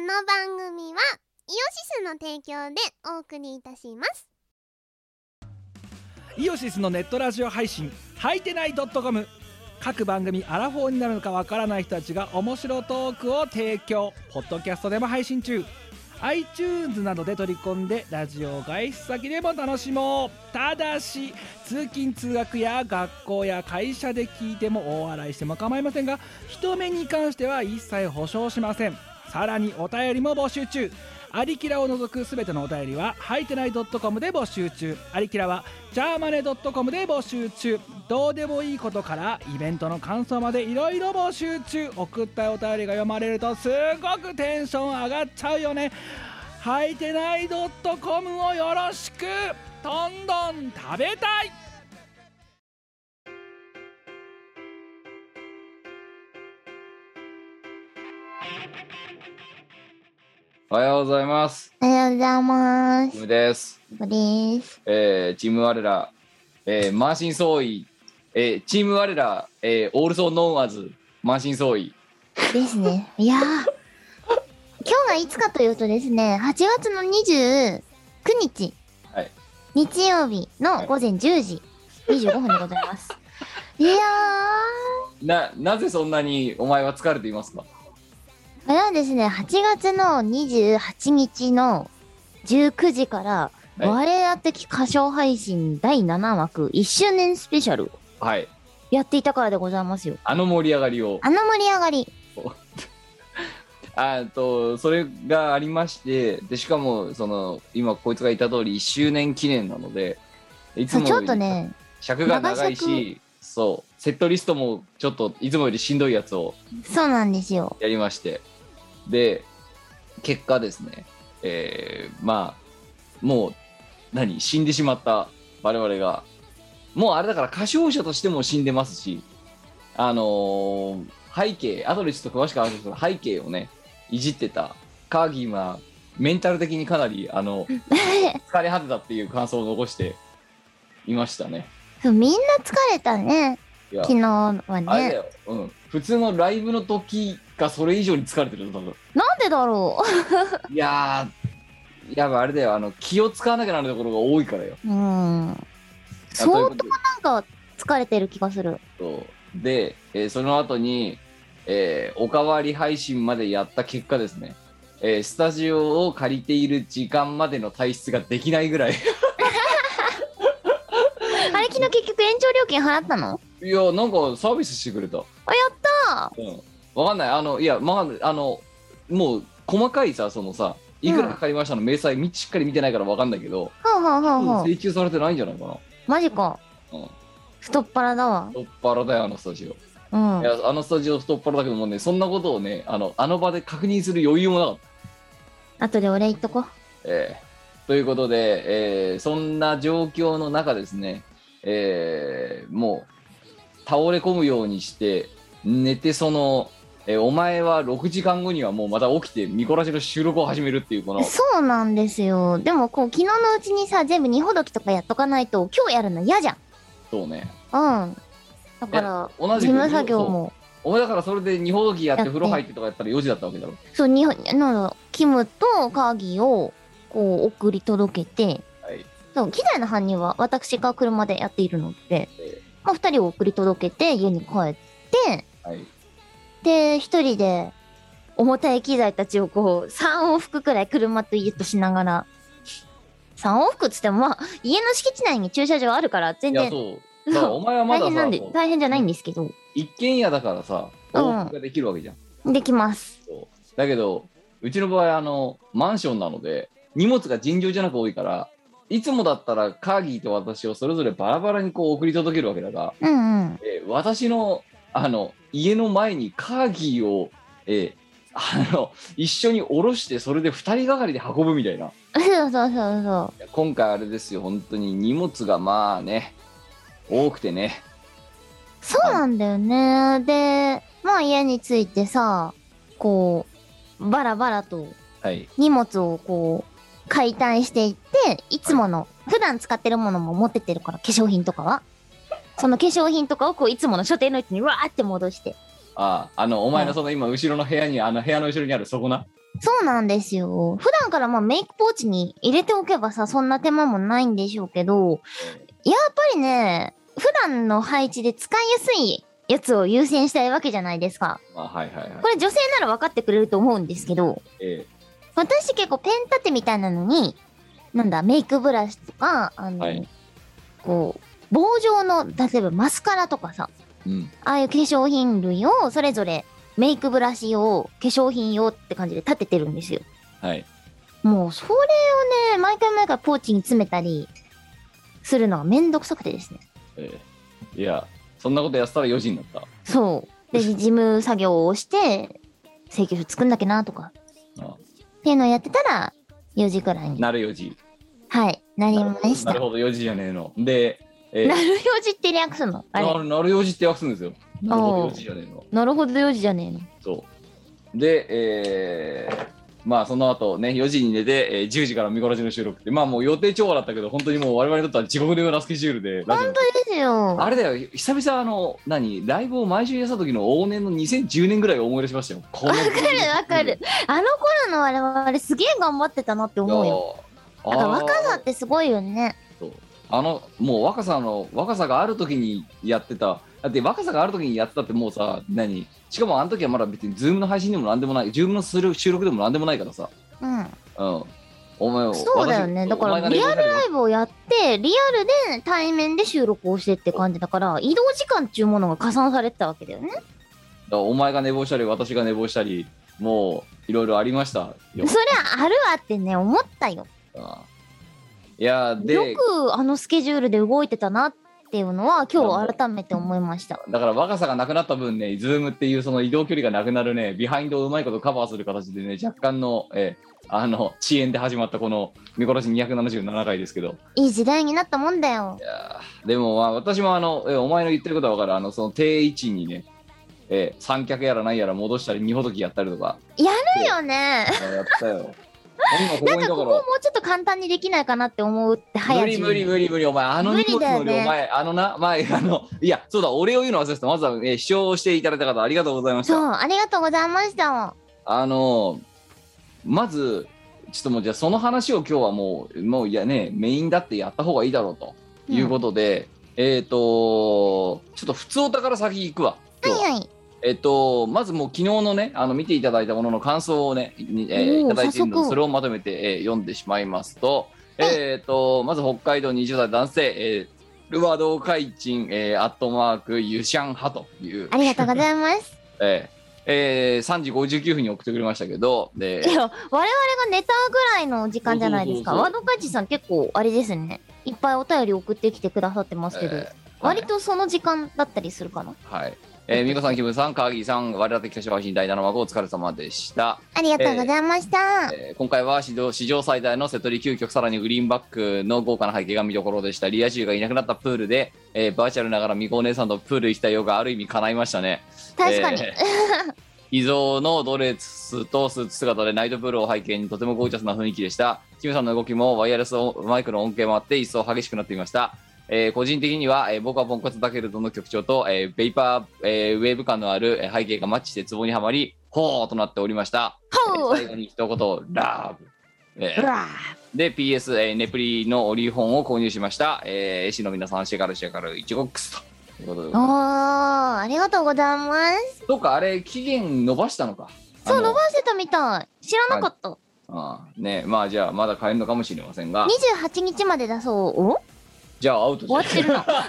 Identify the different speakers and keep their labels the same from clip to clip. Speaker 1: の番組はイオシスの提供でお送りいたします
Speaker 2: イオシスのネットラジオ配信「はいてない .com」各番組アラフォーになるのかわからない人たちが面白トークを提供ポッドキャストでも配信中 iTunes などで取り込んでラジオを外出先でも楽しもうただし通勤通学や学校や会社で聞いても大笑いしても構いませんが人目に関しては一切保証しませんさらにお便りも募集中アリキラを除くすべてのお便りは、はいてない .com で募集中。アリキラは、ジャーマネ .com で募集中。どうでもいいことから、イベントの感想までいろいろ募集中。送ったお便りが読まれると、すごくテンション上がっちゃうよね。はいてない .com をよろしくどんどん食べたい
Speaker 3: おはようございます。
Speaker 1: おはようございま
Speaker 3: ジ
Speaker 1: す
Speaker 3: ムです。
Speaker 1: こです
Speaker 3: えー、チーム我ら、えー、満身創痍、えー、チーム我ら、えー、オールソーノーアズ、満身創痍。
Speaker 1: ですねいやー今日はいつかというとですね8月の29日、
Speaker 3: はい
Speaker 1: 日曜日の午前10時25分でございますいやー
Speaker 3: な、なぜそんなにお前は疲れていますか
Speaker 1: これはですね8月の28日の19時から
Speaker 3: はい
Speaker 1: 我ら的歌唱配信第7幕1周年スペシャルを
Speaker 3: はい。
Speaker 1: やっていたからでございますよ
Speaker 3: あの盛り上がりを。
Speaker 1: あの盛り上がり
Speaker 3: あーっと、それがありまして、で、しかも、その、今こいつが言った通り、1周年記念なので、いつ
Speaker 1: そう
Speaker 3: も
Speaker 1: ち
Speaker 3: よ
Speaker 1: ょっ
Speaker 3: り
Speaker 1: とね
Speaker 3: 尺が長い
Speaker 1: 長
Speaker 3: し、そう、セットリストもちょっといつもよりしんどいやつを
Speaker 1: そうなんですよ
Speaker 3: やりましてで結果ですねえーまあもう何死んでしまった我々がもうあれだから歌唱者としても死んでますしあのー背景後でちょっと詳しく話すけど背景をねいじってたカーギーはメンタル的にかなりあの疲れ果てたっていう感想を残していましたね
Speaker 1: そうみんな疲れたね
Speaker 3: いや
Speaker 1: 昨日は
Speaker 3: あれだ
Speaker 1: ね
Speaker 3: よ、うん、普通のライブの時がそれ以上に疲れてると多分
Speaker 1: なんでだろ
Speaker 3: いやー、やっぱあれだよ、あの気を使わなきゃなるところが多いからよ。
Speaker 1: ううん相当なんか疲れてる気がする
Speaker 3: 当で、えーその後に、えーおかわり配信までやった結果ですね、えースタジオを借りている時間までの体質ができないぐらい。
Speaker 1: あれ昨日結局延長料金払ったの
Speaker 3: いや、なんかサービスしてくれた。
Speaker 1: あやった
Speaker 3: うん。わかんない。あの、いや、まあ、あの、もう細かいさ、そのさ、いくらかかりましたの明細、みしっかり見てないからわかんないけど、
Speaker 1: ーほうほうほうほう
Speaker 3: 請求されてないんじゃないかな。
Speaker 1: マジか
Speaker 3: うん。
Speaker 1: 太っ腹だわ
Speaker 3: 太っ腹だよ、あのスタジオ。
Speaker 1: うん
Speaker 3: いやあのスタジオ太っ腹だけどもねそんなことをねあのあの場で確認する余裕もなかった。
Speaker 1: 後でお礼言っとこ
Speaker 3: えーということで、えーそんな状況の中ですね、えーもう倒れ込むようにして寝てその、えーお前は6時間後にはもうまた起きて見こらしの収録を始めるっていうこの
Speaker 1: う。そうなんですよ。でもこう昨日のうちにさ、全部二ほどきとかやっとかないと、今日やるの嫌じゃ
Speaker 3: そうね
Speaker 1: ん。うん。だから、
Speaker 3: いや同
Speaker 1: 事
Speaker 3: じく
Speaker 1: 務作業も。
Speaker 3: お前だからそれで二ほどきやって
Speaker 1: やって
Speaker 3: 風呂入ってとかやったら4時だったわけだろ
Speaker 1: そう、日本、なんだろうキムとカーギーを、こう、送り届けて、
Speaker 3: はい
Speaker 1: そう、機材の搬入は私が車でやっているので、
Speaker 3: え
Speaker 1: まあ、二人を送り届けて、家に帰って、
Speaker 3: ーはい
Speaker 1: で、一人で、重たい機材たちをこう、3往復くらい車と家としながら、3往復っつっても、まあ、家の敷地内に駐車場あるから、全
Speaker 3: いや
Speaker 1: 然
Speaker 3: そうだからお前はま
Speaker 1: 大
Speaker 3: だ
Speaker 1: 変な
Speaker 3: さ
Speaker 1: んで
Speaker 3: こ、う
Speaker 1: 大変じゃないんですけど、
Speaker 3: 一軒家だからさ
Speaker 1: うん
Speaker 3: 往復ができるわけじゃん
Speaker 1: できます。
Speaker 3: そうだけどうちの場合あのマンションなので荷物が尋常じゃなく多いからいつもだったらカーギーと私をそれぞれバラバラにこう送り届けるわけだが、
Speaker 1: うんうん。
Speaker 3: えー私のあの家の前にカーギーを、えーあの一緒に下ろしてそれで2人がかりで運ぶみたいな
Speaker 1: そうそうそうそ
Speaker 3: いや今回あれですよ本当に荷物がまあね多くてね
Speaker 1: う。そうなんだよね。で、まあ家に着いてさ、こう、バラバラと
Speaker 3: はい
Speaker 1: 荷物をこう、解体していって、いつもの、普段使ってるものも持ってってるから、化粧品とかは。その化粧品とかをこう、いつもの所定の位置にわーって戻して、
Speaker 3: ああのお前のその今後ろの部屋にあの部屋の後ろにあるそこな
Speaker 1: そうなんですよ。普段からまあメイクポーチに入れておけばさ、そんな手間もないんでしょうけど、やっぱりね、普段の配置で使いやすいやつを優先したいわけじゃないですか。
Speaker 3: まあはいはいはい
Speaker 1: これ女性なら分かってくれると思うんですけど、
Speaker 3: え
Speaker 1: 私結構ペン立てみたいなのに、なんだ、メイクブラシとか、あの、
Speaker 3: はい
Speaker 1: こう、棒状の、例えばマスカラとかさ、
Speaker 3: えうん
Speaker 1: ああいう化粧品類をそれぞれメイクブラシ用、化粧品用って感じで立ててるんですよ。
Speaker 3: はい
Speaker 1: もうそれをね、毎回毎回ポーチに詰めたりするのがめんどくさくてですね。
Speaker 3: ええいやそんなことやってたら4時になった
Speaker 1: そう。 で、事務作業をして、請求書作んなきゃなとか、
Speaker 3: あ
Speaker 1: っていうのをやってたら、4時くらいに。
Speaker 3: なる4時
Speaker 1: はい、なりま
Speaker 3: な
Speaker 1: した。
Speaker 3: る
Speaker 1: なる
Speaker 3: ほど4時じゃねえので、ええ
Speaker 1: 4時ってリアクすんのあ
Speaker 3: な
Speaker 1: れ。
Speaker 3: るなる4時って訳すんですよなるほ
Speaker 1: お
Speaker 3: ど
Speaker 1: う
Speaker 3: 4時じゃねえの
Speaker 1: なるほど4時じゃねえの。
Speaker 3: そう。で、えーまあその後ね、4時に寝て、えー10時から見殺しの収録って、まあもう予定調和だったけど、本当にもう我々にとっては地獄のようなスケジュールで、ラジオ
Speaker 1: ですよ。
Speaker 3: あれだよ、久々あの、何、ライブを毎週やってた時の往年の2010年ぐらいを思い出しましたよ。わかる
Speaker 1: わかる。あの頃の我々すげえ頑張ってたなって思うよ。
Speaker 3: あ
Speaker 1: だから若さってすごいよね。
Speaker 3: あのもう若さの若さがある時にやってただって若さがある時にやってたってもうさ何しかもあの時はまだ別にズームの配信でもなんでもないズームのする収録でもなんでもないからさ
Speaker 1: うん。
Speaker 3: うんお前を
Speaker 1: そうだよね
Speaker 3: 私
Speaker 1: だから
Speaker 3: お前がね
Speaker 1: リアルライブをやってリアルで対面で収録をしてって感じだから移動時間っていうものが加算されてたわけだよね
Speaker 3: だからお前が寝坊したり私が寝坊したりもういろいろありました
Speaker 1: そ
Speaker 3: よ
Speaker 1: りゃあるわってね思ったよ
Speaker 3: あいやで
Speaker 1: よくあのスケジュールで動いてたなっていうのは今日改めて思いました
Speaker 3: だから若さがなくなった分ね、ズームっていうその移動距離がなくなるね、ビハインドをうまいことカバーする形でね、若干の、えーあの遅延で始まったこの見殺し277回ですけど、
Speaker 1: いい時代になったもんだよ
Speaker 3: いやーでもまあ私もあの、えーお前の言ってることは分かる、あのその定位置にね、えー三脚やら何やら戻したり、二ほどきやったりとか、
Speaker 1: いいよね
Speaker 3: あのやったよ。今ここ
Speaker 1: なん
Speaker 3: にだ
Speaker 1: かこ
Speaker 3: か
Speaker 1: こ
Speaker 3: ら
Speaker 1: もうちょっと簡単にできないかなって思うって早
Speaker 3: 無
Speaker 1: い
Speaker 3: 理無理無理無理お前あの荷物の量、
Speaker 1: 無理だよね
Speaker 3: お前あのな前あのいやそうだ俺を言うの忘れてたまずは、えー視聴していただいた方ありがとうございまし
Speaker 1: そう
Speaker 3: た
Speaker 1: ありがとうございました
Speaker 3: あのまずちょっともうじゃあその話を今日はもうもういやねメインだってやった方がいいだろうということで、えっ、とちょっと普通おから先行くわ今日は
Speaker 1: はいはい
Speaker 3: えっと、まずもう昨日のねあの見ていただいたものの感想をね、にえー
Speaker 1: おー
Speaker 3: いただいているので
Speaker 1: 早速
Speaker 3: それをまとめて、えー読んでしまいますと,、えー、とまず北海道20代男性、えールワード海賃、えーアットマークユシャン派という
Speaker 1: あ、りがとうございます
Speaker 3: えーえー3時59分に送ってくれましたけど で
Speaker 1: いや我々が寝たぐらいの時間じゃないですか
Speaker 3: そうそう
Speaker 1: ワ
Speaker 3: そ
Speaker 1: ードカイチさん結構あれですねいっぱいお便り送ってきてくださってますけど、
Speaker 3: えーはい
Speaker 1: 割とその時間だったりするかな
Speaker 3: はいえー、美香さん、キムさん、川木さん、我ら的歌手配信第7幕お疲れ様でした。
Speaker 1: ありがとうございました、
Speaker 3: えー今回は史上史上最大の瀬戸利9曲さらにグリーンバックの豪華な背景が見どころでしたリア充がいなくなったプールで、えーバーチャルながらみこお姉さんとプール行きたいようがある意味叶いましたね
Speaker 1: 確かに、
Speaker 3: えー秘蔵のドレスとスーツ姿でナイトプールを背景にとてもゴージャスな雰囲気でしたキムさんの動きもワイヤレスマイクの恩恵もあって一層激しくなっていましたえー個人的には、えー僕はポンコツだけれどの曲調と、えーベイパー、えーウェーブ感のあるえー背景がマッチしてツボにはまり、ほーとなっておりました。
Speaker 1: ほう
Speaker 3: 最後に一言、ラブ。え
Speaker 1: う
Speaker 3: ー
Speaker 1: わ
Speaker 3: で、PS、えーネプリのオリ本を購入しました。えー、絵師の皆さん、シェカルシェカル、イチゴックスということ
Speaker 1: おー
Speaker 3: で。
Speaker 1: ありがとうございます
Speaker 3: そうか、あれ、期限伸ばしたのか。
Speaker 1: そう
Speaker 3: あの
Speaker 1: 伸ばしてたみたい知らなかった
Speaker 3: ああねまあ、じゃあ、まだ買えるのかもしれませんが、
Speaker 1: 28日までだそうお
Speaker 3: じゃあ、アウト
Speaker 1: 終わってるなこのラ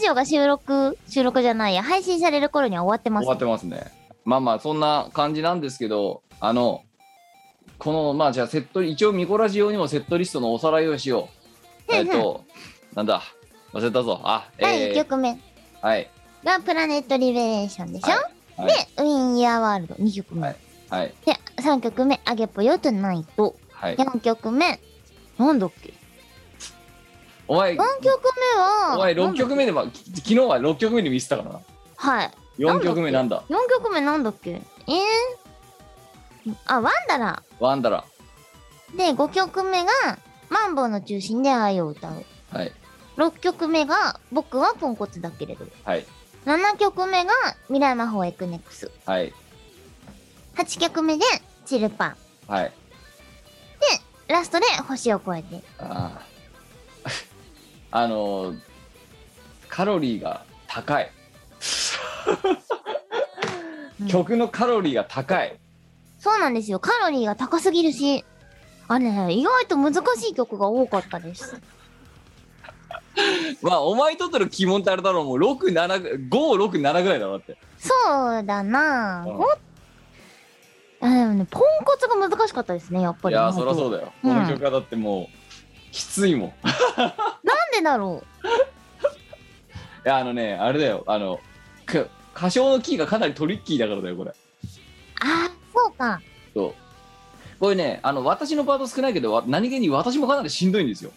Speaker 1: ジオが収録収録じゃないや配信される頃には終わってます
Speaker 3: 終わってますね。まあまあ、そんな感じなんですけど、あの、この、まあじゃあ、セットリ、一応、ミコラジ用にもセットリストのおさらいをしよう。
Speaker 1: うん
Speaker 3: え
Speaker 1: う
Speaker 3: っ
Speaker 1: ん
Speaker 3: と、なんだ、忘れたぞ。あ、
Speaker 1: 第
Speaker 3: え
Speaker 1: 1
Speaker 3: ー、
Speaker 1: 曲目
Speaker 3: はい、
Speaker 1: が「プラネット・リベレーション」でしょ、
Speaker 3: はい
Speaker 1: で、ウィン・イヤー・ワールド2曲目、
Speaker 3: はいはい、
Speaker 1: で3曲目「あげぽよ・トゥナイト
Speaker 3: はい」。
Speaker 1: 4曲目なんだっけ
Speaker 3: お前
Speaker 1: 4、曲目は
Speaker 3: お前6曲目で、まあ、き昨日は6曲目に見せたからな。
Speaker 1: はい
Speaker 3: 4曲目なんだ。
Speaker 1: 4曲目なんだっけえー、あワンダラ
Speaker 3: ワンダラ。
Speaker 1: で5曲目が「マンボウの中心で愛を歌う
Speaker 3: はい。」
Speaker 1: 6曲目が「僕はポンコツだけれど
Speaker 3: はい。」
Speaker 1: 7曲目が未来魔法エクネクス。
Speaker 3: はい
Speaker 1: 8曲目でチルパン。
Speaker 3: はい
Speaker 1: ラストで星を超えて。
Speaker 3: あー あのーカロリーが高い
Speaker 1: うん
Speaker 3: 曲のカロリーが高い
Speaker 1: そうなんですよ。カロリーが高すぎるし、あれね、意外と難しい曲が多かったです。
Speaker 3: まあお前にとっての鬼門ってあれだろうもう67567ぐらいだろだって
Speaker 1: そうだなぁ。
Speaker 3: うん
Speaker 1: ほんあでもね、ポンコツが難しかったですね、やっぱ
Speaker 3: い
Speaker 1: り。
Speaker 3: やー
Speaker 1: 本
Speaker 3: そ
Speaker 1: 当
Speaker 3: りゃそうだよ、
Speaker 1: うん
Speaker 3: この曲はだってもうきついもんい
Speaker 1: なんでだろ
Speaker 3: やあのねあれだよあのく歌唱のキーがかなりトリッキーだからだよこれ
Speaker 1: う。ああ、そうか。
Speaker 3: そうこれねあの私のパート少ないけどわ何気に私もかなりしんどいんですよ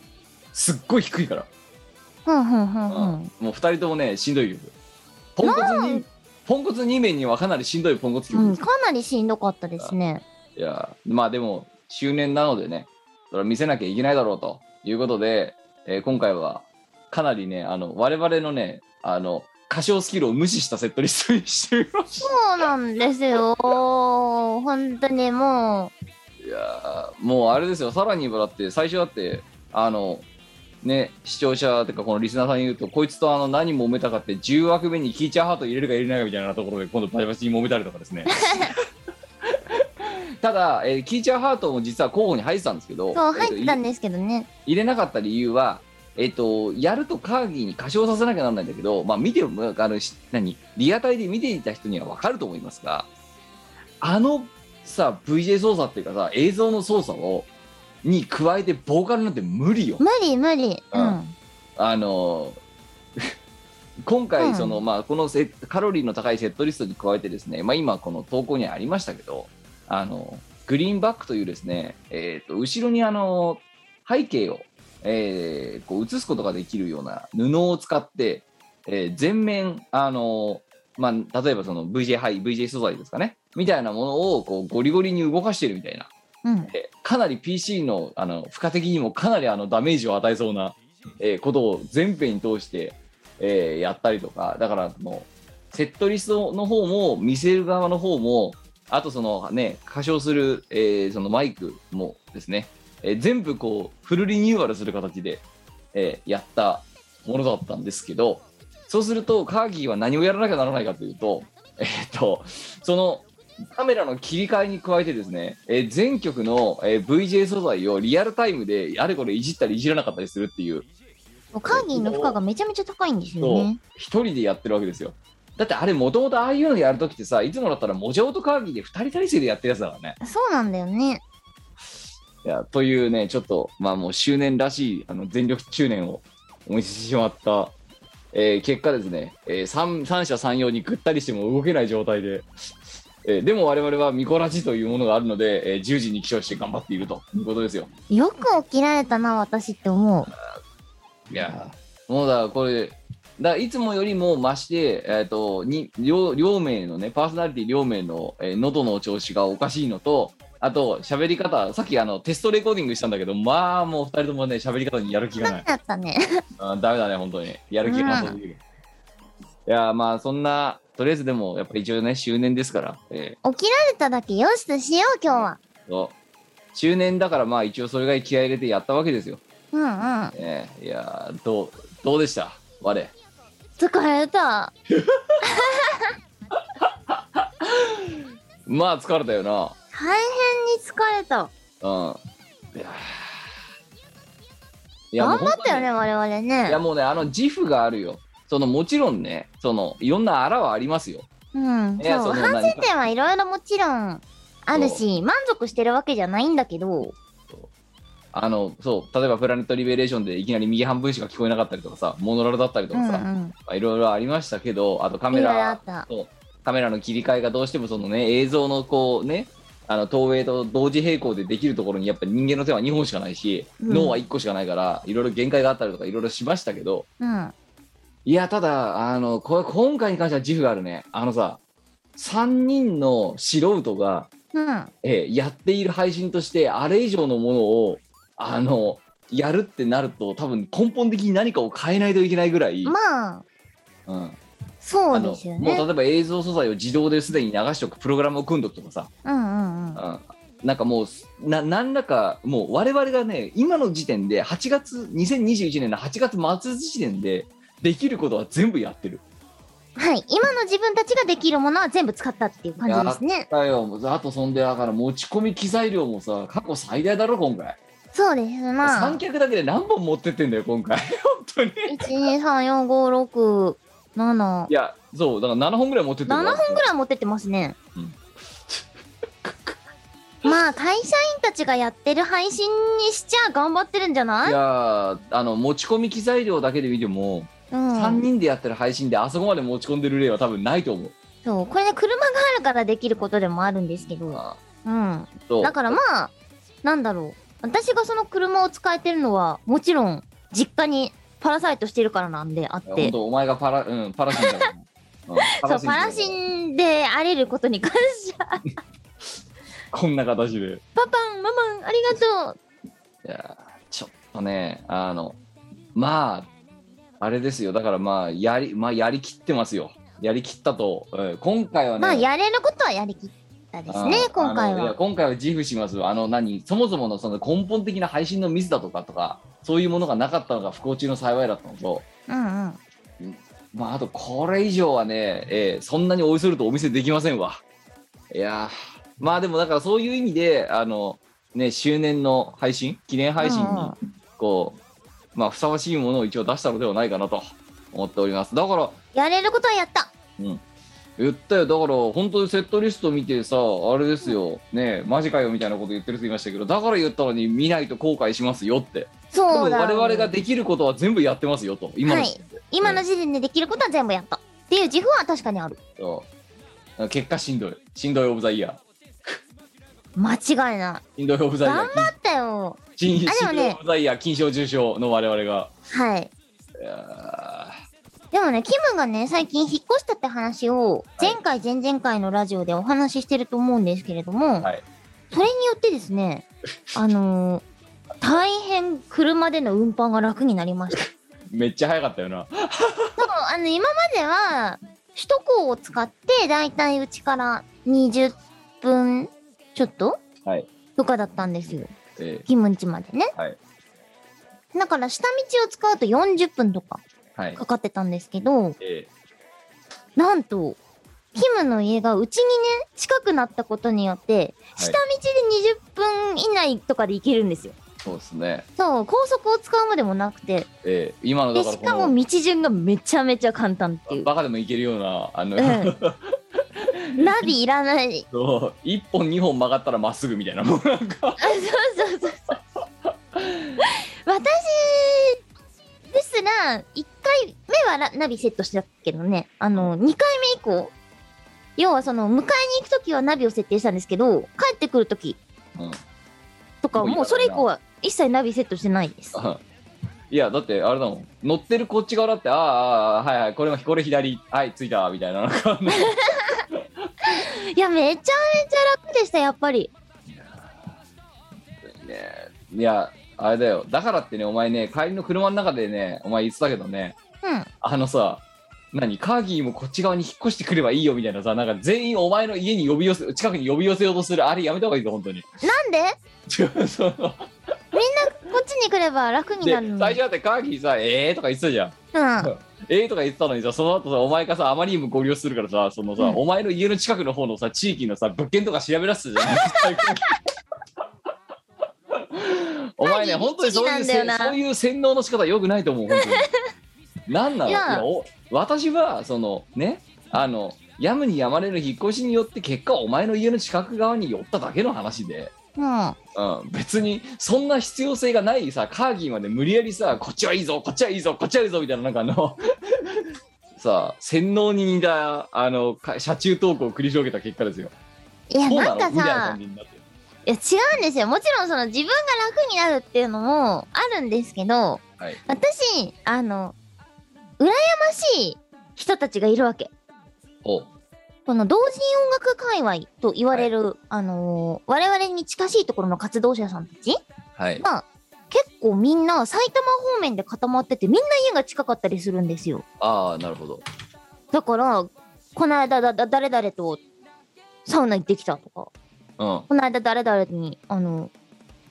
Speaker 3: すっごい低いから、
Speaker 1: ふんふんふ
Speaker 3: うんん
Speaker 1: ふん。
Speaker 3: もう2人ともねしんどい曲ポンコツにポンコツ2名にはかなりしんどいポンコツ曲
Speaker 1: う
Speaker 3: で
Speaker 1: ん、
Speaker 3: す、
Speaker 1: かなりしんどかったですね。
Speaker 3: いやーまあでも周年なのでねそれは見せなきゃいけないだろうということで、えー今回はかなりねあの我々のねあの歌唱スキルを無視したセットリストにしてみまし
Speaker 1: そうなんですよ。本当にも
Speaker 3: たいやーもうあれですよさらに言えばだって最初だってあのね視聴者とかこのリスナーさんに言うとこいつとあの何揉めたかって10枠目にキーチャーハート入れるか入れないかみたいなところで今度バチバチに揉めたりとかです ねただ、えーキーチャーハートも実は候補に入ってたんですけど
Speaker 1: う、そう、
Speaker 3: えーと
Speaker 1: 入ってたんですけどね。
Speaker 3: 入れなかった理由は、えっと、やるとカーギーに歌唱させなきゃなんないんだけど、まあ、見てもあのし何リアタイで見ていた人には分かると思いますがあのさ VJ 操作っていうかさ映像の操作をに加えてボーカルなんて無理よ。
Speaker 1: 無理無理。う
Speaker 3: うん
Speaker 1: ん。
Speaker 3: あの今
Speaker 1: う
Speaker 3: 回
Speaker 1: ん
Speaker 3: その、まあ、このセカロリーの高いセットリストに加えてですね、まあ、今この投稿にありましたけどあのグリーンバックというですね、えー、と後ろにあの背景を、えーこう映すことができるような布を使って、えー全面あの、まあ、例えばその VJ ハイ VJ 素材ですかねみたいなものをこうゴリゴリに動かしてるみたいな
Speaker 1: うん。
Speaker 3: えーかなり PC のあの負荷的にもかなりあのダメージを与えそうな、えーことを全編に通して、えーやったりとかだからもうセットリストの方も見せる側の方もあとそのね歌唱する、えーそのマイクもですね、えー全部こうフルリニューアルする形で、えーやったものだったんですけどそうするとカーギーは何をやらなきゃならないかというとえーっとそのカメラの切り替えに加えてですね、えー全曲の、えー VJ 素材をリアルタイムであれこれいじったりいじらなかったりするっていう
Speaker 1: カーギーの負荷がめちゃめちゃ高いんですよね。
Speaker 3: 一人でやってるわけですよだってあれもともとああいうのやるときってさいつもだったらモジャオとカーギーで2人体制でやってるやつだからね
Speaker 1: そうなんだよね。
Speaker 3: いやというねちょっとまあもう執念らしいあの全力中年をお見せしてしまった、えー結果ですね、えー、三三者三様にぐったりしても動けない状態で、えーでも我々はミコラジというものがあるので、えー10時に起床して頑張っているということですよ
Speaker 1: よく起きられたな、私って思う。
Speaker 3: いやーもうだからこれだからいつもよりも増して、えー、とに両両名のねパーソナリティ両名の、えー喉の調子がおかしいのとあと喋り方さっきあのテストレコーディングしたんだけどまあもう二人ともね喋り方にやる気が
Speaker 1: ダ
Speaker 3: な
Speaker 1: メ
Speaker 3: い
Speaker 1: だったね。
Speaker 3: あーダメだね本当にやる気がな
Speaker 1: う
Speaker 3: い、いやーまあそんなとりあえずでもやっぱ一応ね周年ですから、え
Speaker 1: 起きられただけよしとしよう、今日は。
Speaker 3: ーと周年だからまあ一応それが気合い入れてやったわけですよ、
Speaker 1: うんうん。
Speaker 3: えーいやーどうどうでした我
Speaker 1: 疲れた。
Speaker 3: まあ疲れたよな
Speaker 1: 大変に疲れた。
Speaker 3: うん。いやーいやもう
Speaker 1: 頑
Speaker 3: 本
Speaker 1: 張っ
Speaker 3: 当
Speaker 1: たよ
Speaker 3: に
Speaker 1: ね、我々
Speaker 3: いや
Speaker 1: ね。
Speaker 3: もうね、あの自負があるよ。そのもちろんね、そのいろんなあらはありますよ。
Speaker 1: うん。
Speaker 3: いや
Speaker 1: そう。
Speaker 3: その
Speaker 1: 反省点はいろいろもちろんあるし、満足してるわけじゃないんだけど、
Speaker 3: あのそう例えば「プラネット・リベレーション」でいきなり右半分しか聞こえなかったりとかさモノラルだったりと
Speaker 1: う
Speaker 3: か
Speaker 1: んう
Speaker 3: さ、
Speaker 1: ん。
Speaker 3: まあいろいろありましたけどあとカ
Speaker 1: いろ
Speaker 3: メ
Speaker 1: いろ
Speaker 3: ラ
Speaker 1: あった。
Speaker 3: そうカメラの切り替えがどうしてもそのね映像のこうねあの投影と同時並行でできるところにやっぱ人間の手は2本しかないし、
Speaker 1: うん
Speaker 3: 脳は1個しかないからいろいろ限界があったりとかいろいろしましたけど
Speaker 1: うん。
Speaker 3: いや、ただ、あの、こ今回に関しては自負があるね。あのさ、3人の素人が、
Speaker 1: うん。
Speaker 3: えーやっている配信として、あれ以上のものを、あの、やるってなると、多分根本的に何かを変えないといけないぐらい、
Speaker 1: まあ、
Speaker 3: うん、
Speaker 1: そう
Speaker 3: あ
Speaker 1: で
Speaker 3: の
Speaker 1: すよ
Speaker 3: もう
Speaker 1: ね。
Speaker 3: 例えば映像素材を自動ですでに流しておくプログラムを組んどくとかさ、
Speaker 1: うんうんうん。
Speaker 3: うん、なんかもうな何らかもう我々がね今の時点で8月2021年の8月末時点でできることは全部やってる。
Speaker 1: はい。今の自分たちができるものは全部使ったっていう感じですね。
Speaker 3: だよあとそんでだから持ち込み機材量もさ過去最大だろ今回、
Speaker 1: そうですな
Speaker 3: 三。脚だけで何本持ってってんだよ今回 本当に
Speaker 1: 1、2、3、4、5、6、7
Speaker 3: い。やそうだから7本ぐらい持ってって
Speaker 1: 7
Speaker 3: る
Speaker 1: 本ぐらい持ってってますね。
Speaker 3: うん
Speaker 1: まあ、会社員たちがやってる配信にしちゃ頑張ってるんじゃないい
Speaker 3: やーあの持ち込み機材量だけで見ても、
Speaker 1: うん。
Speaker 3: 3人でやってる配信であそこまで持ち込んでる例は多分ないと思う。
Speaker 1: そう。これね、車があるからできることでもあるんですけど。
Speaker 3: あ
Speaker 1: うん。
Speaker 3: そう
Speaker 1: だからまあ、なんだろう。私がその車を使えてるのは、もちろん、実家にパラサイトしてるからなんであっ
Speaker 3: いや本
Speaker 1: て。
Speaker 3: 当お前がパラ、うん、パラシンだ から、うん
Speaker 1: そう、パラ
Speaker 3: ン
Speaker 1: シンであれることに感謝。
Speaker 3: こんな形でい
Speaker 1: パパン、ママン、ありがとう。
Speaker 3: やーちょっとねあのまああれですよだからまあやりまあやりきってますよやりきったと、うん今回はね、
Speaker 1: まあ、やれることはやりきったですね
Speaker 3: あ、
Speaker 1: 今
Speaker 3: あ
Speaker 1: 回
Speaker 3: のいや
Speaker 1: は。
Speaker 3: 今回は自負しますあの何そもそものその根本的な配信のミスだとかとかそういうものがなかったのが不幸中の幸いだったのと
Speaker 1: うんうん。
Speaker 3: まあ、あとこれ以上はね、えーそんなにおいそれとお見せできませんわ。いやーまあでもだからそういう意味であの、ね、周年の配信記念配信に
Speaker 1: うん
Speaker 3: こう、まあ、ふさわしいものを一応出したのではないかなと思っておりますだから
Speaker 1: やれることはやった。
Speaker 3: 言ったよだから本当にセットリスト見てさあれですよねマジかよみたいなこと言ってる人いましたけどだから言ったのに見ないと後悔しますよってでも
Speaker 1: そう
Speaker 3: 我
Speaker 1: だ。
Speaker 3: 々ができることは全部やってますよと今の時点で、
Speaker 1: 今の時点でできることは全部やった。っていう自負は確かにある。
Speaker 3: そう結果しんどいしんどいオブザイヤ
Speaker 1: 間違いな
Speaker 3: ーしんどいオブザイヤー
Speaker 1: 頑い。あったよ。
Speaker 3: 金しん
Speaker 1: あでもね
Speaker 3: どいオブザイヤー金賞受賞の我々が
Speaker 1: はい。
Speaker 3: いや
Speaker 1: でもね、キムがね、最近引っ越したって話を、
Speaker 3: はい
Speaker 1: 前回、前々回のラジオでお話ししてると思うんですけれども、
Speaker 3: はい
Speaker 1: それによってですね、あのー大変車での運搬が楽になりました。
Speaker 3: ーめっちゃ早かったよな
Speaker 1: でも、あの、今までは、首都高を使って、だいたいうちから20分ちょっと、
Speaker 3: はい
Speaker 1: とかだったんですよ。
Speaker 3: え
Speaker 1: キムんちまでね。
Speaker 3: はい
Speaker 1: だから、下道を使うと40分とか
Speaker 3: ーはい
Speaker 1: かかってたんですけど、
Speaker 3: え
Speaker 1: なんと、キムの家がうちにね、近くなったことによって、
Speaker 3: はい
Speaker 1: 下道で20分以内とかで行けるんですよ。
Speaker 3: ーそうですね
Speaker 1: そう、高速を使うまでもなくて、
Speaker 3: えー今のだ
Speaker 1: で、
Speaker 3: から
Speaker 1: し
Speaker 3: こ
Speaker 1: かも
Speaker 3: の
Speaker 1: 道順がめちゃめちゃ簡単っていう。
Speaker 3: バカでもいけるようなあの、
Speaker 1: うん。ナビいらない。
Speaker 3: そう一本二本曲がったらまっすぐみたいなもうなん か
Speaker 1: あ、そうそうそうそう。私ですら、1回目はラナビセットしてたけどね、あの、2回目以降、要はその、迎えに行くときはナビを設定したんですけど、帰ってくるとき、
Speaker 3: うん
Speaker 1: とか、もうそれ以降は一切ナビセットしてないです。
Speaker 3: あいやだってあれだもん乗ってるこっち側だってあーあーあーはいはいこれこれ左はい着いたみたいななん かあの
Speaker 1: いや、めちゃめちゃ楽でした、やっぱり。
Speaker 3: ねいやあれだよだからってねお前ね帰りの車の中でねお前言ってたけどね
Speaker 1: うん。
Speaker 3: あのさ何カーギーもこっち側に引っ越してくればいいよみたいなさなんか全員お前の家に呼び寄せ近くに呼び寄せようとするあれやめた方がいいぞ本当に
Speaker 1: なんで
Speaker 3: そう
Speaker 1: こっちに来れば楽に
Speaker 3: で
Speaker 1: な
Speaker 3: 最
Speaker 1: る
Speaker 3: 初
Speaker 1: のに。
Speaker 3: だってカーギーさええー、とか言ってたじゃん
Speaker 1: うん。
Speaker 3: ええとか言ってたのにさその後さお前がさあまりにもご利用するからさそのさ、
Speaker 1: うん
Speaker 3: お前の家の近くの方のさ地域のさ物件とか調べ出すじ ゃんお前ね
Speaker 1: マジ
Speaker 3: 本当にそういう
Speaker 1: 律儀なんだ
Speaker 3: せ
Speaker 1: よ
Speaker 3: そ
Speaker 1: な
Speaker 3: ういう洗脳の仕方よくないと思う本当になんなの
Speaker 1: い
Speaker 3: い
Speaker 1: や
Speaker 3: やお私はそのねあのやむにやまれる引っ越しによって結果お前の家の近く側に寄っただけの話で、
Speaker 1: うん。
Speaker 3: うん、別にそんな必要性がないさカーギーまで無理やりさこっちはいいぞこっちはいいぞこっちはいいぞみたいななんかあの さあ洗脳に似たあのか車中トークを繰り広げた結果ですよ。
Speaker 1: いや、
Speaker 3: そうな
Speaker 1: な
Speaker 3: んの
Speaker 1: か
Speaker 3: みたいな
Speaker 1: さ
Speaker 3: 感、じになってる
Speaker 1: いや違うんですよもちろんその自分が楽になるっていうのもあるんですけど
Speaker 3: はい
Speaker 1: 私あの羨ましい人たちがいるわけ
Speaker 3: お
Speaker 1: この同人音楽界隈と言われる、あのー我々に近しいところの活動者さんたち
Speaker 3: はい
Speaker 1: 結構みんな埼玉方面で固まっててみんな家が近かったりするんですよ
Speaker 3: ああなるほど
Speaker 1: だから、この間だ、だ、誰々とサウナ行ってきたとか、
Speaker 3: うん
Speaker 1: この間誰々に、あの、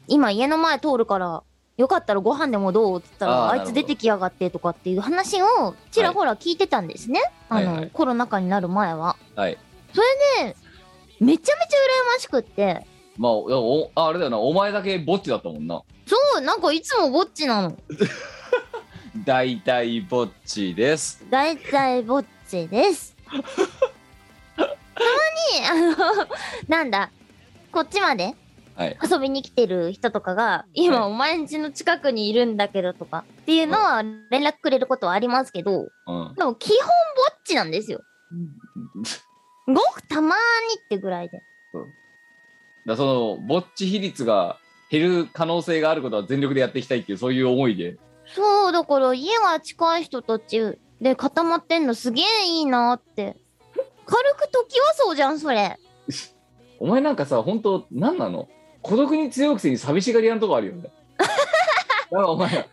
Speaker 1: 今家の前通るから、よかったらご飯でもどうって言ったら、
Speaker 3: あー
Speaker 1: あ
Speaker 3: ないるほ
Speaker 1: つ
Speaker 3: ど
Speaker 1: 出てきやがってとかっていう話をちらほら聞いてたんですね。
Speaker 3: はい
Speaker 1: あの、
Speaker 3: はいはい
Speaker 1: コロナ禍になる前は。
Speaker 3: はい
Speaker 1: めちゃめちゃ羨ましくって、
Speaker 3: まあおああれだよなお前だけぼっちだったもんな
Speaker 1: そう、なんかいつもぼっちなの。
Speaker 3: 大体ぼっちです
Speaker 1: 大体ぼっちです。たまに、あの、なんだ、こっちまで
Speaker 3: はい
Speaker 1: 遊びに来てる人とかが、今
Speaker 3: はい
Speaker 1: お前ん家の近くにいるんだけどとかっていうのは連絡くれることはありますけど、
Speaker 3: うん
Speaker 1: でも基本ぼっちなんですよ。ごくたまーにってぐらいで。
Speaker 3: だそのぼっち比率が減る可能性があることは全力でやっていきたいっていうそういう思いで
Speaker 1: そう、だから家が近い人たちで固まってんのすげえいいなって。軽く時はそうじゃん、それ。
Speaker 3: お前なんかさ本当何なの孤独に強いくせに寂しがり屋のとこあるよね だからお前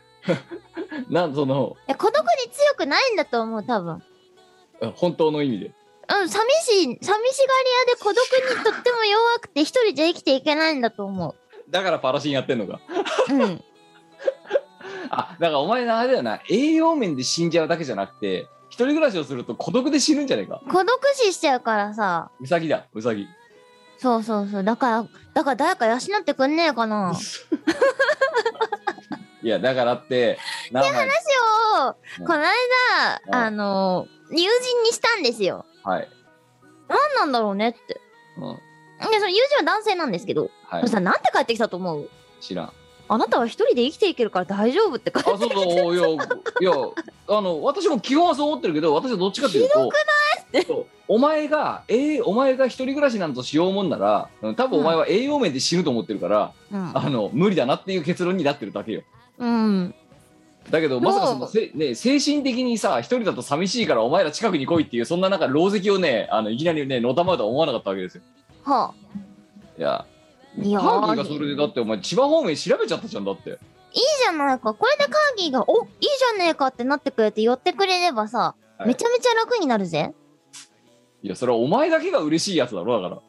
Speaker 3: なんその
Speaker 1: いや孤独に強くないんだと思う、多分。
Speaker 3: 本当の意味で
Speaker 1: うん、寂しい、寂しがり屋で孤独にとっても弱くて一人じゃ生きていけないんだと思
Speaker 3: だからパラシンやってんのか
Speaker 1: う。うん。
Speaker 3: あだからお前のあれだよな栄養面で死んじゃうだけじゃなくて一人暮らしをすると孤独で死ぬんじゃねえか
Speaker 1: 孤独死しちゃうからさ。
Speaker 3: ウサギだウサギ
Speaker 1: そうそうそう。だから、だから誰か養ってくんねえかな。話
Speaker 3: いやだからってなお前
Speaker 1: を、この間、あの、友人にしたんですよ。
Speaker 3: はい、
Speaker 1: 何なんだろうねって。
Speaker 3: うん、はい
Speaker 1: いや、その友人は男性なんですけど、そしたらなんて帰ってきたと思う
Speaker 3: 知らんあ
Speaker 1: あなたは一人で生きていけるから大丈夫って返って
Speaker 3: そうそういやいやあの私も基本はそう思ってるけど私はどっちかっていうとそうお前がえーお前が一人暮らしなんとしようもんならうん多分お前は栄養面で死ぬと思ってるから、
Speaker 1: うん
Speaker 3: あの無理だなっていう結論になってるだけよ
Speaker 1: うん。
Speaker 3: だけどまさかそ
Speaker 1: も
Speaker 3: の
Speaker 1: う
Speaker 3: せ、ね、精神的にさ一人だと寂しいからお前ら近くに来いっていうそんななんか狼藉をねあのいきなりねのたまうとは思わなかったわけですよ
Speaker 1: はい
Speaker 3: や
Speaker 1: あ。いや
Speaker 3: ハー
Speaker 1: ー
Speaker 3: ギーがそれでだってお前千葉方面調べちゃったじゃんだって
Speaker 1: いいじゃないか。これでカーギーが、おいいじゃねえかってなってくれて寄ってくれればさ、
Speaker 3: はい
Speaker 1: めちゃめちゃ楽になるぜ。
Speaker 3: いやそれはお前だけが嬉しいやつだろだか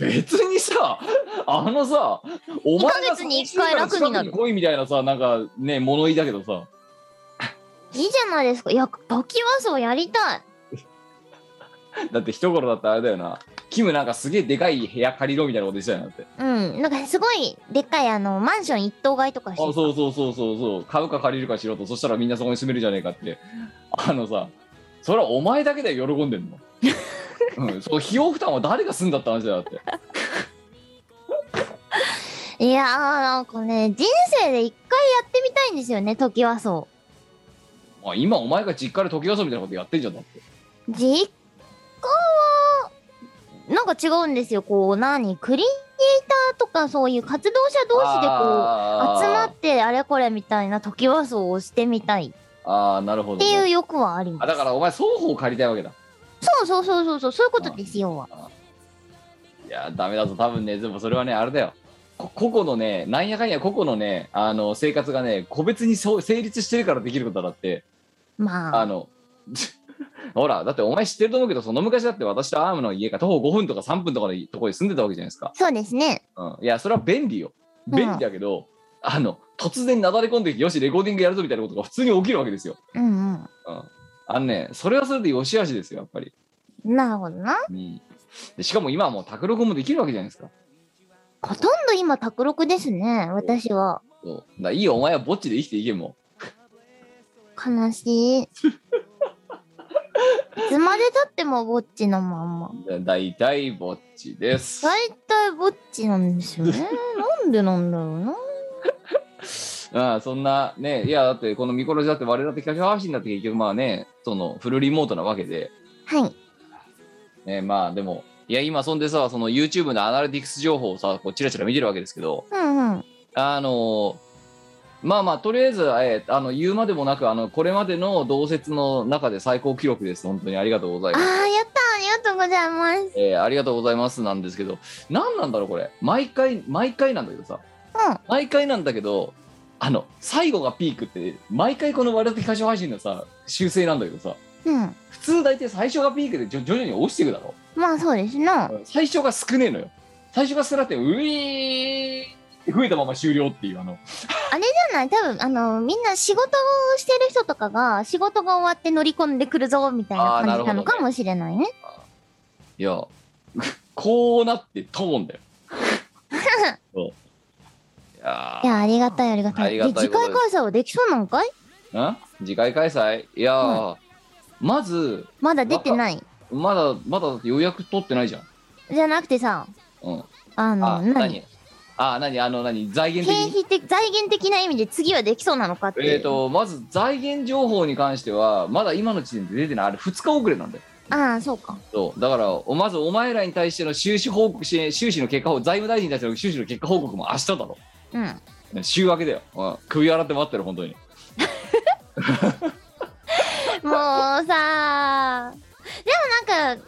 Speaker 3: ら 別にさあのさお前
Speaker 1: 二ヶ月に一回楽に
Speaker 3: 寂
Speaker 1: なる
Speaker 3: しいから近く来いみたいなさなんかね物言いだけどさ
Speaker 1: いいじゃないですか。いや、トキワ荘やりたい。
Speaker 3: だって一頃だったらあれだよなキムなんかすげえでかい部屋借りろみたいなこと言ってたよなってあ
Speaker 1: うん。なんかすごい、でっかいあの、マンション一棟買いとかして
Speaker 3: そう
Speaker 1: た。
Speaker 3: そうそうそうそう買うか借りるかしろとそしたらみんなそこに住めるじゃねえかってあのさそれはお前だけで喜んでん のうん、その費用負担は誰が住んだって話だよだって
Speaker 1: いやー、なんかね、人生で一回やってみたいんですよね、トキワ荘。
Speaker 3: あ今お前が実家で時遊びみたいなことやってんじゃんだって
Speaker 1: 実家は、なんか違うんですよ。こう、何クリエイターとかそういう活動者同士でこう、
Speaker 3: あー
Speaker 1: 集まってあれこれみたいなトキワ荘をしてみたい。
Speaker 3: ああなるほ
Speaker 1: っ
Speaker 3: ど、
Speaker 1: て
Speaker 3: ね、
Speaker 1: いう欲はありま
Speaker 3: あ
Speaker 1: す。
Speaker 3: だからお前双方借りたいわけだ
Speaker 1: そうそうそうそうそう、そういうことですよ。
Speaker 3: いやダメだぞ多分ねでもそれはねあれだよこ個々のねなんやかんや個々のねあの生活がね個別にそう成立してるからできることだって
Speaker 1: ま
Speaker 3: あ
Speaker 1: あ、
Speaker 3: の ほらだってお前知ってると思うけどその昔だって私とアームの家が徒歩5分とか3分とかのとこに住んでたわけじゃないですか、
Speaker 1: そうですね。
Speaker 3: うん、いやそれは便利よ便利だけど、あの突然なだれ込んできてよしレコーディングやるぞみたいなことが普通に起きるわけですよ、
Speaker 1: う
Speaker 3: う
Speaker 1: ん
Speaker 3: ん、あのねそれはそれでよしあしですよやっぱり
Speaker 1: うん。なるほどな。
Speaker 3: うんでしかも今はもう卓録もできるわけじゃないですか。
Speaker 1: ほとんど今、卓録ですね、私は。
Speaker 3: そうだからいいよ、お前はぼっちで生きていけも
Speaker 1: 悲しい。いつまでたってもぼっちのまんま。
Speaker 3: う。だ大体ぼっちです。
Speaker 1: 大体ぼっちなんですよね。なんでなんだろうな。
Speaker 3: ああそんなね、いや、だってこの見殺しだって我々だって客配信だって結局まあね、そのフルリモートなわけで、
Speaker 1: はい。
Speaker 3: ね、まあでも、いや、今そんでさ、その YouTube のアナリティクス情報をさ、こうチラチラ見てるわけですけど、
Speaker 1: うんうん。
Speaker 3: あのまあまあ、とりあえず、えーあの言うまでもなく、あのこれまでの同説の中で最高記録です。本当にありがとうござい
Speaker 1: あ
Speaker 3: ます。
Speaker 1: あ、やったありがとうございます。
Speaker 3: えーありがとうございますなんですけど何なんだろうこれ毎回毎回なんだけどさ
Speaker 1: うん。
Speaker 3: 毎回なんだけどあの最後がピークって毎回この「我々的歌唱配信」のさ修正なんだけどさ
Speaker 1: うん。
Speaker 3: 普通大体最初がピークでじょ徐々に落ちていくだろ
Speaker 1: まあそうですな。
Speaker 3: 最初が少ねえのよ最初が少なくてウィーって増えたまま終了っていうあの
Speaker 1: じゃない多分、あの、みんな仕事をしてる人とかが、仕事が終わって乗り込んでくるぞ、みたいな感じなのかもしれないね。
Speaker 3: いや こうなってともん だよそういやー
Speaker 1: いや、ありがたい、ありがたい。
Speaker 3: あり
Speaker 1: で、
Speaker 3: がたい
Speaker 1: 次
Speaker 3: こと
Speaker 1: 回開催はできそうなんかい
Speaker 3: ん次回開催いやー、まず
Speaker 1: まだ出てない。
Speaker 3: まだまだだって予約取ってないじゃん
Speaker 1: じゃなくてさ、
Speaker 3: うん
Speaker 1: あの、
Speaker 3: あ
Speaker 1: 何
Speaker 3: 何あ何あの何財
Speaker 1: 経
Speaker 3: 源的に
Speaker 1: 費的、財源的な意味で次はできそうなのかっていう。
Speaker 3: えー、とまず財源情報に関してはまだ今の時点で出てないあれ2日遅れなんだよ
Speaker 1: ああ、そうか。
Speaker 3: そうだからおまずお前らに対しての収支報告し収支の結果報財務大臣に対しての収支の結果報告も明日だろ
Speaker 1: うん。
Speaker 3: 週明けだよ、うん、首洗って待ってる本当に
Speaker 1: もうさでもなんか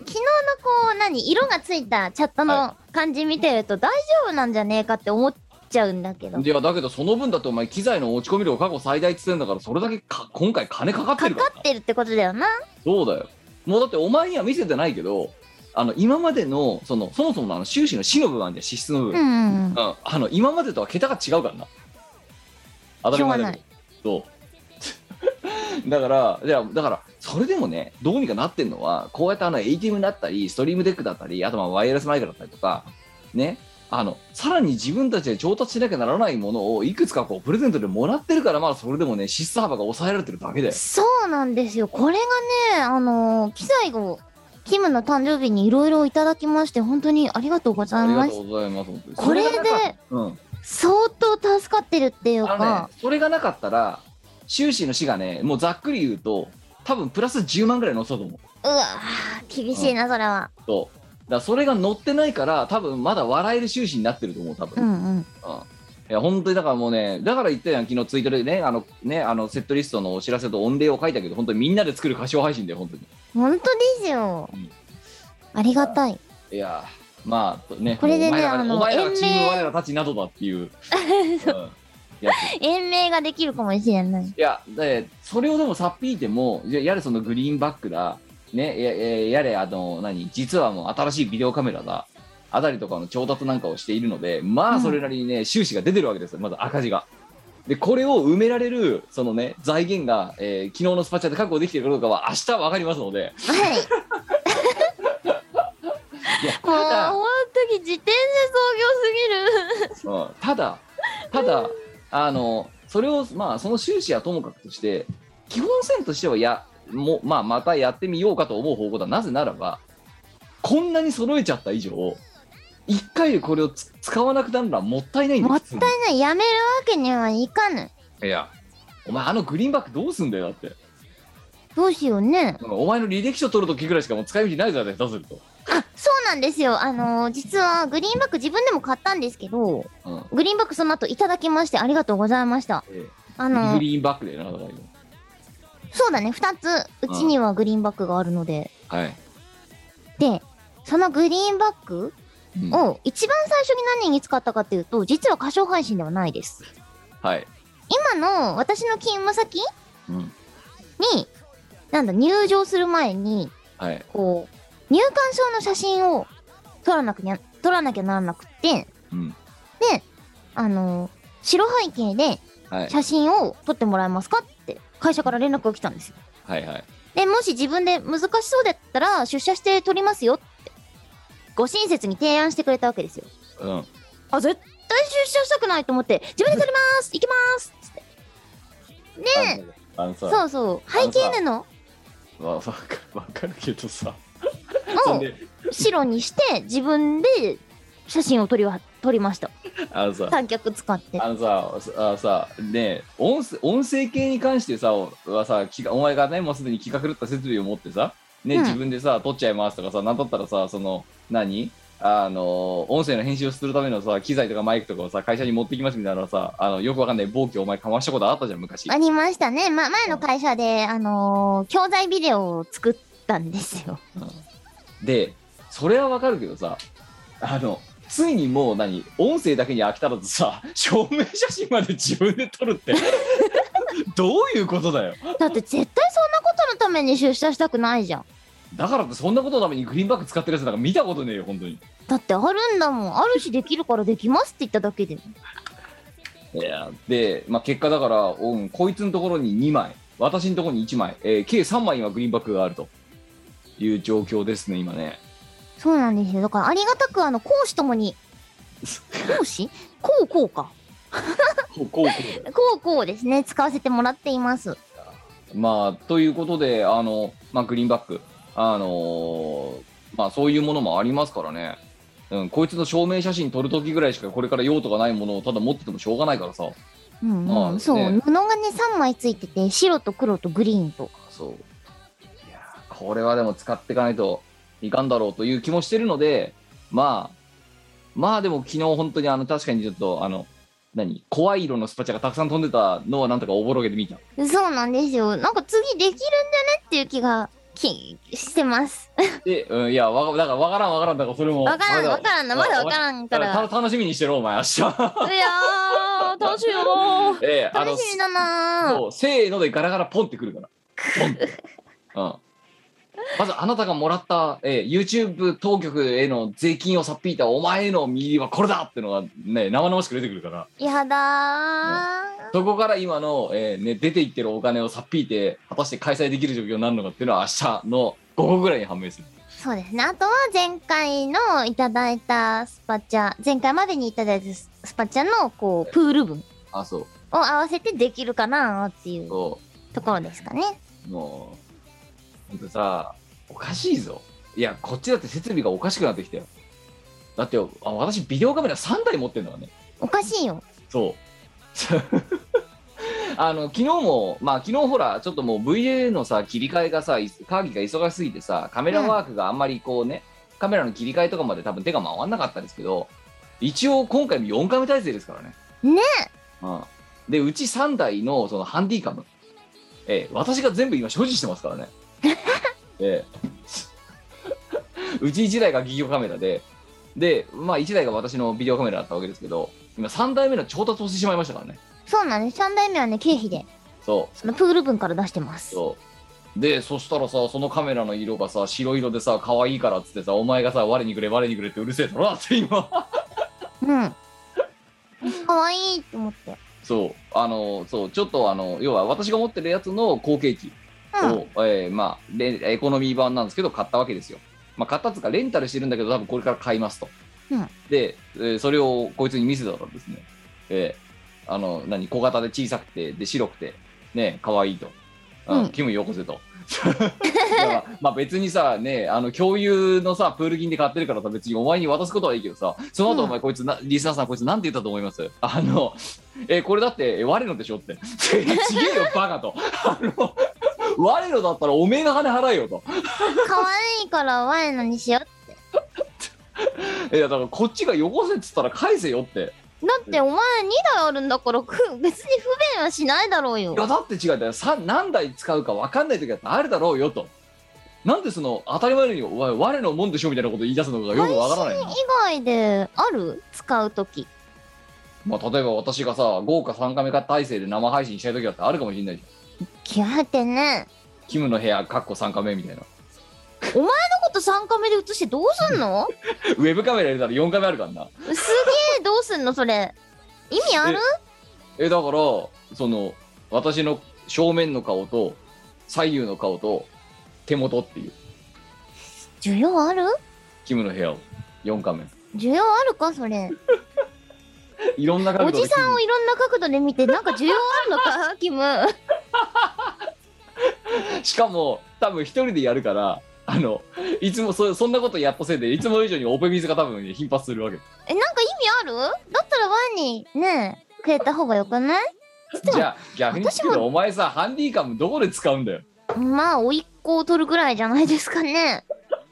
Speaker 1: 昨日のこう何色がついたチャットの
Speaker 3: は
Speaker 1: 感じ見てると大丈夫なんじゃねえかって思っちゃうんだけど
Speaker 3: いやだけどその分だってお前機材の落ち込み量過去最大っつってんだからそれだけか今回金かかって
Speaker 1: か
Speaker 3: るから
Speaker 1: かってるってことだよな
Speaker 3: そうだよもうだってお前には見せてないけどあの今までのそのそもそものあの収支の死の部分あんじゃん支出の部分
Speaker 1: う、んう
Speaker 3: う
Speaker 1: ん
Speaker 3: ん、あの今までとは桁が違うからな当たり前だけどそう だからじゃあだからそれでもねどうにかなってんのはこうやってあの ATM だったりストリームデックだったりあとまあワイヤレスマイクだったりとかねあのさらに自分たちで調達しなきゃならないものをいくつかこうプレゼントでもらってるからまだそれでもね支出幅が抑えられてるだけだよ
Speaker 1: そうなんですよこれがねあのー機材をキムの誕生日にいろいろいただきまして本当にありがとうござ
Speaker 3: あ
Speaker 1: い
Speaker 3: りが
Speaker 1: ま
Speaker 3: と
Speaker 1: す
Speaker 3: うございます本当に
Speaker 1: これで
Speaker 3: そがなかったうん
Speaker 1: 相当助かってるっていう
Speaker 3: あの
Speaker 1: か
Speaker 3: ね、それがなかったら収支の死がねもうざっくり言うと多分プラス10万ぐらい乗せたと思う
Speaker 1: うわー厳しいなそれは
Speaker 3: そうだからそれが乗ってないから多分まだ笑える収支になってると思う多
Speaker 1: う
Speaker 3: 分、うん
Speaker 1: んうん
Speaker 3: いや本当にだからもうねだから言ったやん昨日ツイートでねあのねあのセットリストのお知らせと御礼を書いたけど本当にみんなで作る歌唱配信で本当に
Speaker 1: 本当ですよ
Speaker 3: うん
Speaker 1: ありがたい
Speaker 3: いやーまあね
Speaker 1: これでね
Speaker 3: お前らが
Speaker 1: あの
Speaker 3: お前らがチー
Speaker 1: 延
Speaker 3: ム
Speaker 1: 命
Speaker 3: 我らたちなどだって いう、うんやつ
Speaker 1: 延命ができるかもしれない。
Speaker 3: いや、で、それをでもさっぴいても、いややれそのグリーンバックだ、ね、やややれあの、何、実はもう新しいビデオカメラだ、あたりとかの調達なんかをしているので、ま
Speaker 1: うん
Speaker 3: あそれなりにね、収支が出てるわけですよ、まず赤字が。で、これを埋められる、そのね、財源が、えー昨日のスパチャで確保できているかどうかは明日わかりますので、
Speaker 1: はい。
Speaker 3: いや、
Speaker 1: もう、
Speaker 3: ただ
Speaker 1: 本当に自転車創業すぎる。
Speaker 3: うんただ、ただ、あの、それを、まあ、その収支はともかくとして、基本線としてはや、もうまあ、またやってみようかと思う方向だ。なぜならば、こんなに揃えちゃった以上、一回でこれをつ使わなくなるのはもったいないんです
Speaker 1: もったいない。やめるわけにはいかぬ。
Speaker 3: いや、お前、あのグリーンバックどうすんだよ、だって。
Speaker 1: どうしようね。
Speaker 3: うんお前の履歴書取るときぐらいしかもう使い道ないぞ、だって、出すると。
Speaker 1: あ、そうなんですよ。あのー実はグリーンバック自分でも買ったんですけど、
Speaker 3: うん
Speaker 1: グリーンバックその後いただきましてありがとうございました。
Speaker 3: え
Speaker 1: あ
Speaker 3: え
Speaker 1: の
Speaker 3: グ
Speaker 1: ー
Speaker 3: リーンバックだよな、だから今
Speaker 1: そうだね、二つ、うちにはグリーンバックがあるので。
Speaker 3: はい。
Speaker 1: で、そのグリーンバック
Speaker 3: うん
Speaker 1: を一番最初に何に使ったかっていうと、実は歌唱配信ではないです。
Speaker 3: はい。
Speaker 1: 今の私の勤務先
Speaker 3: うん
Speaker 1: に、なんだ、入場する前に、
Speaker 3: はい。
Speaker 1: こう、入館証の写真を撮らなくにゃ、撮らなきゃならなくって、
Speaker 3: うん。
Speaker 1: で、あの白背景で
Speaker 3: はい。
Speaker 1: 写真を撮ってもらえますかって、会社から連絡が来たんですよ。
Speaker 3: はい。はい。
Speaker 1: で、もし自分で難しそうだったら、出社して撮りますよって、ご親切に提案してくれたわけですよ。
Speaker 3: うん。
Speaker 1: あ、絶対出社したくないと思って、自分で撮り ます行きますつって。で、
Speaker 3: あのさ、
Speaker 1: そうそう、背景布を
Speaker 3: わわかわかるけどさそんで
Speaker 1: 白にして自分で写真を撮りは撮りました
Speaker 3: あのさ
Speaker 1: 三脚使って
Speaker 3: あのさあのさねえ音声音声系に関してさはさ気がお前がねもうすでに気が狂った設備を持ってさね、
Speaker 1: うん
Speaker 3: 自分でさ撮っちゃいますとかさなんだったらさその何あの音声の編集をするためのさ機材とかマイクとかをさ会社に持ってきますみたいなのさあのよくわかんない暴挙お前かましたことあったじゃん昔
Speaker 1: ありましたね、ま、前の会社であのー教材ビデオを作ったんです よ
Speaker 3: でそれはわかるけどさあのついにもう何音声だけに飽きたらずさ 証明写真まで自分で撮るって どういうことだよ
Speaker 1: だって絶対そんなことのために出社したくないじゃん。
Speaker 3: だからってそんなことのためにグリーンバック使ってるやつなんか見たことねえよ本当に
Speaker 1: だってあるんだもん。あるしできるからできますって言っただけで。
Speaker 3: いやで、まあ、結果だから、うん、こいつのところに2枚私のところに1枚、えー計3枚今グリーンバックがあるという状況ですね今ね
Speaker 1: そうなんですよ。だからありがたくあの、講師とも に。講師こうこうか。
Speaker 3: こうこう
Speaker 1: こうこうですね。使わせてもらっています。
Speaker 3: まあということであの、まあ、グリーンバックあのーまあそういうものもありますからねうん、こいつの証明写真撮るときぐらいしかこれから用途がないものをただ持っててもしょうがないからさ
Speaker 1: うん、
Speaker 3: まあ
Speaker 1: う
Speaker 3: ね
Speaker 1: ん、そう、布がね3枚ついてて白と黒とグリーンと
Speaker 3: そういやーこれはでも使っていかないといかんだろうという気もしてるのでまあまあでも昨日本当にあの確かにちょっとあの何怖い色のスパチャがたくさん飛んでたのはなんとかおぼろげで見た
Speaker 1: そうなんですよなんか次できるんだねっていう気がきしてます
Speaker 3: で、うん、いやわかだからわからんわからんだからそれも
Speaker 1: わからんわからんなまだわ
Speaker 3: ん
Speaker 1: からんからいや
Speaker 3: た楽しみにしてろお前明日
Speaker 1: ーどうしよう
Speaker 3: ええあの
Speaker 1: 楽しみだなー
Speaker 3: そうせーのでガラガラポンってくるからポンって うんまずあなたがもらった、えー YouTube 当局への税金をさっぴいたお前への右はこれだってのがね生々しく出てくるから
Speaker 1: やだ
Speaker 3: そこから今の、えーね、出ていってるお金をさっぴいて果たして開催できる状況になるのかっていうのは明日の午後ぐらいに判明する
Speaker 1: ーそうですねあとは前回のいただいたスパチャ前回までにいただいたススパチャのこうプール分を
Speaker 3: あそう
Speaker 1: 合わせてできるかなーっていう
Speaker 3: そ
Speaker 1: ところですかね
Speaker 3: うもうほんとさおかしいぞいやこっちだって設備がおかしくなってきたよだってあ私ビデオカメラ3台持ってるんだからね
Speaker 1: おかしいよ
Speaker 3: そう。 あの昨日も、まあ昨日ほら、ちょっともう VA のさ、切り替えがさ、い会議が忙しすぎてさ、カメラワークがあんまりこうね、カメラの切り替えとかまで多分手が回らなかったんですけど、一応今回も4回目体制ですからね。
Speaker 1: ね
Speaker 3: うん、で、うち3台のそのハンディカム、ええ私が全部今所持してますからね。ええうち1台が企業カメラで、で、まあ1台が私のビデオカメラだったわけですけど、今3台目の調達をしてしまいましたからね。
Speaker 1: そうなんです3代目はね経費で
Speaker 3: そう。
Speaker 1: そのプール分から出してます。
Speaker 3: そうでそしたらさそのカメラの色がさ白色でさ可愛いからっつってさお前がさ我にくれ我にくれってうるせえだろだって今
Speaker 1: うん。かわいいと思って。
Speaker 3: そうあのそうちょっとあの要は私が持ってるやつの後継機
Speaker 1: うん。
Speaker 3: を、えーまあレエコノミー版なんですけど買ったわけですよまあ買ったっつうかレンタルしてるんだけど多分これから買いますと、
Speaker 1: うん
Speaker 3: で、えーそれをこいつに見せたらですねえーあの何小型で小さくてで白くてね可愛いと、
Speaker 1: うん
Speaker 3: キムよこせと だからまあ別にさねあの共有のさプール銀で買ってるからさ別にお前に渡すことはいいけどさその後お前こいつな、リスナーさんこいつなんて言ったと思いますあのえーこれだってえ我のでしょって いやちげえよバカとあの我のだったらおめえが金払えよと
Speaker 1: かわいいからワイのにしよう。
Speaker 3: いやだからこっちがよこせっつったら返せよって
Speaker 1: だってお前2台あるんだからく別に不便はしないだろうよ
Speaker 3: い。やだって違うんだよさ何台使うか分かんない時だってあるだろうよとなんでその当たり前のようにお前我のもんでしょみたいなこと言い出すのかがよく分からないな
Speaker 1: 以外である使うとき。
Speaker 3: まあ、例えば私がさ豪華3カメ化体制で生配信したい時だってあるかもしれないじゃ
Speaker 1: 気合ってね。
Speaker 3: んキムの部屋かっこ3カメみたいな
Speaker 1: そんなこと3カメで映してどうすんの
Speaker 3: ウェブカメラ入れたら4カメあるからな
Speaker 1: すげえどうすんのそれ。意味ある
Speaker 3: えだからその私の正面の顔と左右の顔と手元っていう
Speaker 1: 需要ある
Speaker 3: キムの部屋を4カメ
Speaker 1: 需要あるかそれ。
Speaker 3: いろんな
Speaker 1: お
Speaker 3: 角度
Speaker 1: じ
Speaker 3: でキ
Speaker 1: さん
Speaker 3: ム
Speaker 1: をいろんな角度で見てなんか需要あるの かキム。
Speaker 3: しかも多分一人でやるからあのいつもそそんなことやったせいでいつも以上にオペ水が多分、頻発するわけ
Speaker 1: え、なんか意味あるだったらワンにねえ、くれた方がよくない
Speaker 3: じゃあ逆に言う
Speaker 1: 私
Speaker 3: とお前さハンディカムどこで使うんだよ
Speaker 1: まあ、おいっ子を取るぐらいじゃないですかね。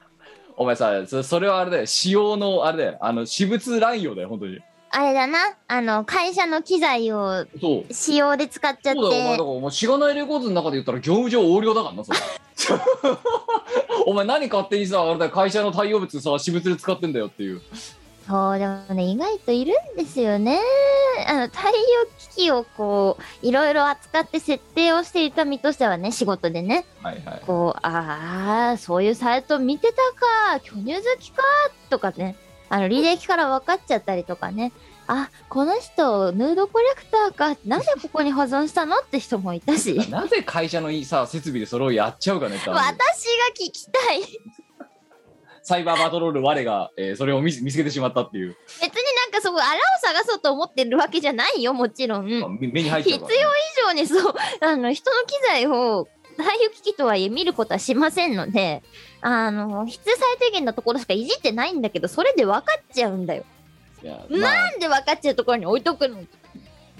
Speaker 3: お前さそそれはあれだよ使用のあれだよあの私物乱用だよ本当に
Speaker 1: あれだな、あの、会社の機材を
Speaker 3: そう
Speaker 1: 使用で使っちゃっ
Speaker 3: そうだよお前だか
Speaker 1: て
Speaker 3: ら、お前しがないレコードの中で言ったら業務上横領だからなそ れお前何勝手にさあれだよ会社の対応物さ私物で使ってんだよっていう
Speaker 1: そう、でもね、意外といるんですよね。あの、太陽機器をこう、いろいろ扱って設定をしていた身としてはね、仕事でね、
Speaker 3: はいはい。
Speaker 1: こう、ああ、そういうサイト見てたか、巨乳好きか、とかね、あの、履歴から分かっちゃったりとかね、あ、この人、ヌードコレクターか、なんでここに保存したのって人もいたし。
Speaker 3: なぜ会社のいいさ設備でそれをやっちゃうかねって
Speaker 1: 私
Speaker 3: 話
Speaker 1: が聞きたい。別に
Speaker 3: サイバーバトロール我が、えーそれを見見つけてしまったっていう、
Speaker 1: なんかそこ、あらを探そうと思ってるわけじゃないよ、もちろん。
Speaker 3: まあ、目目に入っち
Speaker 1: 必
Speaker 3: ゃ
Speaker 1: 要
Speaker 3: う
Speaker 1: 以
Speaker 3: からね、
Speaker 1: 上にそうあの人の機材を廃油機器とはいえ見ることはしませんのであの必要最低限のところしかいじってないんだけどそれで分かっちゃうんだよ
Speaker 3: いや
Speaker 1: 必要以上
Speaker 3: まあ
Speaker 1: なんで分かっちゃうところに置いとくの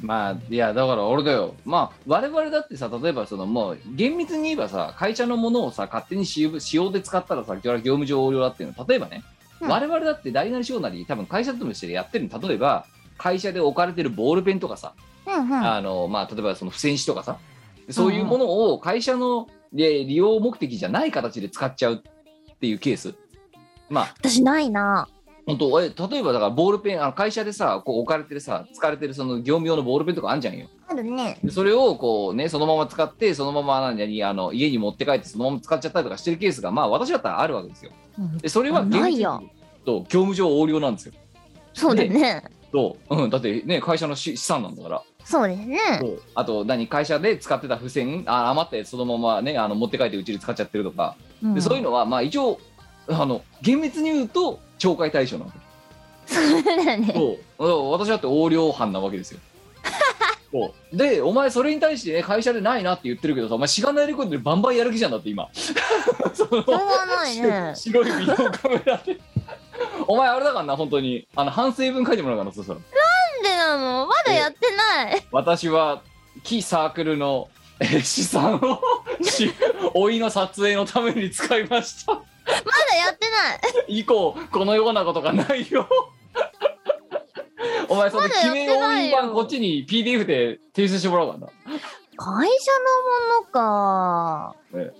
Speaker 3: まあいやだから俺だよまあ我々だってさ例えばそのもう厳密に言えばさ会社のものをさ勝手に使用使用で使ったらさこれは業務上横領だっていうの例えばね、
Speaker 1: うん
Speaker 3: 我々だって大なり小なり多分会社勤めしてやってるの例えば会社で置かれてるボールペンとかさ、
Speaker 1: うんうん
Speaker 3: あのまあ、例えばその付箋紙とかさそういうものを会社ので利用目的じゃない形で使っちゃうっていうケースまあ
Speaker 1: 私ないな
Speaker 3: 本当え例えばだからボールペンあの会社でさこう置かれてるさ使われてるその業務用のボールペンとかあんじゃんよ
Speaker 1: あるね
Speaker 3: でそれをこうねそのまま使ってそのまま何々あの家に持って帰ってそのまま使っちゃったりとかしてるケースがまあ私だったらあるわけですよ
Speaker 1: うん
Speaker 3: でそれは現
Speaker 1: ない
Speaker 3: 実
Speaker 1: よ
Speaker 3: と業務上横領なんですよ
Speaker 1: そうだね
Speaker 3: と、うん、だってね会社の資資産なんだから
Speaker 1: そうですね
Speaker 3: そうあと何会社で使ってた付箋あ余ってそのままねあの持って帰ってうちで使っちゃってるとかでそういう
Speaker 1: の
Speaker 3: のはまあ一応あの厳密に言うと懲戒対象なわけ
Speaker 1: そうだね
Speaker 3: そううん私だって横領犯なわけです よそうでお前それに対して、ね、会社でないなって言ってるけどさお前しがないレコードでバンバンやる気じゃんだって今 その
Speaker 1: しょうがないね
Speaker 3: 白いビデオカメラで お前あれだからな本当にあの反省文書いてもらうからなそしたら
Speaker 1: なんでなのまだやってない
Speaker 3: 私は木サークルのえー資産を し老いの撮影のために使いました
Speaker 1: まだやってない
Speaker 3: 以降このようなことがないよお前その
Speaker 1: まだや
Speaker 3: 決
Speaker 1: っ
Speaker 3: め
Speaker 1: て
Speaker 3: の
Speaker 1: ない
Speaker 3: 印
Speaker 1: よ
Speaker 3: 版こっちに PDF で提出してもらおうかな
Speaker 1: 会社のものか、
Speaker 3: え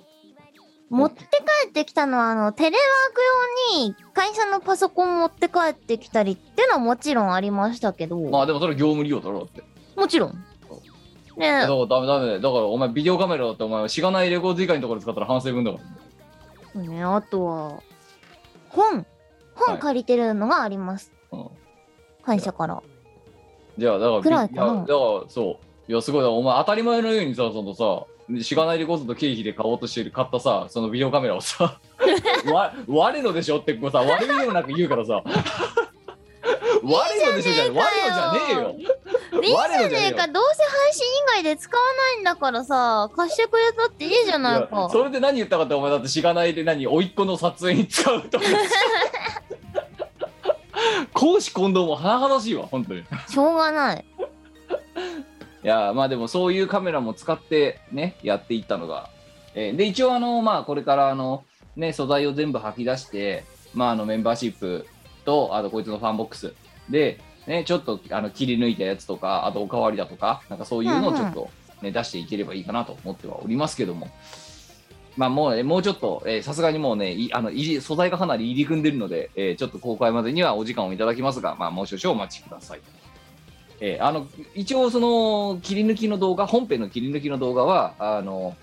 Speaker 1: 持って帰ってきたのはあのテレワーク用に会社のパソコン持って帰ってきたりってのはもちろんありましたけど、
Speaker 3: まあでもそれは業務利用だろうって
Speaker 1: もちろん
Speaker 3: だ
Speaker 1: ね
Speaker 3: からダメダメだよだからお前ビデオカメラだってお前はしがないレコード以外のところで使ったら反省文だから
Speaker 1: ねあとは本
Speaker 3: は
Speaker 1: 本
Speaker 3: い
Speaker 1: 借りてるのがあります、
Speaker 3: うん
Speaker 1: 会社から
Speaker 3: じゃあだから
Speaker 1: くらい
Speaker 3: い
Speaker 1: か
Speaker 3: や
Speaker 1: な
Speaker 3: だからそういやすごいなお前当たり前のようにさそのさしがないレコードと経費で買おうとしてる買ったさそのビデオカメラを さわ我のでしょってこうさ我にでもなく言うからさ我のでしょじゃない我のじゃねえよ
Speaker 1: いいじ
Speaker 3: 我
Speaker 1: ゃ
Speaker 3: のじゃね
Speaker 1: ね
Speaker 3: え
Speaker 1: え
Speaker 3: よ
Speaker 1: かどうせ配信以外で使わないんだからさ貸してくれたっていいじゃない
Speaker 3: いや
Speaker 1: か
Speaker 3: それで何言ったかってお前だってしがないで何甥っ子の撮影に使う とか公私混同も甚だしいわ本当に
Speaker 1: しょうがない
Speaker 3: いやーまあでもそういうカメラも使ってねやっていったのが、えーで一応あのまあこれからあのね素材を全部吐き出してまああのメンバーシップとあとこいつのファンボックスでねちょっとあの切り抜いたやつとかあとおかわりだとかなんかそういうのをちょっと、ね出していければいいかなと思ってはおりますけどもまあもうねもうちょっとえーさすがにもうねいあの入り素材がかなり入り組んでるので、えーちょっと公開までにはお時間をいただきますがまあもう少々お待ちください。えーあの一応その切り抜きの動画本編の切り抜きの動画はあの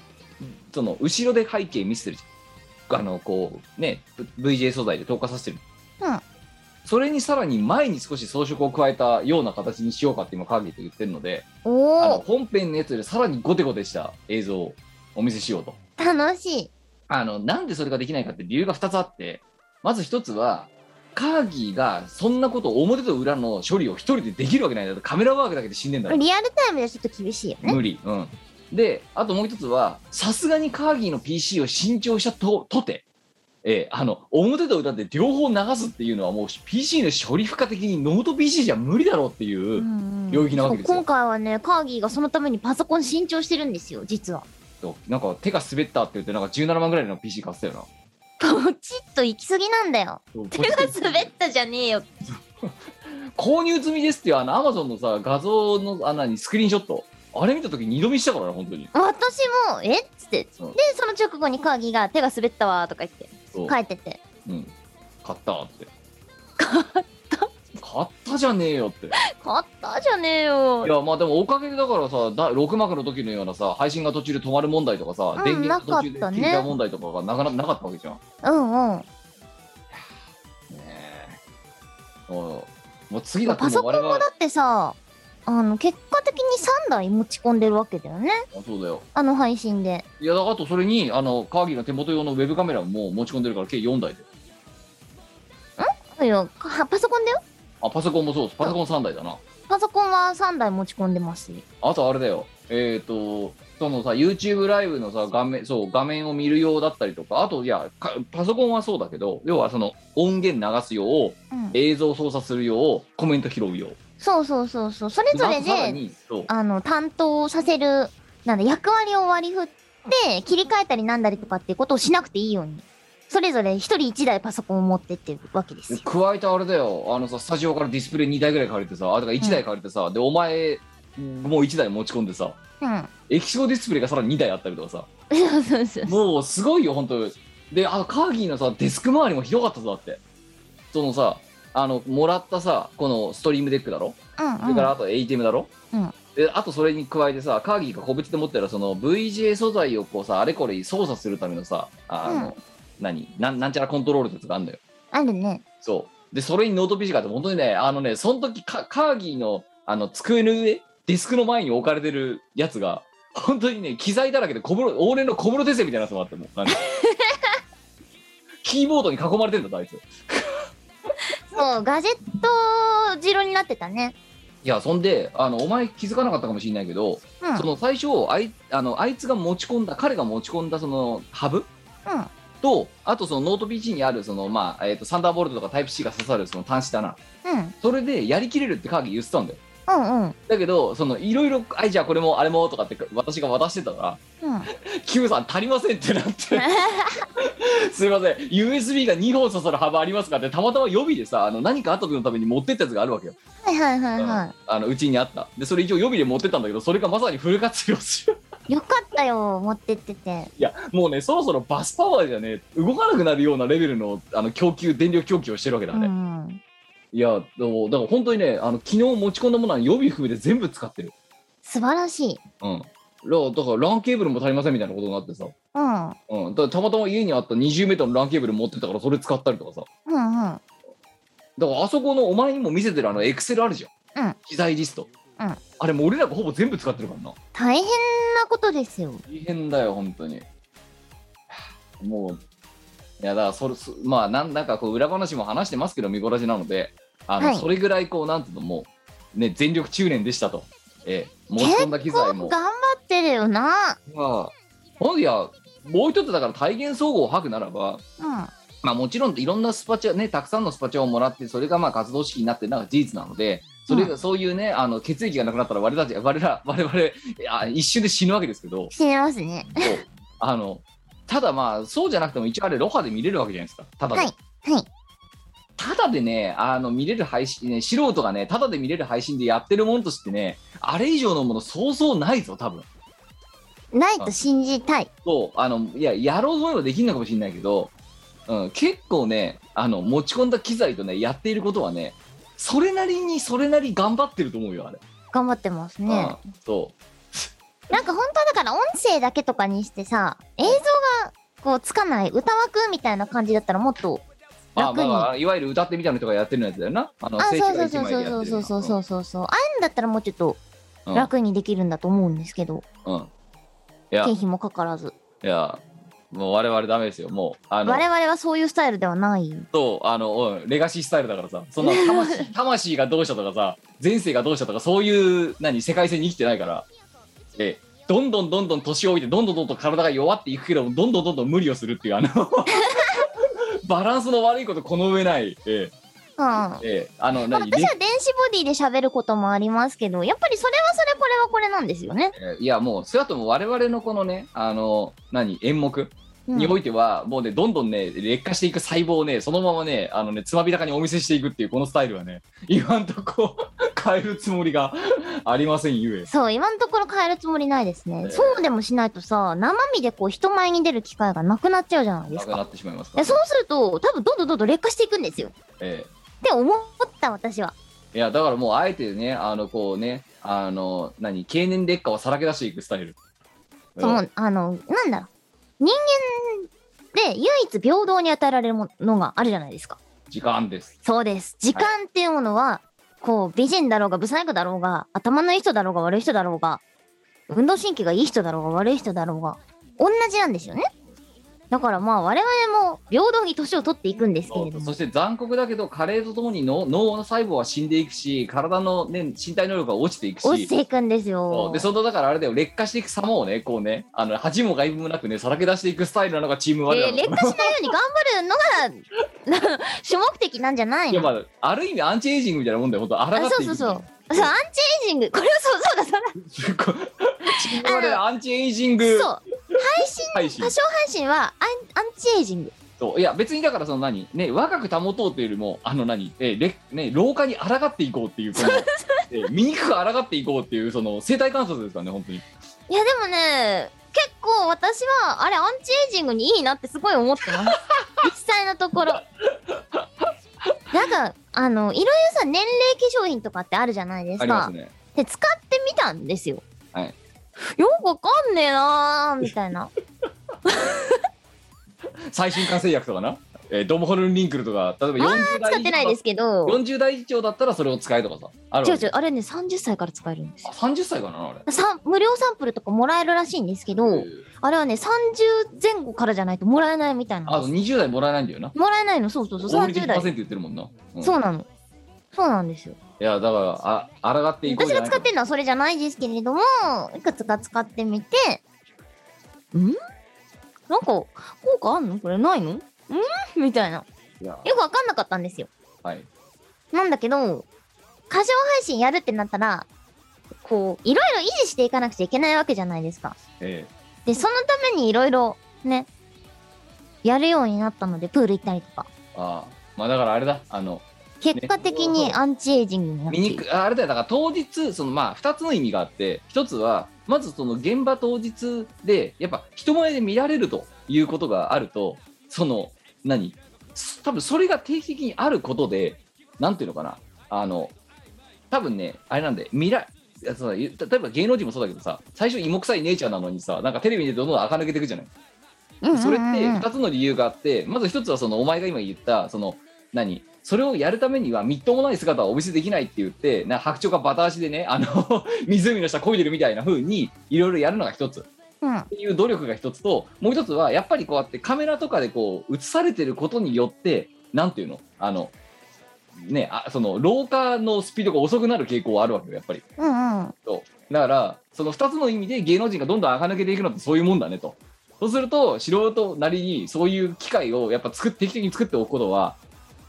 Speaker 3: その後ろで背景見せてるじゃんあのこうね VJ 素材で透過させてる、
Speaker 1: うん
Speaker 3: それにさらに前に少し装飾を加えたような形にしようかって今限って言ってるのであの
Speaker 1: おお
Speaker 3: 本編のやつよりさらにゴテゴテした映像をお見せしようと
Speaker 1: 楽しい
Speaker 3: あのなんでそれができないかって理由が2つあってまず1つはカーギーがそんなことを表と裏の処理を1人でできるわけないんだとカメラワークだけで死んでんだから
Speaker 1: リアルタイムではちょっと厳しいよね
Speaker 3: 無理、うん、であともう一つはさすがにカーギーの PC を新調したととて、えーあの表と裏で両方流すっていうのはもう PC の処理負荷的にノート PC じゃ無理だろうっていう、
Speaker 1: うんうん
Speaker 3: 領域なわけですよ
Speaker 1: そう今回はねカーギーがそのためにパソコン新調してるんですよ実は
Speaker 3: となんか手が滑ったって言ってなんか17万ぐらいの PC 買ってたよな
Speaker 1: ポチッと行き過ぎなんだよ
Speaker 3: そう
Speaker 1: 手が滑ったじゃねえよ
Speaker 3: 購入済みですっていうあの Amazon のさ画像のあ何スクリーンショットあれ見た時二度見したからね本当に
Speaker 1: 私もえっつってで
Speaker 3: そう
Speaker 1: その直後にカーギーが手が滑ったわとか言って
Speaker 3: そう
Speaker 1: 帰ってて
Speaker 3: うん、買ったって買っ買ったじゃねえよって。
Speaker 1: 買ったじゃねえよ
Speaker 3: いやまあでもおかげでだからさだ6幕の時のようなさ配信が途中で止まる問題とかさ、
Speaker 1: うん
Speaker 3: 電源が途中で
Speaker 1: なかった
Speaker 3: 切
Speaker 1: ね
Speaker 3: れた問題とかがなかなかなかったわけじゃん。ね
Speaker 1: うんうん
Speaker 3: えもうもう次が来
Speaker 1: パ
Speaker 3: るの
Speaker 1: ソコン
Speaker 3: 我々
Speaker 1: もだってさあの結果的に3台持ち込んでるわけだよね
Speaker 3: あそうだよ。
Speaker 1: あの配信で
Speaker 3: いやだからあとそれにあのカーギーの手元用のウェブカメラも持ち込んでるから計4台で。
Speaker 1: そうよかパソコンだよ
Speaker 3: あパソコンもそうですパソコン3台だな。
Speaker 1: パソコンは3台持ち込んでます
Speaker 3: あとあれだよ。えっ、とそのさ YouTube ライブのさ画面そう画面を見る用だったりとかあといやかパソコンはそうだけど要はその音源流す用
Speaker 1: うん
Speaker 3: 映像操作する用コメント拾う用。
Speaker 1: そうそうそうそうそれぞれ
Speaker 3: なさら
Speaker 1: で
Speaker 3: にそう
Speaker 1: あの担当させるなんだ役割を割り振って切り替えたりなんだりとかっていうことをしなくていいようにそれぞれ1人1台パソコンを持ってってるわけですよ
Speaker 3: 加えてあれだよあのさスタジオからディスプレイ2台ぐらい借りてさあだから1台借りてさ、でお前もう1台持ち込んでさ
Speaker 1: うん
Speaker 3: 液晶ディスプレイがさらに2台あったりとかさ
Speaker 1: そうそうそう
Speaker 3: もうすごいよ本当であのカーギーのさデスク周りもひどかったぞだってそのさあのもらったさこのストリームデックだろ
Speaker 1: うん
Speaker 3: そ
Speaker 1: うん
Speaker 3: れからあと ATM だろ、
Speaker 1: うん
Speaker 3: であとそれに加えてさカーギーが個別で持ってるその VGA 素材をこうさあれこれ操作するためのさあの、
Speaker 1: うん
Speaker 3: 何なんなんちゃらコントロールってやつがあるんだよ
Speaker 1: あるね
Speaker 3: そう。で、それにノートビジカって、本当にね、あのね、その時カカーギーのあの机の上、ディスクの前に置かれてるやつが、本当にね、機材だらけで小室、往年の小室哲哉みたいなやつもあって、もう、なんかキーボードに囲まれてんだぞ、あいつ。い
Speaker 1: そうガジェット白になってたね
Speaker 3: や、そんで、あのお前気づかなかったかもしれないけど、
Speaker 1: うんうん
Speaker 3: その最初あいあの、あいつが持ち込んだ、彼が持ち込んだそのハブと、あとそのノート PC にあるその、まあえー、とサンダーボルトとかタイプ C が刺さるその端子だな、
Speaker 1: うん
Speaker 3: それでやりきれるってカーギー言ってたんだよ。
Speaker 1: うんうん
Speaker 3: だけど、そのいろいろ、あいじゃあこれもあれもとかって私が渡してたから、
Speaker 1: うん
Speaker 3: キムさん足りませんってな って、すいません、USB が2本刺さる幅ありますかって、たまたま予備でさ、あの何かあった時のために持ってったやつがあるわけよ。
Speaker 1: はいはいはいは
Speaker 3: あのうちにあった。で、それ一応予備で持ってったんだけど、それがまさにフル活用しよう。
Speaker 1: い。よかったよ、持ってってて。
Speaker 3: いや、もうね、そろそろバスパワーじゃね、動かなくなるようなレベルのあの供給、電力供給をしてるわけだ
Speaker 1: う
Speaker 3: ね。
Speaker 1: ん。
Speaker 3: いや、でもだから本当にね、あの昨日持ち込んだものは予備含めて全部使ってる。
Speaker 1: 素晴らしい。
Speaker 3: うん。だから、だからランケーブルも足りませんみたいなことになってさ。
Speaker 1: うん。うん
Speaker 3: うん、だからたまたま家にあった20メートルのランケーブル持ってたからそれ使ったりとかさ
Speaker 1: うん。
Speaker 3: だからあそこのお前にも見せてるあのエクセルあるじゃん、
Speaker 1: うん
Speaker 3: 機材リスト、
Speaker 1: うん
Speaker 3: あれもう俺らがほぼ全部使ってるからな
Speaker 1: 大変なことですよ。
Speaker 3: 大変だよ本当にはあもういやだからそれそまあなんなんかこう裏話も話してますけど見殺しなのであの、
Speaker 1: はい
Speaker 3: それぐらいこうなんていうのもうね全力中年でしたと、ええ、持ち込んだ機材
Speaker 1: 頑
Speaker 3: も
Speaker 1: 張ってるよな。
Speaker 3: まあほんいやもう一つだから体現総合を吐くならば
Speaker 1: うん。
Speaker 3: まあ、もちろんいろんなスパチャねたくさんのスパチャをもらってそれがまあ活動資金になってるのが事実なのでそれが、そういうねあの血液がなくなったら我々たち我々我々あ一瞬で死ぬわけですけど
Speaker 1: 死ねますね。
Speaker 3: あのただまあそうじゃなくても一応あれロハで見れるわけじゃないですかただで、
Speaker 1: はいはい。
Speaker 3: ただでねあの見れる配信ね素人がねただで見れる配信でやってるものとしてねあれ以上のものそうそうないぞ多分
Speaker 1: ないと信じたい。
Speaker 3: そうあのいややろうと思えばできるのかもしれないけど、うん、結構ねあの持ち込んだ機材とねやっていることはねそれなりにそれなり頑張ってると思うよあれ、
Speaker 1: 頑張ってますね。
Speaker 3: うん、そう
Speaker 1: なんか本当はだから音声だけとかにしてさ、映像がこうつかない歌枠みたいな感じだったらもっと
Speaker 3: あ
Speaker 1: 楽に
Speaker 3: まあいわゆる歌ってみたいな人がやってるやつだよなあの
Speaker 1: あ、
Speaker 3: 聖地
Speaker 1: そう
Speaker 3: が
Speaker 1: そ
Speaker 3: 一
Speaker 1: うそう
Speaker 3: 枚でや
Speaker 1: そ
Speaker 3: っ
Speaker 1: う
Speaker 3: てる
Speaker 1: そうそうそううそうそう。ああいうんだったらもうちょっと
Speaker 3: ん
Speaker 1: 楽にできるんだと思うんですけど、
Speaker 3: うんうんいや
Speaker 1: 経
Speaker 3: い
Speaker 1: 費もかからず。
Speaker 3: やもう我々ダメですよもうあの
Speaker 1: 我々はそういうスタイルではない。
Speaker 3: とあの、うんレガシースタイルだからさそ んな魂魂がどうしたとかさ前世がどうしたとかそういう何世界線に生きてないからええどんどんどんどん年を置いてどんどんどんどん体が弱っていくけどもどんどんどんどん無理をするっていうあの バランスの悪いことこの上ない、え
Speaker 1: うん。まあ
Speaker 3: えええあの
Speaker 1: 私は
Speaker 3: 何
Speaker 1: 電子ボディで喋ることもありますけど、やっぱりそれはそれ、これはこれなんですよね。
Speaker 3: ええいやもうそれだともう我々のこのねあの何演目
Speaker 1: うん
Speaker 3: においては、もうねどんどんね劣化していく細胞をねそのままねあのねつまびらかにお見せしていくっていうこのスタイルはね 今んとこ 変えるつもりがありませんゆえ
Speaker 1: そう、今のところ変えるつもりないですね。
Speaker 3: ええ
Speaker 1: そうでもしないとさ、生身でこう人前に出る機会がなくなっちゃうじゃないで
Speaker 3: な
Speaker 1: す
Speaker 3: くな
Speaker 1: か。
Speaker 3: ってしまいますか
Speaker 1: で
Speaker 3: ら、
Speaker 1: そうすると、多分どんどんどんどん劣化していくんですよ。
Speaker 3: え
Speaker 1: って思った私は。
Speaker 3: いやだからもうあえてねあのこうねあの何経年劣化をさらけ出していくスタイル
Speaker 1: そうもうあのなんだろう人間で唯一平等に与えられるものがあるじゃないですか
Speaker 3: 時間です
Speaker 1: そうです時間っていうものは、こう美人だろうが不細工だろうが頭のいい人だろうが悪い人だろうが運動神経がいい人だろうが悪い人だろうが同じなんですよねだからまあ我々も平等に年を取っていくんですけ
Speaker 3: そ
Speaker 1: れども
Speaker 3: して残酷だけど加齢とともに脳脳の細胞は死んでいくし体の、ね、身体能力は落ちていくし
Speaker 1: 落ちていくんですよ
Speaker 3: そうでそのだからあれだよ劣化していく様をねこうねあの恥も外部もなくねさらけ出していくスタイルなのがチーム我
Speaker 1: え
Speaker 3: ら
Speaker 1: ー
Speaker 3: の、
Speaker 1: 劣化しないように頑張るのが 主目的なんじゃない
Speaker 3: いや
Speaker 1: の
Speaker 3: まあある意味アンチエイジングみたいなもんだよ本当抗
Speaker 1: あ
Speaker 3: って
Speaker 1: そう
Speaker 3: いく
Speaker 1: そうそうそうアンチエイジングこれはそうそうだそ
Speaker 3: こチーム我らのアンチエイジング
Speaker 1: うだそう配信
Speaker 3: 配信
Speaker 1: 過小配信はアンアンチエイジング
Speaker 3: そういや別にだからその何ね若く保とうというよりもあの何えーれね老化に抗っていこうっ ていうこのえー醜く抗っていこうっていうその生体観察ですからね本当に
Speaker 1: いやでもね結構私はあれアンチエイジングにいいなってすごい思っ てます実際のところなんかあのいろいろさ年齢化粧品とかってあるじゃないです
Speaker 3: あ
Speaker 1: か
Speaker 3: りますね
Speaker 1: で使ってみたんですよ、
Speaker 3: はい
Speaker 1: よくわかんねえなーみた いな
Speaker 3: 最新化成薬とかな、えードモホルンリンクルとか例えば
Speaker 1: まあ
Speaker 3: 40代
Speaker 1: 使ってないですけど
Speaker 3: 40代以上だったらそれを使えとかさある
Speaker 1: 違う
Speaker 3: わ
Speaker 1: 違
Speaker 3: け
Speaker 1: うあれね30歳から使えるんです
Speaker 3: あ
Speaker 1: よ
Speaker 3: 30歳かなあれ
Speaker 1: さ無料サンプルとかもらえるらしいんですけど、あれはね30前後からじゃないともらえないみたいな
Speaker 3: あ
Speaker 1: ん
Speaker 3: と
Speaker 1: です
Speaker 3: 20代もらえないんだよな。
Speaker 1: もらえないのそうそうそう
Speaker 3: オール
Speaker 1: 30代
Speaker 3: 言ってるもんな。うん
Speaker 1: そうなの。そうなんですよ。
Speaker 3: いやだからあ抗っていこう
Speaker 1: 私
Speaker 3: じゃ
Speaker 1: が
Speaker 3: ない
Speaker 1: 使ってるのはそれじゃないですけれども、いくつか使ってみて、んなんか、効果あんのこれないのんみたいな。
Speaker 3: いや
Speaker 1: よくわかんなかったんですよ。
Speaker 3: はい。
Speaker 1: なんだけど、過剰配信やるってなったら、こう、いろいろ維持していかなくちゃいけないわけじゃないですか。
Speaker 3: え
Speaker 1: で、そのためにいろいろ、ね、やるようになったので、プール行ったりとか。
Speaker 3: ーあーまあだからあれだあの
Speaker 1: 結果的にアンチエイジングになっている
Speaker 3: 醜ああれだよだから当日そのまあ2つの意味があって1つはまずその現場当日でやっぱ人前で見られるということがあるとその何す多分それが定期的にあることでなんていうのかなあの多分ねあれなんで見らいやそうだ例えば芸能人もそうだけどさ最初芋臭い姉ちゃんなのにさなんかテレビでどんどん垢抜けていくじゃない
Speaker 1: うんうんうんうん
Speaker 3: それって2つの理由があってまず1つはそのお前が今言ったその何それをやるためにはみっともない姿はお見せできないって言ってな白鳥がバタ足でねあの 湖の下漕いでるみたいな風にいろいろやるのが1つっ
Speaker 1: うん。
Speaker 3: ていう努力が1つともう1つはやっぱりこうやってカメラとかでこう映されてることによってなんていうのあのねあその老化のスピードが遅くなる傾向はあるわけよやっぱり。
Speaker 1: うんうん。
Speaker 3: そうだからその2つの意味で芸能人がどんどん垢抜けていくのってそういうもんだねとそうすると素人なりにそういう機会をやっぱ作っ定期的に作っておくことは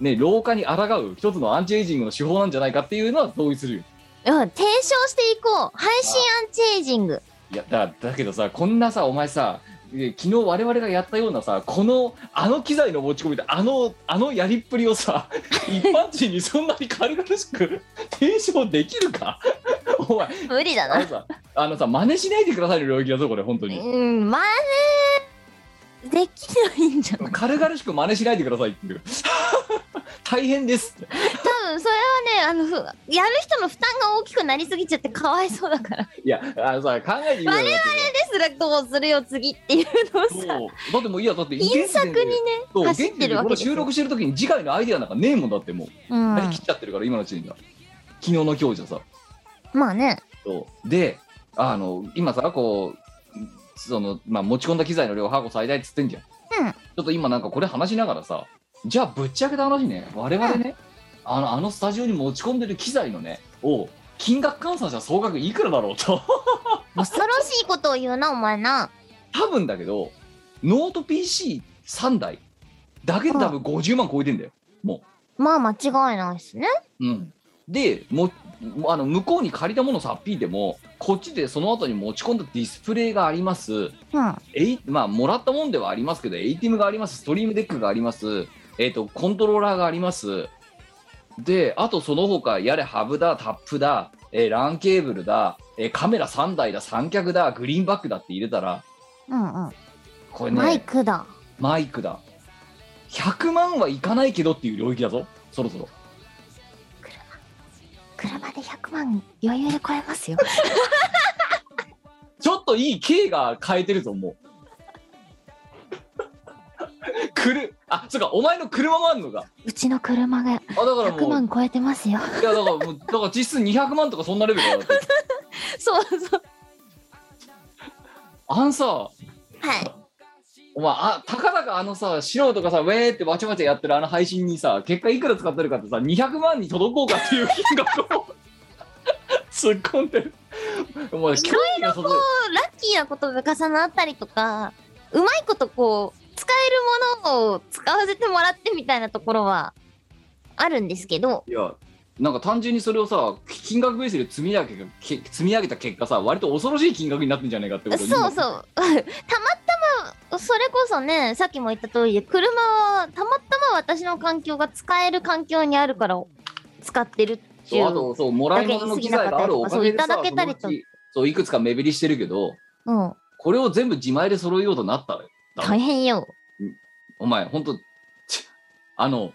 Speaker 3: ね老化に抗う一つのアンチエイジングの手法なんじゃないかっていうのは同意するよ
Speaker 1: うん、提唱していこう配信アンチエイジング
Speaker 3: いやだだけどさこんなさお前さえ昨日我々がやったようなさこのあの機材の持ち込みであのあのやりっぷりをさ 一般人にそんなに軽々しく提唱できるか お前
Speaker 1: 無理だ
Speaker 3: あ
Speaker 1: な
Speaker 3: のさあのさ真似しないでくださいの領域だぞこれ本当
Speaker 1: う
Speaker 3: に
Speaker 1: んまねできないんじゃない
Speaker 3: 軽々しく真似しないでくださいっていう 大変ですって
Speaker 1: 多分それはねあのふやる人の負担が大きくなりすぎちゃってかわいそうだからで
Speaker 3: いやあのさ考えてみようよ
Speaker 1: すらどうするよ次っていうのをさ
Speaker 3: そうだってもういいやだって
Speaker 1: 金策にね
Speaker 3: そう
Speaker 1: 走ってるわけ
Speaker 3: 現地
Speaker 1: です
Speaker 3: でこれ収録してる時に次回のアイデアなんかねえもんだってもう
Speaker 1: うん
Speaker 3: 張り切っちゃってるから今のうちに昨日の今日じゃさ
Speaker 1: まあね
Speaker 3: そうであの今さこうその、まあ、持ち込んだ機材の量箱最大っつってんじゃん、
Speaker 1: うん
Speaker 3: ちょっと今なんかこれ話しながらさじゃあぶっちゃけた話ね我々ね、あのあのスタジオに持ち込んでる機材のねを金額換算したら総額いくらだろうと
Speaker 1: 恐ろしいことを言うなお前な
Speaker 3: 多分だけどノート PC3 台だけで多分50万超えてんだよ
Speaker 1: まあ間違いないっすね
Speaker 3: うん、でももあの向こうに借りたものさっぴいてもこっちでその後に持ち込んだディスプレイがあります
Speaker 1: うん
Speaker 3: えいまあ、もらったもんではありますけど、ATM があります、ストリームデックがあります、えっとコントローラーがあります、で、あとその他、やれハブだ、タップだ、えー、LAN ケーブルだ、えーカメラ3台だ、三脚だ、グリーンバックだって入れたら、
Speaker 1: うん
Speaker 3: こ
Speaker 1: う
Speaker 3: れ
Speaker 1: ん
Speaker 3: ね、
Speaker 1: マ
Speaker 3: マ
Speaker 1: イ
Speaker 3: イ
Speaker 1: クだ
Speaker 3: クだ、100万はいかないけどっていう領域だぞ、そろそろ。
Speaker 1: 車で100万余裕で超えます よ。
Speaker 3: ちょっといい経が変えてるぞ、もう。 くる、あ、そうか、お前の車もあんのか。
Speaker 1: うちの車が
Speaker 3: あ、だから
Speaker 1: 100
Speaker 3: もう、
Speaker 1: 万超えてますよ。
Speaker 3: いや、だからもう、だから実質200万とかそんなレベルだよだって。
Speaker 1: そうそう。
Speaker 3: あんさ、
Speaker 1: はい。
Speaker 3: お前、あ、たかだかあのさ、素人がさ、ウェーってわちゃわちゃやってるあの配信にさ、結果いくら使ってるかってさ、200万に届こうかっていう金額を突っ込んでる。お前、興味がそこ
Speaker 1: ラッキーなことが重なったりとか、うまいことこう、使えるものを使わせてもらってみたいなところはあるんですけど、
Speaker 3: いや、なんか単純にそれをさ、金額ベースで積み上げたけ積み上げた結果さ、割と恐ろしい金額になってんじゃないかってこと
Speaker 1: そ
Speaker 3: に
Speaker 1: う そう。たまたま、それこそね、さっきも言った通りで、車はたまたま私の環境が使える環境にあるから使ってるってい
Speaker 3: そうあ
Speaker 1: う。
Speaker 3: とそうもらい物の機材があるおかげでさ
Speaker 1: だけに過ぎなかったりとか
Speaker 3: そ
Speaker 1: そういただけたりと
Speaker 3: のうちそういくつか目減りしてるけど
Speaker 1: うん。
Speaker 3: これを全部自前で揃えようとなったのよ
Speaker 1: 大変よ。
Speaker 3: お前ほんとちあの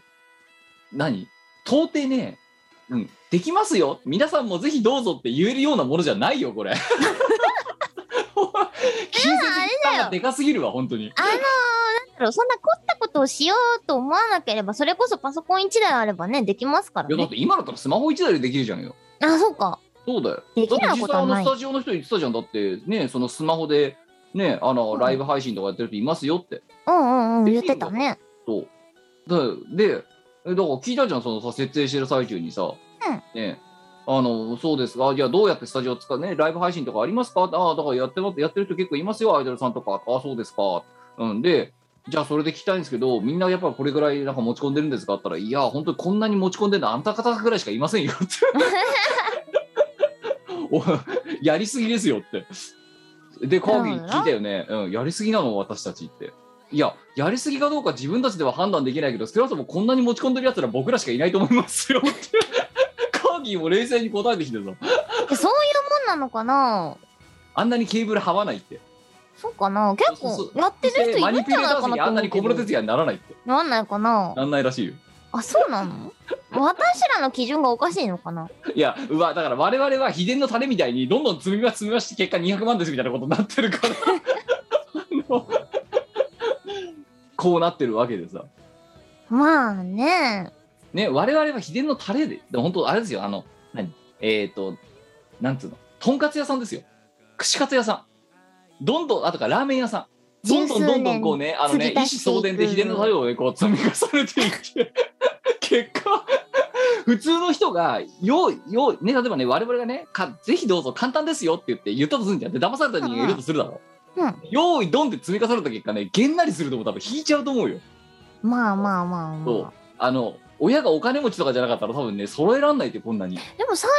Speaker 3: 何到底ね、うん、できますよ皆さんもぜひどうぞって言えるようなものじゃないよこれ金銭的負担がでかすぎるわ本当に
Speaker 1: あのー、なんだろう、そんな凝ったことをしようと思わなければ、それこそパソコン1台あればね、できますから
Speaker 3: いやだって
Speaker 1: ね。
Speaker 3: 今だったらスマホ1台でできるじゃんよ
Speaker 1: あ、そうか。
Speaker 3: そうだよ。
Speaker 1: できないことはな
Speaker 3: だって実際あ
Speaker 1: い
Speaker 3: のスタジオの人言ってたじゃん。だってね、そのスマホで、ね、あの、
Speaker 1: うん
Speaker 3: ライブ配信とかやってる人いますよって。
Speaker 1: うんうんうん、
Speaker 3: で
Speaker 1: 言っ
Speaker 3: きる
Speaker 1: て
Speaker 3: ん
Speaker 1: た
Speaker 3: だ
Speaker 1: ね。
Speaker 3: そう。だで、えだから聞いたじゃん、そのさ、設定してる最中にさ。ね、あの、そうですが、じゃあどうやってスタジオ使うね、ライブ配信とかありますかああ、だからやってますやってる人結構いますよ、アイドルさんとか。ああ、そうですか。うんで、じゃあそれで聞きたいんですけど、みんなやっぱりこれぐらいなんか持ち込んでるんですかって言ったら、いや、本当にこんなに持ち込んでるのあんた方ぐらいしかいませんよって。おやりすぎですよって。で、講義聞いたよね、うん、やりすぎなの、私たちって。いや、やりすぎかどうか自分たちでは判断できないけど、少なくともこんなに持ち込んでるやつら僕らしかいないと思いますよって。 カーギーも冷静に答えてきてるぞ。
Speaker 1: えそういうもんなのかな
Speaker 3: あんなにケーブルはわないって。
Speaker 1: そうかな結
Speaker 3: そうそう
Speaker 1: 構
Speaker 3: そう
Speaker 1: やってる人い
Speaker 3: マ
Speaker 1: る
Speaker 3: ニ
Speaker 1: ん
Speaker 3: ピ
Speaker 1: じ
Speaker 3: ュ
Speaker 1: ゃ
Speaker 3: レー
Speaker 1: な
Speaker 3: タ
Speaker 1: い
Speaker 3: ー
Speaker 1: か
Speaker 3: 席に
Speaker 1: なと
Speaker 3: あん
Speaker 1: 思
Speaker 3: な
Speaker 1: う
Speaker 3: に
Speaker 1: け
Speaker 3: 小室哲
Speaker 1: ど。
Speaker 3: 哉にならないって。
Speaker 1: なんないかな
Speaker 3: なんないらしいよ。
Speaker 1: あ、そうなの私らの基準がおかしいのかない
Speaker 3: や、うわ、だから我々は秘伝のタレみたいにどんどん積み増し積み増しして結果200万ですみたいなことになってるから。あのこうなってるわけでさ。
Speaker 1: まあね。
Speaker 3: ね、我々は秘伝のタレで、でも本当あれですよ、あの、何えっ、ー、と、なんつうの、とんかつ屋さんですよ。串カツ屋さん。どんどん、あとかラーメン屋さん。どんどんどんどんこうね、あのね、意
Speaker 1: 継ぎ
Speaker 3: 思
Speaker 1: 足していく
Speaker 3: 相伝で秘伝の作業でこう積み重ねていって、 結果、普通の人が、よう、よう、ね、例えばね、我々がね、かぜひどうぞ、簡単ですよって言って言ったとするんじゃん。で、騙された人間いるとするだろ。
Speaker 1: うん。
Speaker 3: 用意ドンって積み重ねた結果ね、げんなりするとも多分引いちゃうと思うよ。
Speaker 1: まあまあまあま
Speaker 3: そう
Speaker 1: あ。。
Speaker 3: あの、親がお金持ちとかじゃなかったら多分ね、揃えらんないってこんなに。
Speaker 1: でも最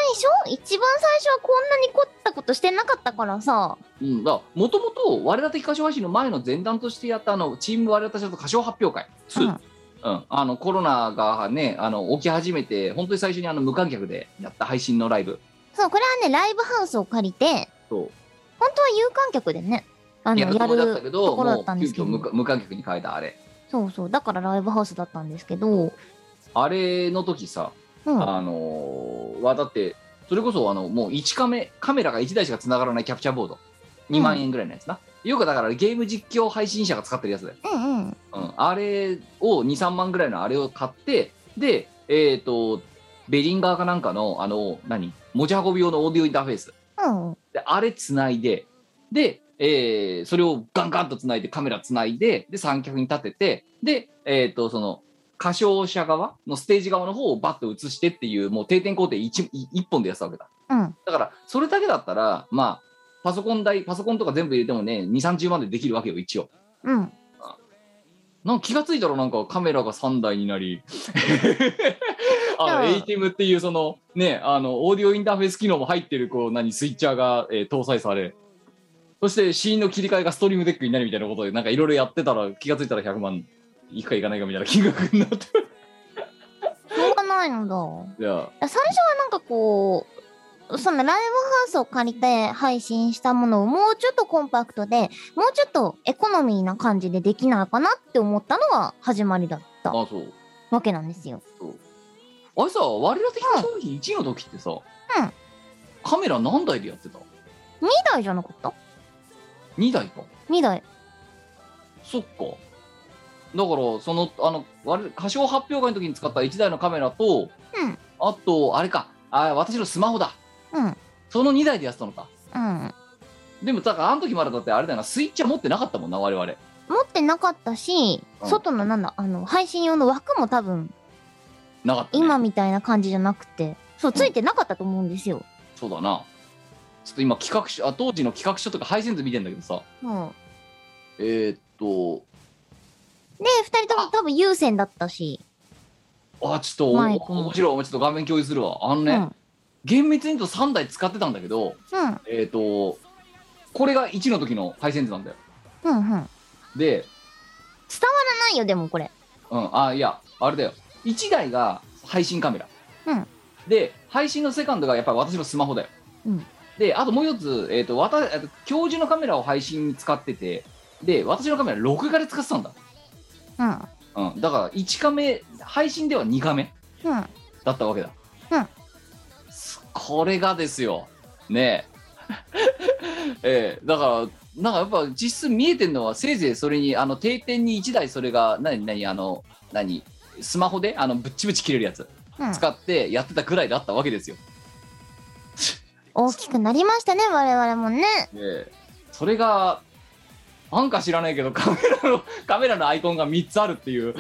Speaker 1: 初一番最初はこんなに凝ったことしてなかったからさ。
Speaker 3: うん、だもともと我ら的歌唱配信の前の前段としてやったあのチーム我らたちの歌唱発表会2、
Speaker 1: う
Speaker 3: うんんあのコロナがねあの起き始めて本当に最初にあの無観客でやった配信のライブ
Speaker 1: そう、これはね、ライブハウスを借りて、
Speaker 3: と
Speaker 1: 本当は有観客でね、あの、
Speaker 3: や
Speaker 1: や
Speaker 3: るつもりだった
Speaker 1: る
Speaker 3: け
Speaker 1: と
Speaker 3: ど
Speaker 1: ころだっ
Speaker 3: も
Speaker 1: たん
Speaker 3: う
Speaker 1: で
Speaker 3: 急
Speaker 1: すけど
Speaker 3: 遽無か無観客に変えたあれ
Speaker 1: そうそう、だからライブハウスだったんですけど、
Speaker 3: あれの時さ、
Speaker 1: うん。
Speaker 3: あのーはだってそれこそあのもう1カメカメラが1台しか繋がらないキャプチャーボード2万円ぐらいのやつな、よくだからゲーム実況配信者が使ってるやつだよ
Speaker 1: うんうん。
Speaker 3: うん、あれを23万ぐらいのあれを買ってでえっ、とベリンガーかなんかのあの何持ち運び用のオーディオインターフェース
Speaker 1: うん。
Speaker 3: であれつないでで、えーそれをガンガンとつないでカメラつないでで三脚に立ててでえっ、とその歌唱者側のステージ側の方をバッと映してっていうもう定点工程 1, 1本でやってたわけだ
Speaker 1: うん。
Speaker 3: だからそれだけだったらまあパソコン代パソコンとか全部入れてもね2 3 0万でできるわけよ一応
Speaker 1: うん。
Speaker 3: なんか気がついたらなんかカメラが3台にな りあの
Speaker 1: うん
Speaker 3: ATEM っていうそのねあのオーディオインターフェース機能も入ってるこう何スイッチャーが、えー搭載されそしてシーンの切り替えがストリームデックになるみたいなことでなんかいろいろやってたら気がついたら100万いくかいかないかみたいな金額になって
Speaker 1: しょうがないの だ。
Speaker 3: いや
Speaker 1: 最初はなんかこう、そのライブハウスを借りて配信したものをもうちょっとコンパクトで、もうちょっとエコノミーな感じでできないかなって思ったのが始まりだった
Speaker 3: まあそう
Speaker 1: わけなんですよ。
Speaker 3: そうあれさ我ら的な商品1位の時ってさ、
Speaker 1: ん
Speaker 3: カメラ何台でやってた
Speaker 1: 2台じゃなかった
Speaker 3: 2台か
Speaker 1: ?2 台。
Speaker 3: そっかだからそのあの我々歌唱発表会の時に使った1台のカメラと、
Speaker 1: うん
Speaker 3: あとあれかあ私のスマホだ
Speaker 1: うん。
Speaker 3: その2台でやってたのか
Speaker 1: うん。
Speaker 3: でもだからあの時まだだってあれだよなスイッチは持ってなかったもんな我々
Speaker 1: 持ってなかったし、
Speaker 3: うん
Speaker 1: 外のなんだ、あの、配信用の枠も多分、
Speaker 3: なかった、ね、
Speaker 1: 今みたいな感じじゃなくて、そう、ついてなかったと思うんですよ。
Speaker 3: そうだなちょっと今企画書あ当時の企画書とか配線図見てんだけどさ
Speaker 1: うん。
Speaker 3: えー、っと
Speaker 1: で、2人とも多分優先だったし。
Speaker 3: あちょっとお
Speaker 1: マイクも
Speaker 3: 面白いお前ちょっと画面共有するわあの
Speaker 1: う
Speaker 3: ね、
Speaker 1: ん。
Speaker 3: 厳密に言うと3台使ってたんだけど
Speaker 1: うん。
Speaker 3: えー、っとこれが1の時の配線図なんだよ
Speaker 1: うん。うん。な
Speaker 3: で
Speaker 1: いよ、でもこれ。
Speaker 3: うん、あいやあれだよ1台が配信カメラ、
Speaker 1: うん
Speaker 3: で配信のセカンドがやっぱり私のスマホだよ、
Speaker 1: うん
Speaker 3: であともう一つ、えー、と私えーと教授のカメラを配信に使っててで私のカメラ録画で使ってたんだ、
Speaker 1: うん。
Speaker 3: うん、だから1カメ配信では2カメ
Speaker 1: うん。
Speaker 3: だったわけだ、
Speaker 1: うん
Speaker 3: すこれがですよねえ ええだからなんかやっぱ実質見えてるのはせいぜいそれにあの定点に1台それが何何あの何スマホであのぶっちぶち切れるやつ
Speaker 1: うん。
Speaker 3: 使ってやってたぐらいだったわけですよ、
Speaker 1: 大きくなりましたね、我々もね。
Speaker 3: ええそれがなんか知らないけどカメラの カメラのアイコンが3つあるって いう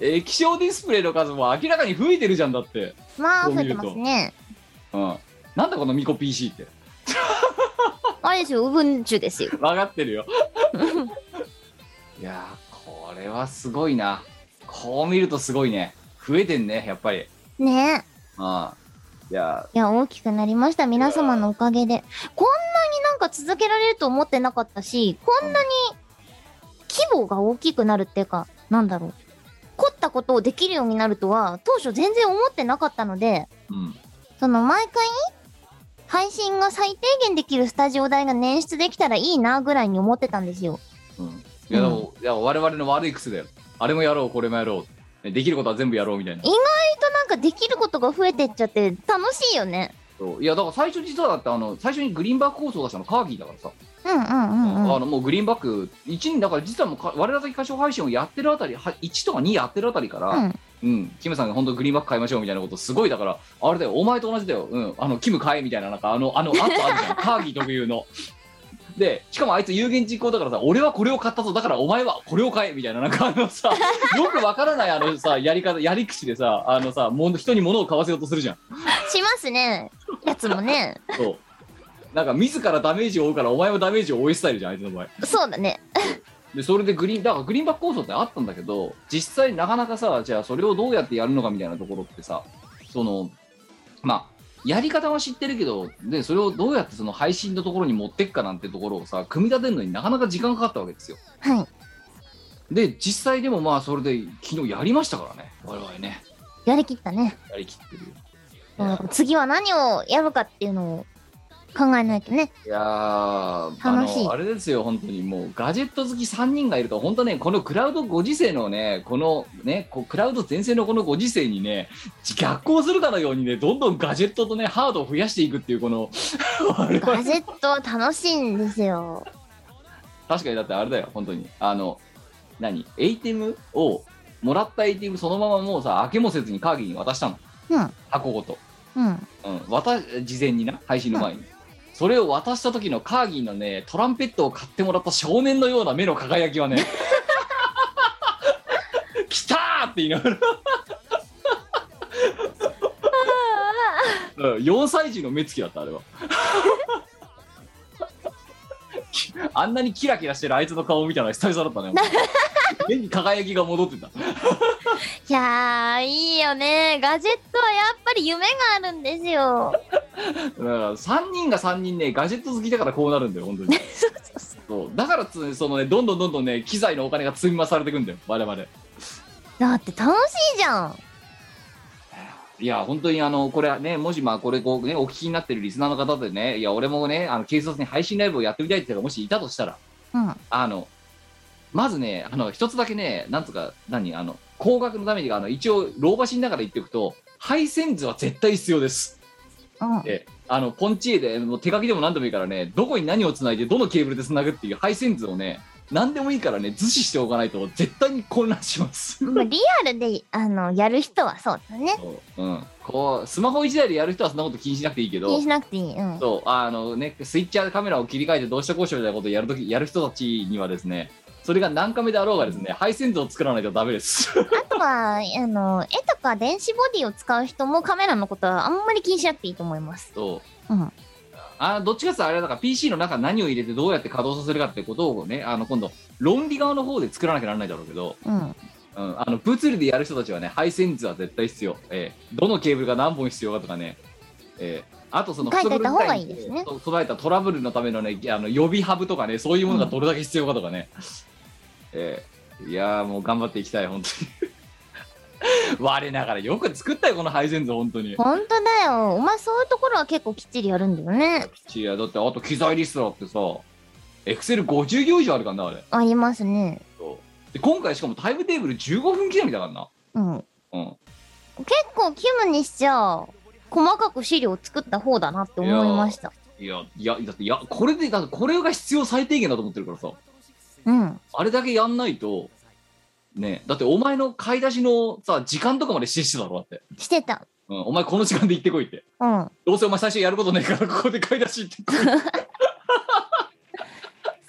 Speaker 3: 液晶ディスプレイの数も明らかに増えてるじゃんだって
Speaker 1: まあ、
Speaker 3: こう
Speaker 1: 増
Speaker 3: 見
Speaker 1: えて
Speaker 3: ると
Speaker 1: ますね。
Speaker 3: うん、なんだこのミコ PC って
Speaker 1: あれですよ、ウブンチュですよ。
Speaker 3: 分かってるよ いやーこれはすごいなこう見るとすごいね増えてんねやっぱり
Speaker 1: ね
Speaker 3: うんいや
Speaker 1: え。いや、大きくなりました。皆様のおかげで。こんなになんか続けられると思ってなかったし、こんなに規模が大きくなるっていうか、なんだろう。凝ったことをできるようになるとは、当初全然思ってなかったので、
Speaker 3: うん
Speaker 1: その毎回配信が最低限できるスタジオ代が捻出できたらいいなぐらいに思ってたんですよ。
Speaker 3: うんいやでも、いや我々の悪い癖だよあれもやろうこれもやろうねできることは全部やろうみたいな
Speaker 1: えきっとなんかできることが増えてっちゃって楽しいよね。
Speaker 3: そういやだから最初実はだってあの最初にグリーンバック構想を出したのカーギーだからさ、
Speaker 1: うんうんうんう
Speaker 3: あ
Speaker 1: ん。
Speaker 3: のもうグリーンバック1年だから実はもうか我々だけ歌唱配信をやってるあたりは1とか2やってるあたりから、
Speaker 1: うん、
Speaker 3: うん、キムさんが本当グリーンバック買いましょうみたいなことすごいだからあれだよお前と同じだよ、うん、あのキム買えみたいななんかあのあのあとあるじ ゃんカーギー特有のでしかもあいつ有言実行だからさ俺はこれを買ったぞだからお前はこれを買えみたいななんかあの さよくわからないあのさやり方やり口でさあのさもの人に物を買わせようとするじゃん
Speaker 1: しますね。やつもね。
Speaker 3: そうなんか自らダメージを負うからお前もダメージを負いスタイルじゃんあいつの場合
Speaker 1: そうだね。
Speaker 3: でそれでグリーンだからグリーンバック構想ってあったんだけど実際なかなかさじゃあそれをどうやってやるのかみたいなところってさそのまあやり方は知ってるけどでそれをどうやってその配信のところに持ってくかなんてところをさ組み立てるのになかなか時間かかったわけですよ
Speaker 1: はい。
Speaker 3: で実際でもまあそれで昨日やりましたからね我々ね
Speaker 1: やりきったね。
Speaker 3: やりきってるよ い
Speaker 1: う
Speaker 3: や
Speaker 1: ん次は何をやるかっていうのを考えないとね。
Speaker 3: いやー
Speaker 1: 楽しい
Speaker 3: あのあれですよ本当にもうガジェット好き3人がいると本当ねこのクラウドご時世のねこのねこうクラウド全盛のこのご時世にね逆行するかのようにねどんどんガジェットとねハードを増やしていくっていうこの あれは
Speaker 1: ガジェットは楽しいんですよ。
Speaker 3: 確かにだってあれだよ本当にあの何 ATM をもらった ATM そのままもうさ開けもせずにカーギーに渡したの
Speaker 1: うん。
Speaker 3: 箱ごと
Speaker 1: うん。
Speaker 3: うん、渡事前にな配信の前に、それを渡した時のカーギーのねトランペットを買ってもらった少年のような目の輝きはね 来たーって言いながらうん4歳児の目つきだったあれはあんなにキラキラしてるあいつの顔みたいなの久々だったね目に輝きが戻ってた
Speaker 1: いやー、いいよね。ガジェットはやっぱり夢があるんです よ。
Speaker 3: だから3人が3人ねガジェット好きだからこうなるんだよ本当にそうだからつそのねどんどんどんどんね機材のお金が積み増されていくんだよ我々
Speaker 1: だって楽しいじゃん。
Speaker 3: いや本当にあのこれはねもしまあこれこうねお聞きになってるリスナーの方でねいや俺もねあの警察に配信ライブをやってみたいっていうがもしいたとしたら
Speaker 1: うん。
Speaker 3: あのまずねあの一つだけねなんとか何あの高額のためにあの一応老婆心ながら言っておくと配線図は絶対必要です
Speaker 1: うん
Speaker 3: えあのポンチエでもう手書きでも何でもいいからねどこに何をつないでどのケーブルでつなぐっていう配線図をね何でもいいからね図示しておかないと絶対に混乱します、
Speaker 1: まあリアルであのやる人はそうだね。
Speaker 3: うん、こうスマホ1台でやる人はそんなこと気にしなくていいけど
Speaker 1: 気にしなくていい。うん。
Speaker 3: そうあのね、スイッチャーでカメラを切り替えてどうしたこうしたみたいなことをやるときやる人たちにはですねそれが何カメであろうがですね配線図を作らないとダメです
Speaker 1: あとは、あの、絵とか電子ボディを使う人もカメラのことはあんまり気にしなくていいと思います。
Speaker 3: そう
Speaker 1: うん。
Speaker 3: あどっちかっていうとあれだから PC の中に何を入れてどうやって稼働させるかってことをねあの今度論理側の方で作らなきゃならないだろうけど、
Speaker 1: うん。
Speaker 3: うん、あの物理でやる人たちはね配線図は絶対必要、えーどのケーブルが何本必要かとかね、えーあとその
Speaker 1: 書いておいた方がい
Speaker 3: 不測の事態に
Speaker 1: いですね
Speaker 3: と備えたトラブルのためのねあの予備ハブとかねそういうものがどれだけ必要かとかね、えーいやーもう頑張っていきたい本当に 我ながらよく作ったよこの配線図本当に
Speaker 1: ほんとだよ。お前そういうところは結構きっちりやるんだよね。
Speaker 3: いやだってあと機材リストだってさエクセル50行以上あるからなあれ
Speaker 1: ありますね。
Speaker 3: で今回しかもタイムテーブル15分刻みだからな
Speaker 1: うん。
Speaker 3: うん
Speaker 1: 結構キムにしちゃ、細かく資料を作った方だなって思いました。
Speaker 3: いや、いや、だって、いや、これで、だってこれが必要最低限だと思ってるからさ、
Speaker 1: うん。
Speaker 3: あれだけやんないと、ね、だってお前の買い出しのさ、時間とかまで指示してたろ、だって。
Speaker 1: してた。
Speaker 3: うん、お前この時間で行ってこいって。
Speaker 1: うん。
Speaker 3: どうせお前最初やることないから、ここで買い出し行ってこいって。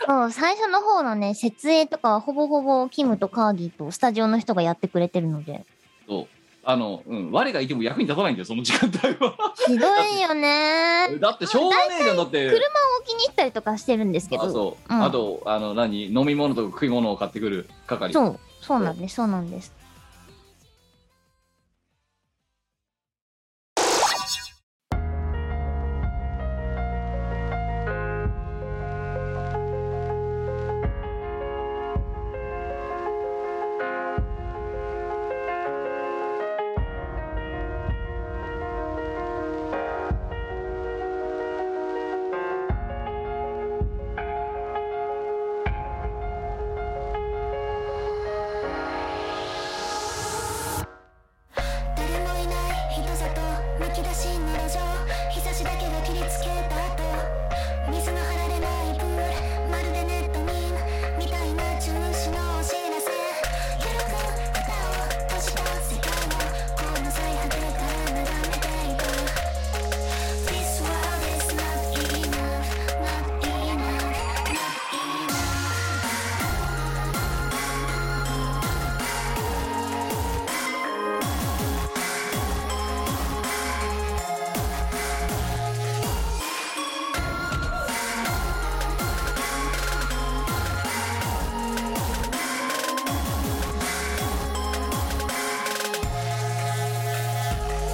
Speaker 1: そう、最初の方のね、設営とかはほぼほぼキムとカーギーとスタジオの人がやってくれてるので。
Speaker 3: そう。あの、うん、我がいても役に立たないんだよ、その時間帯 は。
Speaker 1: ひどい よね。
Speaker 3: だって、しょうがねえじゃん、だって。
Speaker 1: 車を気に入ったりとかしてるんですけ
Speaker 3: あ、
Speaker 1: ど。
Speaker 3: そう。
Speaker 1: うん
Speaker 3: あと、あの、何飲み物とか食い物を買ってくる係。
Speaker 1: そう、そうなんです、そうなんです。
Speaker 4: 誰もいない人里むき出しの路上日差しだけが切りつけた後水の張られないプールまるでネットミンみたいな中止のお知らせ軽く蓋を閉じた世界をこの最果てから眺めていく This world is not enough not enough not enough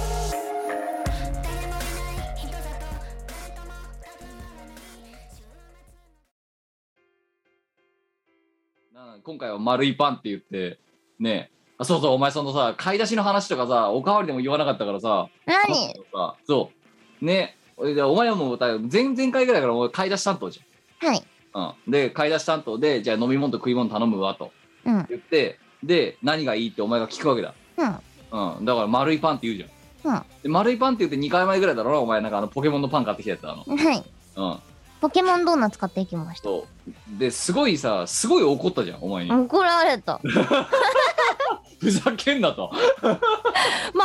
Speaker 4: 誰もいない人だと誰とも誰ともない
Speaker 3: なあ今回は丸いパンって言ってねあそうそうお前そのさ買い出しの話とかさおかわりでも言わなかったからさ
Speaker 1: 何
Speaker 3: さそうねでお前はもうだ前々回ぐらいからもう買い出し担当じ
Speaker 1: はい。
Speaker 3: ゃん、うん、で買い出し担当でじゃあ飲み物と食い物頼むわと
Speaker 1: うん。うん。
Speaker 3: 言ってで何がいいってお前が聞くわけだ、うん、だから丸いパンって言うじゃん
Speaker 1: は
Speaker 3: で丸いパンって言って2回前ぐらいだろうなお前なんかあのポケモンのパン買ってきたやつだあ
Speaker 1: い。
Speaker 3: のうん
Speaker 1: ポケモンドーナツ買っていきました。
Speaker 3: そうですごいさすごい怒ったじゃんお前に
Speaker 1: 怒られた。丸い、
Speaker 3: ふざけんなと
Speaker 1: 丸いも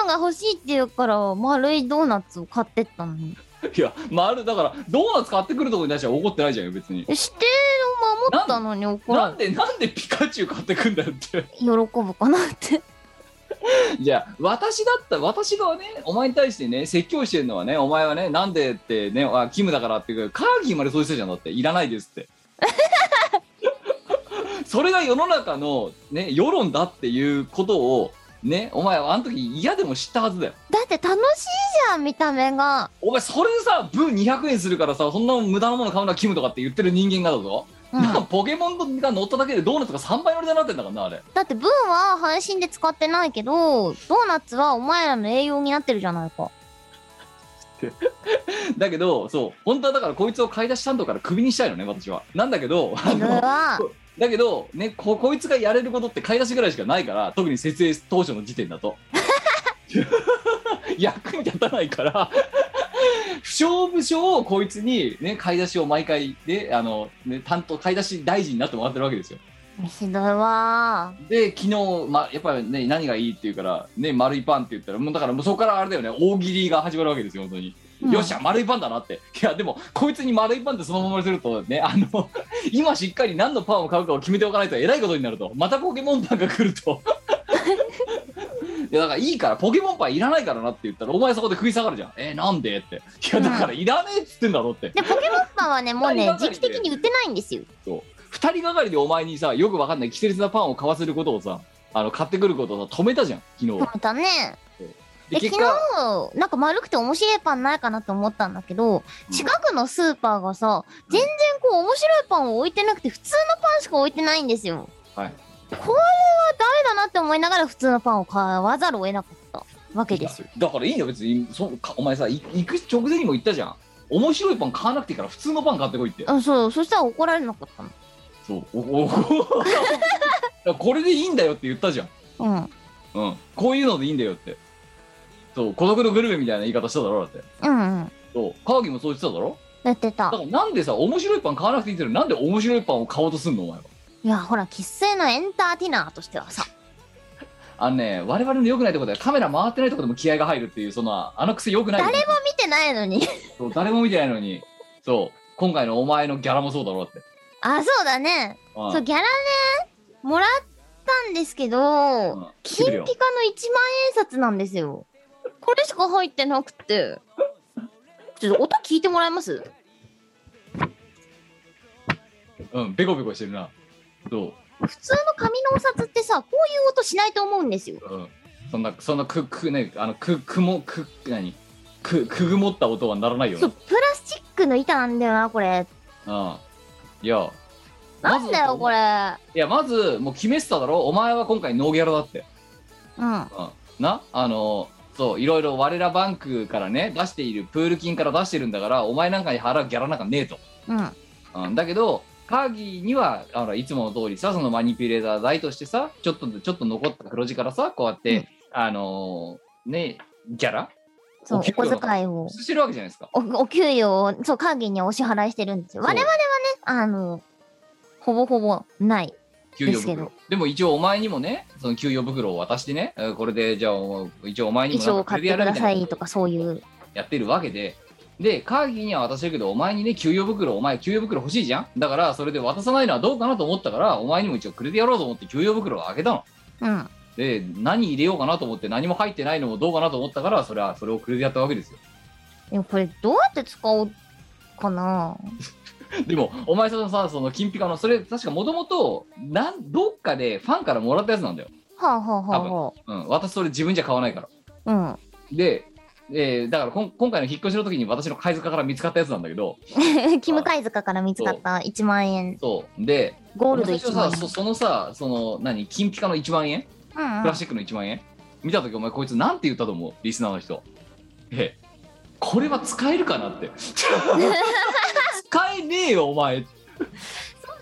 Speaker 1: のが欲しいって言うから、丸いドーナツを買ってったのに。
Speaker 3: いや、丸、だから、ドーナツ買ってくるとこに対しては怒ってないじゃんよ、別に。
Speaker 1: 指定を守ったのに怒ら
Speaker 3: な
Speaker 1: れ
Speaker 3: んで、なんでピカチュウ買ってくんだよって。
Speaker 1: 喜ぶかなって。
Speaker 3: じゃあ、私だった、私がね、お前に対してね、説教してるのはね、お前はね、なんでってね、あ、キムだからっていうか、カーギーまでそうしてたじゃん、だって、いらないですって。 それが世の中の、ね、世論だっていうことを、ね、お前はあの時嫌でも知ったはずだよ。
Speaker 1: だって楽しいじゃん、見た目が。
Speaker 3: お前、それでさ、分200円するからさ、そんな無駄なもの買うのはキムとかって言ってる人間がだぞ。
Speaker 1: うん、
Speaker 3: なんかポケモンが乗っただけでドーナツが3倍乗りだなってんだからなあれ
Speaker 1: だって文は配信で使ってないけど、ドーナツはお前らの栄養になってるじゃないか。
Speaker 3: だけどそう本当はだからこいつを買い出し担当からクビにしたいのね私はなんだけどあ
Speaker 1: それ
Speaker 3: の
Speaker 1: は、
Speaker 3: だけど、ね、ここいつがやれることって買い出しぐらいしかないから特に設営当初の時点だと役に立たないから不詳不詳をこいつに、ね、買い出しを毎回であの、ね、担当買い出し大臣になってもらってるわけですよ
Speaker 1: ひどいわ
Speaker 3: で昨日、ま、やっぱりね何がいいって言うから、ね、丸いパンって言ったらもうだからもうそこからあれだよね大喜利が始まるわけですよ本当に。
Speaker 1: うん
Speaker 3: よっしゃ丸いパンだなっていやでもこいつに丸いパンってそのままにするとねあの 今しっかり何のパンを買うかを決めておかないとえらいことになるとまたポケモンパンが来ると いやだからいいからポケモンパンいらないからなって言ったらお前そこで食い下がるじゃんえなんでっていやだからいらねえっつってんだろって
Speaker 1: ーでポケモンパンはねもう ね
Speaker 3: 大
Speaker 1: 時
Speaker 3: 爆
Speaker 1: 期
Speaker 3: 買いで
Speaker 1: 的に売ってないんですよ
Speaker 3: そう2人がかりでお前にさよくわかんない季節なパンを買わせることをさあの買ってくることをさ止めたじゃん昨日
Speaker 1: またね
Speaker 3: で
Speaker 1: え
Speaker 3: 結
Speaker 1: 昨
Speaker 3: 果
Speaker 1: 日なんか丸くて面白いパンないかなって思ったんだけど
Speaker 3: うん
Speaker 1: 近くのスーパーがさ全然こう面白いパンを置いてなくて普通のパンしか置いてないんですよ
Speaker 3: はい
Speaker 1: これはダメだなって思いながら普通のパンを買わざるを得なかったわけですよ
Speaker 3: だからいいよ別にそかお前さい行く直前にも言ったじゃん面白いパン買わなくていいから普通のパン買ってこいって
Speaker 1: あそうそしたら怒られなかったの
Speaker 3: そうおお おこれでいいんだよって言ったじゃん、
Speaker 1: うん
Speaker 3: うん、こういうのでいいんだよってそう孤独のグルメみたいな言い方しただろだって
Speaker 1: うんうん
Speaker 3: そう川木もそう言ってただろ
Speaker 1: やって
Speaker 3: だ
Speaker 1: た
Speaker 3: からなんでさ面白いパン買わなくていいって言うのになんで面白いパンを買おうとすんのお前はい
Speaker 1: やほら生粋のエンターテイナーとしてはさ
Speaker 3: あのね我々の良くないところではカメラ回ってないところでも気合が入るっていうそのあの癖良くないよね
Speaker 1: 誰も見てないのに
Speaker 3: そう誰も見てないのにそう今回のお前のギャラもそうだろだって
Speaker 1: あそうだね
Speaker 3: うん
Speaker 1: そうギャラねもらったんですけど、
Speaker 3: うん
Speaker 1: 金ピカの1万円札なんですよこれしか入ってなくてちょっと音聞いてもらえます
Speaker 3: うん、ベコベコしてるな。そ
Speaker 1: 普通の紙のお札ってさこういう音しないと思うんですよ
Speaker 3: う、うん、そんな、そんなく、く、ね、あの、く、くも、く、何。く、くぐもった音はならないよ
Speaker 1: そう
Speaker 3: ね。
Speaker 1: プラスチックの板なんだよなこれ
Speaker 3: うん。いや、
Speaker 1: なんだよこれ
Speaker 3: いや、まず、もう決めてただろお前は今回ノーギャラだって。
Speaker 1: うん
Speaker 3: うん。な、あの、そう、いろいろ我らバンクからね、出している、プール金から出してるんだから、お前なんかに払うギャラなんかねえと。
Speaker 1: うん
Speaker 3: うん、だけど、カーギーにはあのいつもの通りさ、そのマニピュレーター代としてさ、ちょっとちょっと残った黒字からさ、こうやって、
Speaker 1: うん
Speaker 3: あのーね、ギャラ
Speaker 1: そうお
Speaker 3: お給料
Speaker 1: 小遣いを
Speaker 3: してるわけじゃないですか。
Speaker 1: おお給料をそう会議にはお支払いしてるんですよ
Speaker 3: そう
Speaker 1: 我々はねあのほぼほぼない
Speaker 3: 給与
Speaker 1: ですけ
Speaker 3: 袋
Speaker 1: ど
Speaker 3: でも一応お前にもね、その給与袋を渡してね、えーこれでじゃあ一応お前にも
Speaker 1: 一
Speaker 3: なん
Speaker 1: 応
Speaker 3: かこ
Speaker 1: 買
Speaker 3: れ
Speaker 1: っ
Speaker 3: で
Speaker 1: て
Speaker 3: や
Speaker 1: く
Speaker 3: るみ
Speaker 1: ださ
Speaker 3: たい
Speaker 1: い
Speaker 3: な
Speaker 1: とかそういう
Speaker 3: やってるわけで、で、カーギーには渡してるけど、お前にね、給与袋、お前給与袋欲しいじゃんだからそれで渡さないのはどうかなと思ったから、お前にも一応くれてやろうと思って給与袋を開けたの。
Speaker 1: うん
Speaker 3: で何入れようかなと思って何も入ってないのもどうかなと思ったからそれはそれをくれてやったわけですよ
Speaker 1: でもこれどうやって使おうかな
Speaker 3: でもお前さんのさその金ピカのそれ確かもともとどっかでファンからもらったやつなんだよ、
Speaker 1: はあはあはあは
Speaker 3: うん、私それ自分じゃ買わないから
Speaker 1: あ
Speaker 3: で、えーだからこん今回の引っ越しの時に私の貝塚から見つかったやつなんだけど
Speaker 1: うんキム貝塚から見つかった1万円
Speaker 3: そうで
Speaker 1: ゴールド
Speaker 3: 私
Speaker 1: 1
Speaker 3: は
Speaker 1: 万
Speaker 3: さ
Speaker 1: 円
Speaker 3: そそのさその何金ピカの1万円
Speaker 1: うんうん
Speaker 3: プラスチックの1万円、見た時お前こいつなんて言ったと思うリスナーの人ええこれは使えるかなって使えねえよお前
Speaker 1: そう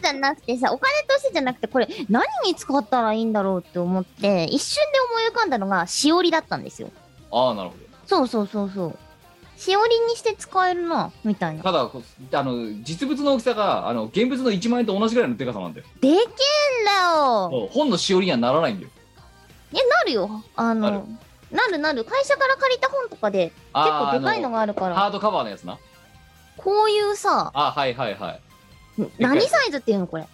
Speaker 1: じゃなくてさお金としてじゃなくてこれ何に使ったらいいんだろうって思って一瞬で思い浮かんだのがしおりだったんですよ
Speaker 3: ああなるほ
Speaker 1: そうそうそうそうしおりにして使えるなみたいな
Speaker 3: どただこあの実物の大きさがあの現物の1万円と同じぐらいのでかさなんだよ
Speaker 1: でけえんだよ
Speaker 3: そう本のしおりにはならないんだよ
Speaker 1: えなるよあ
Speaker 3: なる
Speaker 1: のなるなる会社から借りた本とかで結構でかいのがあるか
Speaker 3: あの
Speaker 1: ら
Speaker 3: ハードカバーのやつな
Speaker 1: こういうさ
Speaker 3: あはいはいはい、
Speaker 1: 何サイズっていうのこれ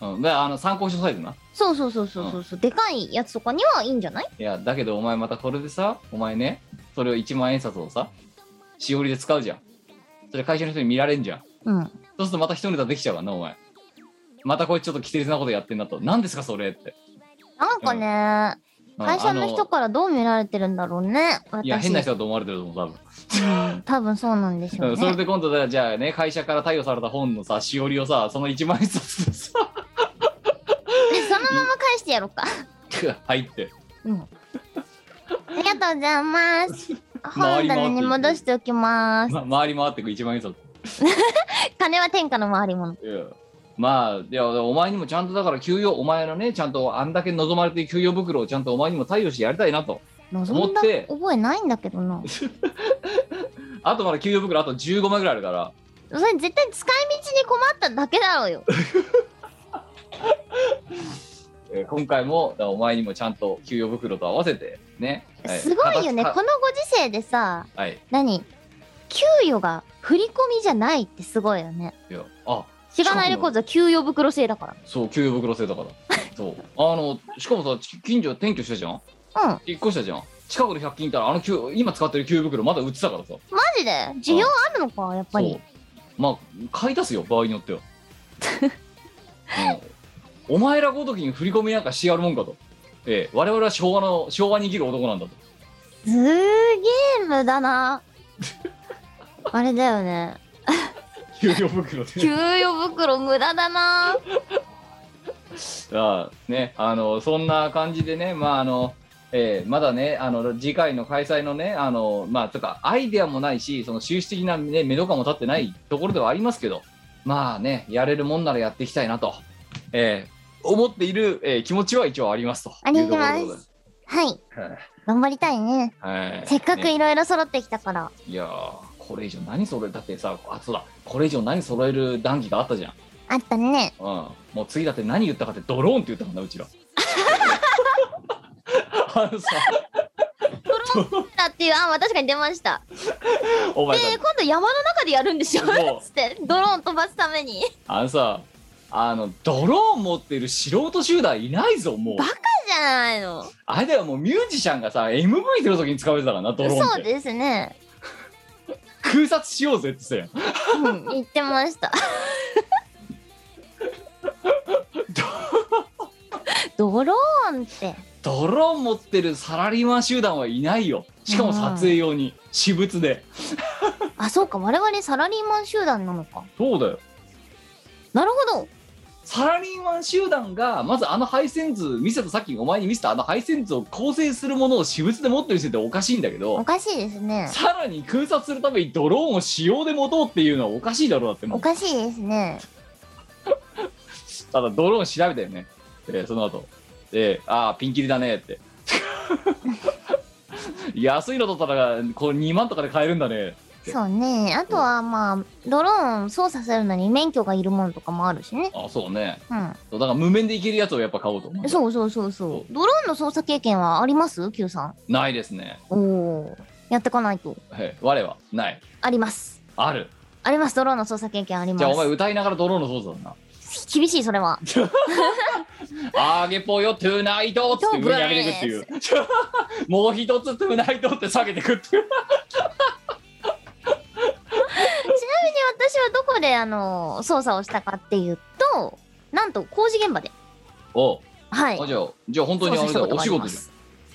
Speaker 3: うん、であの参考書サイズな
Speaker 1: そうそうそうそうそうそうでかいやつとかにはいいんじゃない
Speaker 3: いやだけどお前またこれでさお前ねそれを1万円札をさしおりで使うじゃんそれ会社の人に見られんじゃん
Speaker 1: うん
Speaker 3: そうするとまた一ネタできちゃうからな、お前。またこいつちょっと規制なことやってんなと。何ですか、それって。
Speaker 1: なんかね、
Speaker 3: うん
Speaker 1: 会社の人からどう見られてるんだろうね。
Speaker 3: いや、
Speaker 1: 私
Speaker 3: 変な人だと思われてると思う、多分。
Speaker 1: うん多分そうなんでしょ
Speaker 3: う
Speaker 1: うん
Speaker 3: それ
Speaker 1: ね。
Speaker 3: で今度だ、じゃあね、会社から貸与された本のさ、しおりをさ、その1万円札でさ、
Speaker 1: そのまま返してやろうか。
Speaker 3: 入って。
Speaker 1: うん。ありがとうございます。
Speaker 3: 回
Speaker 1: 本
Speaker 3: り回っていく
Speaker 1: 棚に戻しておきます。
Speaker 3: ま、回り回ってく1万円札。
Speaker 1: 金は天下の回り物。
Speaker 3: うんまあ、いや、お前にもちゃんとだから給与、お前のね、ちゃんとあんだけ望まれてる給与袋をちゃんとお前にも対応してやりたいなと。
Speaker 1: 望ん
Speaker 3: 思
Speaker 1: だ
Speaker 3: って
Speaker 1: 覚えないんだけ どな。
Speaker 3: あとまだ給与袋あと15枚ぐらいあるから、
Speaker 1: それ絶対使い道に困っただけだろうよ。
Speaker 3: えー今回もだからお前にもちゃんと給与袋と合わせてね。は
Speaker 1: すごいよね。こ
Speaker 3: 形
Speaker 1: の
Speaker 3: か
Speaker 1: ご時世でさ、
Speaker 3: はい。
Speaker 1: 何給与が振り込みじゃないってすごいよね。
Speaker 3: いや、あ、
Speaker 1: しがないレコーズは給与袋制だか
Speaker 3: そう、給与袋制 だから。そう。あの、しかもさ、ち近所転居したじゃん
Speaker 1: ら。うん。
Speaker 3: 引っ越したじゃん近くで100均いたら、あの給与今使ってる給与袋まだ売ってたからさ。やっ
Speaker 1: マジで需要あるのか、やっぱり。。
Speaker 3: まあ、買い足すよ、場合によって は。うんお前らごときに振り込みなんかしてやるもんかと。ええ、我々は昭和の、昭和に生きる男なんだと。
Speaker 1: すーげー無駄 な。あれだよね。
Speaker 3: 給与袋で
Speaker 1: 給。与袋無駄だな。
Speaker 3: ああね、あのそんな感じでね、まああのえーまだねあの次回の開催のねあのまあとかアイデアもないしその収支的な、ね、目処感も立ってないところではありますけどまあねやれるもんならやっていきたいなと、えー思っている、えー気持ちは一応ありますと
Speaker 1: あります
Speaker 3: いうところでございます
Speaker 1: はい。
Speaker 3: はい
Speaker 1: 頑張りたいね。
Speaker 3: はい
Speaker 1: せっかく
Speaker 3: ね
Speaker 1: いろいろ揃ってきたから。
Speaker 3: いやーこれ以上何揃えだってさあそうだこれ以上何揃える談義があったじゃん、
Speaker 1: あったね。
Speaker 3: うん、もう次だって何言ったかってドローンって言ったもんなう ちらあのさ
Speaker 1: だっていう案は確かに出ました。
Speaker 3: お
Speaker 1: で
Speaker 3: 前さ
Speaker 1: 今度山の中でやるんでしょ
Speaker 3: そう
Speaker 1: つってドローン飛ばすためにじ
Speaker 3: あのさあのドローン持ってる素人集団いないぞもう
Speaker 1: バゃないの
Speaker 3: あれだよもうミュージシャンがさ MV 出る時に使われてたからなドローン
Speaker 1: そ
Speaker 3: っ
Speaker 1: う
Speaker 3: て
Speaker 1: ですね、
Speaker 3: 空撮しようぜってさ
Speaker 1: うん、言って ましたドローンって
Speaker 3: ドローン持ってるサラリーマン集団はいないよしかも撮影用に私物で
Speaker 1: あそうか我々サラリーマン集団なのか
Speaker 3: そうだよ
Speaker 1: なるほど
Speaker 3: サラリーマン集団がまずあの配線図見せたさっきお前に見せたあの配線図を構成するものを私物で持ってる時点でおかしいんだけ
Speaker 1: お
Speaker 3: ど
Speaker 1: かしいですね
Speaker 3: さらに空撮するためにドローンを使用で持とうっていうのはおかしいだろうだってもう
Speaker 1: おかしいですね
Speaker 3: ただドローン調べたよね、えーその後で、ああピンキリだねって 安いの取ったらこれ2万とかで買えるんだね
Speaker 1: そうねあとはまあドローン操作するのに免許がいるものとかもあるしね
Speaker 3: あそうね
Speaker 1: う
Speaker 3: そうだから無面でいけるやつをやっぱ買おうと
Speaker 1: んそうそうそうそうドローンの操作経験はあります Q さん
Speaker 3: ないですね、
Speaker 1: おおやってかないと
Speaker 3: はい我はない
Speaker 1: あります。
Speaker 3: ある
Speaker 1: あります。ドローンの操作経験ありま
Speaker 3: じ
Speaker 1: す。
Speaker 3: ゃあお前歌いながらドローンの操作だな
Speaker 1: 厳しい、そ れは。
Speaker 3: 「あげぽよトゥナイト」っつって上に上げていくっていうもう 一つトゥナイトって下げてくっていう
Speaker 1: ちなみに私はどこで、あの、操作をしたかっていうと、なんと工事現場で。
Speaker 3: おう
Speaker 1: はい
Speaker 3: あ。じゃあじゃあ本当にあれだよお仕事じゃん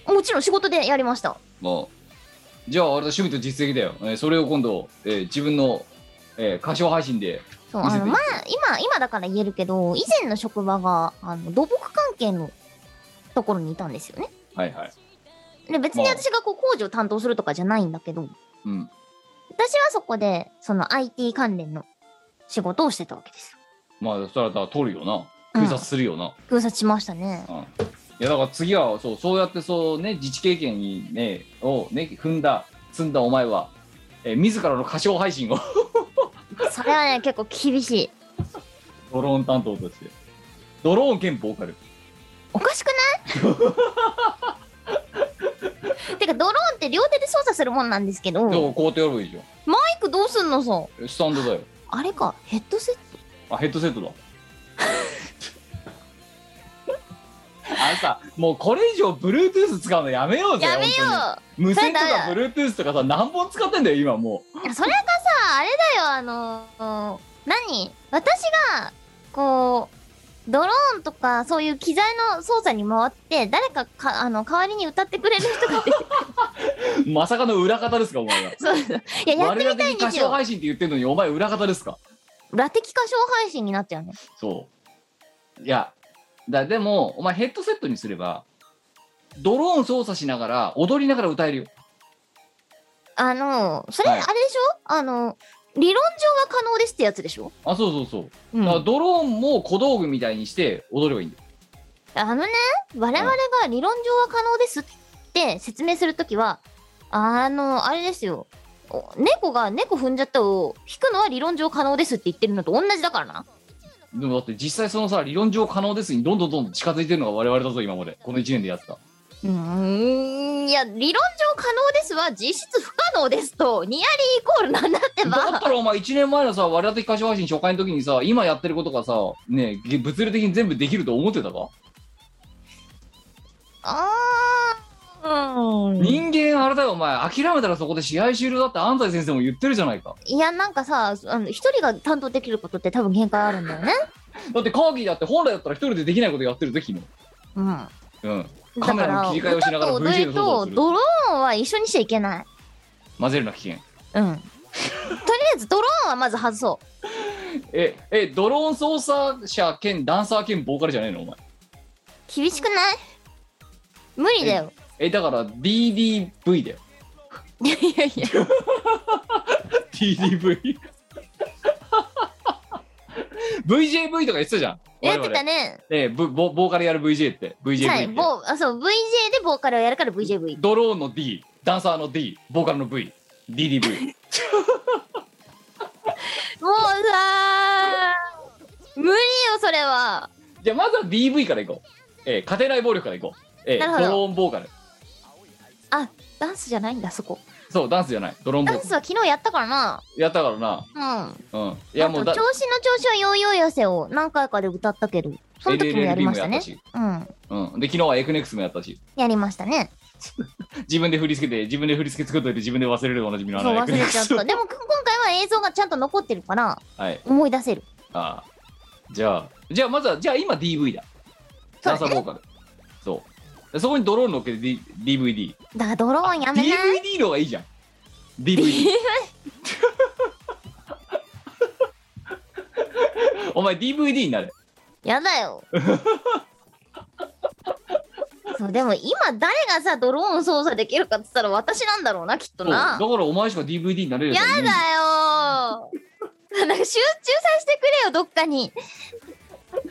Speaker 1: ゃん。もちろん仕事でやりました。
Speaker 3: もうじゃああれだ趣味と実績だよ、えーそれを今度、えー自分の、えー歌唱配信で
Speaker 1: そう、
Speaker 3: 見せ
Speaker 1: あ
Speaker 3: て
Speaker 1: の、まあ、今、今だから言えるけど、以前の職場が、あの、土木関係のところにいたんですよね。
Speaker 3: はいはい、
Speaker 1: で、別に私がこう工事を担当するとかじゃないんだけど、
Speaker 3: うん、
Speaker 1: 私はそこで、その IT 関連の仕事をしてたわけです。
Speaker 3: まあそれは取るよな
Speaker 1: うん
Speaker 3: 空撮するよな、
Speaker 1: 空撮しましたね。
Speaker 3: うんいやだから次はそうそうやってそうね自治経験にねをね踏んだ積んだお前は、えー自らの歌唱配信を
Speaker 1: それはね、結構厳しい。
Speaker 3: ドローン担当としてドローン兼ボーカル
Speaker 1: おかしく ないてかドローンって両手で操作するもんなんですけどマイ
Speaker 3: そうこうやってやればいいじゃん
Speaker 1: クどうすんのさ
Speaker 3: えスタンドだよ
Speaker 1: あれかヘッドセッ
Speaker 3: あヘッドセットだあれさもうこれ以上 Bluetooth 使うのやめよう
Speaker 1: ト
Speaker 3: ぜ
Speaker 1: やめよ
Speaker 3: 本当に無線とか Bluetooth とかさ何本使ってんだよ今も
Speaker 1: ういやそれがさあれだよあのー何私がこうドローンとかそういう機材の操作に回って誰かかあの代わりに歌ってくれる 人が出て
Speaker 3: うまさかの裏方ですかお前は
Speaker 1: そういややってみたいん
Speaker 3: 歌
Speaker 1: です
Speaker 3: 唱
Speaker 1: よ
Speaker 3: 配信って言ってるのにお前裏方ですか
Speaker 1: ラテキ歌唱配信になっちゃうね
Speaker 3: そういやだでもお前ヘッドセットにすればドローン操作しながら踊りながら歌えるよ
Speaker 1: あのそれあ
Speaker 3: は
Speaker 1: れ
Speaker 3: い
Speaker 1: でしょ、あの理論上は可能ですってやつでしょ、
Speaker 3: あそうそうそう、
Speaker 1: うん
Speaker 3: だからドローンも小道具みたいにして踊ればいいんだよ
Speaker 1: あのね、我々が理論上は可能ですって説明するときは、あの、あれですよ。お猫が猫踏んじゃったを引くのは理論上可能ですって言ってるのと同じだからな。
Speaker 3: でもだって実際そのさ理論上可能ですにどんどんどんどん近づいてるのが我々だぞ今までこの1年でやってた
Speaker 1: うーん、いや、理論上可能ですは実質不可能ですと、ニアリーイコールなんだって
Speaker 3: だっ
Speaker 1: ば。
Speaker 3: たらお前1年前のさ我々的歌手配信初回の時にさ今やってることがさねえげ物理的に全部できると思ってたか、
Speaker 1: あーうん。
Speaker 3: 人間あれだよお前諦めたらそこで試合終了だって安西先生も言ってるじゃないか
Speaker 1: いや、なんかさ、あの一人が担当できることって多分限界あるんだよね。
Speaker 3: だってカーギーだって本来だったら一人でできないことやってる時の
Speaker 1: うん。
Speaker 3: うんカ
Speaker 1: だ
Speaker 3: メ
Speaker 1: か
Speaker 3: ラ
Speaker 1: ら、
Speaker 3: の切り替えをしなが
Speaker 1: 歌
Speaker 3: ら
Speaker 1: と
Speaker 3: VJ の
Speaker 1: 踊り
Speaker 3: 操作を
Speaker 1: と
Speaker 3: する
Speaker 1: ドローンは一緒にしちゃいけない。
Speaker 3: 混ぜるな危険
Speaker 1: うん。とりあえずドローンはまず外そう。
Speaker 3: ええドローン操作者兼ダンサー兼ボーカルじゃねえのお前
Speaker 1: 厳しくない無理だよ。
Speaker 3: えだから DDV だよ
Speaker 1: いやいやいや。
Speaker 3: DDV VJV とか言ってたじゃん
Speaker 1: や
Speaker 3: 我
Speaker 1: って
Speaker 3: 々
Speaker 1: たね。
Speaker 3: ええボボボーカルやる VJ って VJV って、
Speaker 1: はい。ボあそう VJ でボーカルをやるから VJV。
Speaker 3: ドローンの D ダンサーの D ボーカルの VDDV
Speaker 1: もうさー無理よ、それは。
Speaker 3: じゃあまずは DV からいこう、ええ家庭内暴力からいこう、ええ
Speaker 1: なるほ
Speaker 3: ド
Speaker 1: ど
Speaker 3: ローンボーカル
Speaker 1: あ、ダンスじゃないんだ、そこ。
Speaker 3: そうダンスじゃないドローンボ
Speaker 1: ダ
Speaker 3: ー
Speaker 1: ン
Speaker 3: カル
Speaker 1: スは昨日やったからな。
Speaker 3: やったからな
Speaker 1: うん。
Speaker 3: うんい
Speaker 1: い
Speaker 3: やもう
Speaker 1: 調
Speaker 3: だ
Speaker 1: 子の調子をヨーヨー寄せを何回かで歌ったけど、その時もやり
Speaker 3: LLB
Speaker 1: ま
Speaker 3: も
Speaker 1: し
Speaker 3: や
Speaker 1: た
Speaker 3: った
Speaker 1: ね。
Speaker 3: し、
Speaker 1: うん。
Speaker 3: うん、で昨日はエクネックスもやったし
Speaker 1: やりましたね。
Speaker 3: 自分で振り付けて自分で振り付け作っといて自分で忘れるおなじみのあ
Speaker 1: そう
Speaker 3: の
Speaker 1: 忘れちゃった。
Speaker 3: はい
Speaker 1: でも今回は映像がちゃんと残ってるから
Speaker 3: あ
Speaker 1: 思い出せる。
Speaker 3: あじゃあじゃあまずはじゃあ今 DV だ
Speaker 1: そ
Speaker 3: ダ
Speaker 1: う
Speaker 3: ンサ
Speaker 1: だ
Speaker 3: ー
Speaker 1: ね
Speaker 3: ボーカルそうでそこにドローン乗っけて、D、DVD
Speaker 1: だからドローンやめない
Speaker 3: DVD の方がいいじゃん DVD お前 DVD になれ
Speaker 1: やだよ。そうでも今誰がさドローン操作できるかって言ったら私なんだろうなきっと
Speaker 3: そうだか
Speaker 1: な。
Speaker 3: らお前しか DVD になれる
Speaker 1: や
Speaker 3: やつ
Speaker 1: だ
Speaker 3: はい
Speaker 1: よ
Speaker 3: ね
Speaker 1: ー。なんか集中させてくれよどっかに。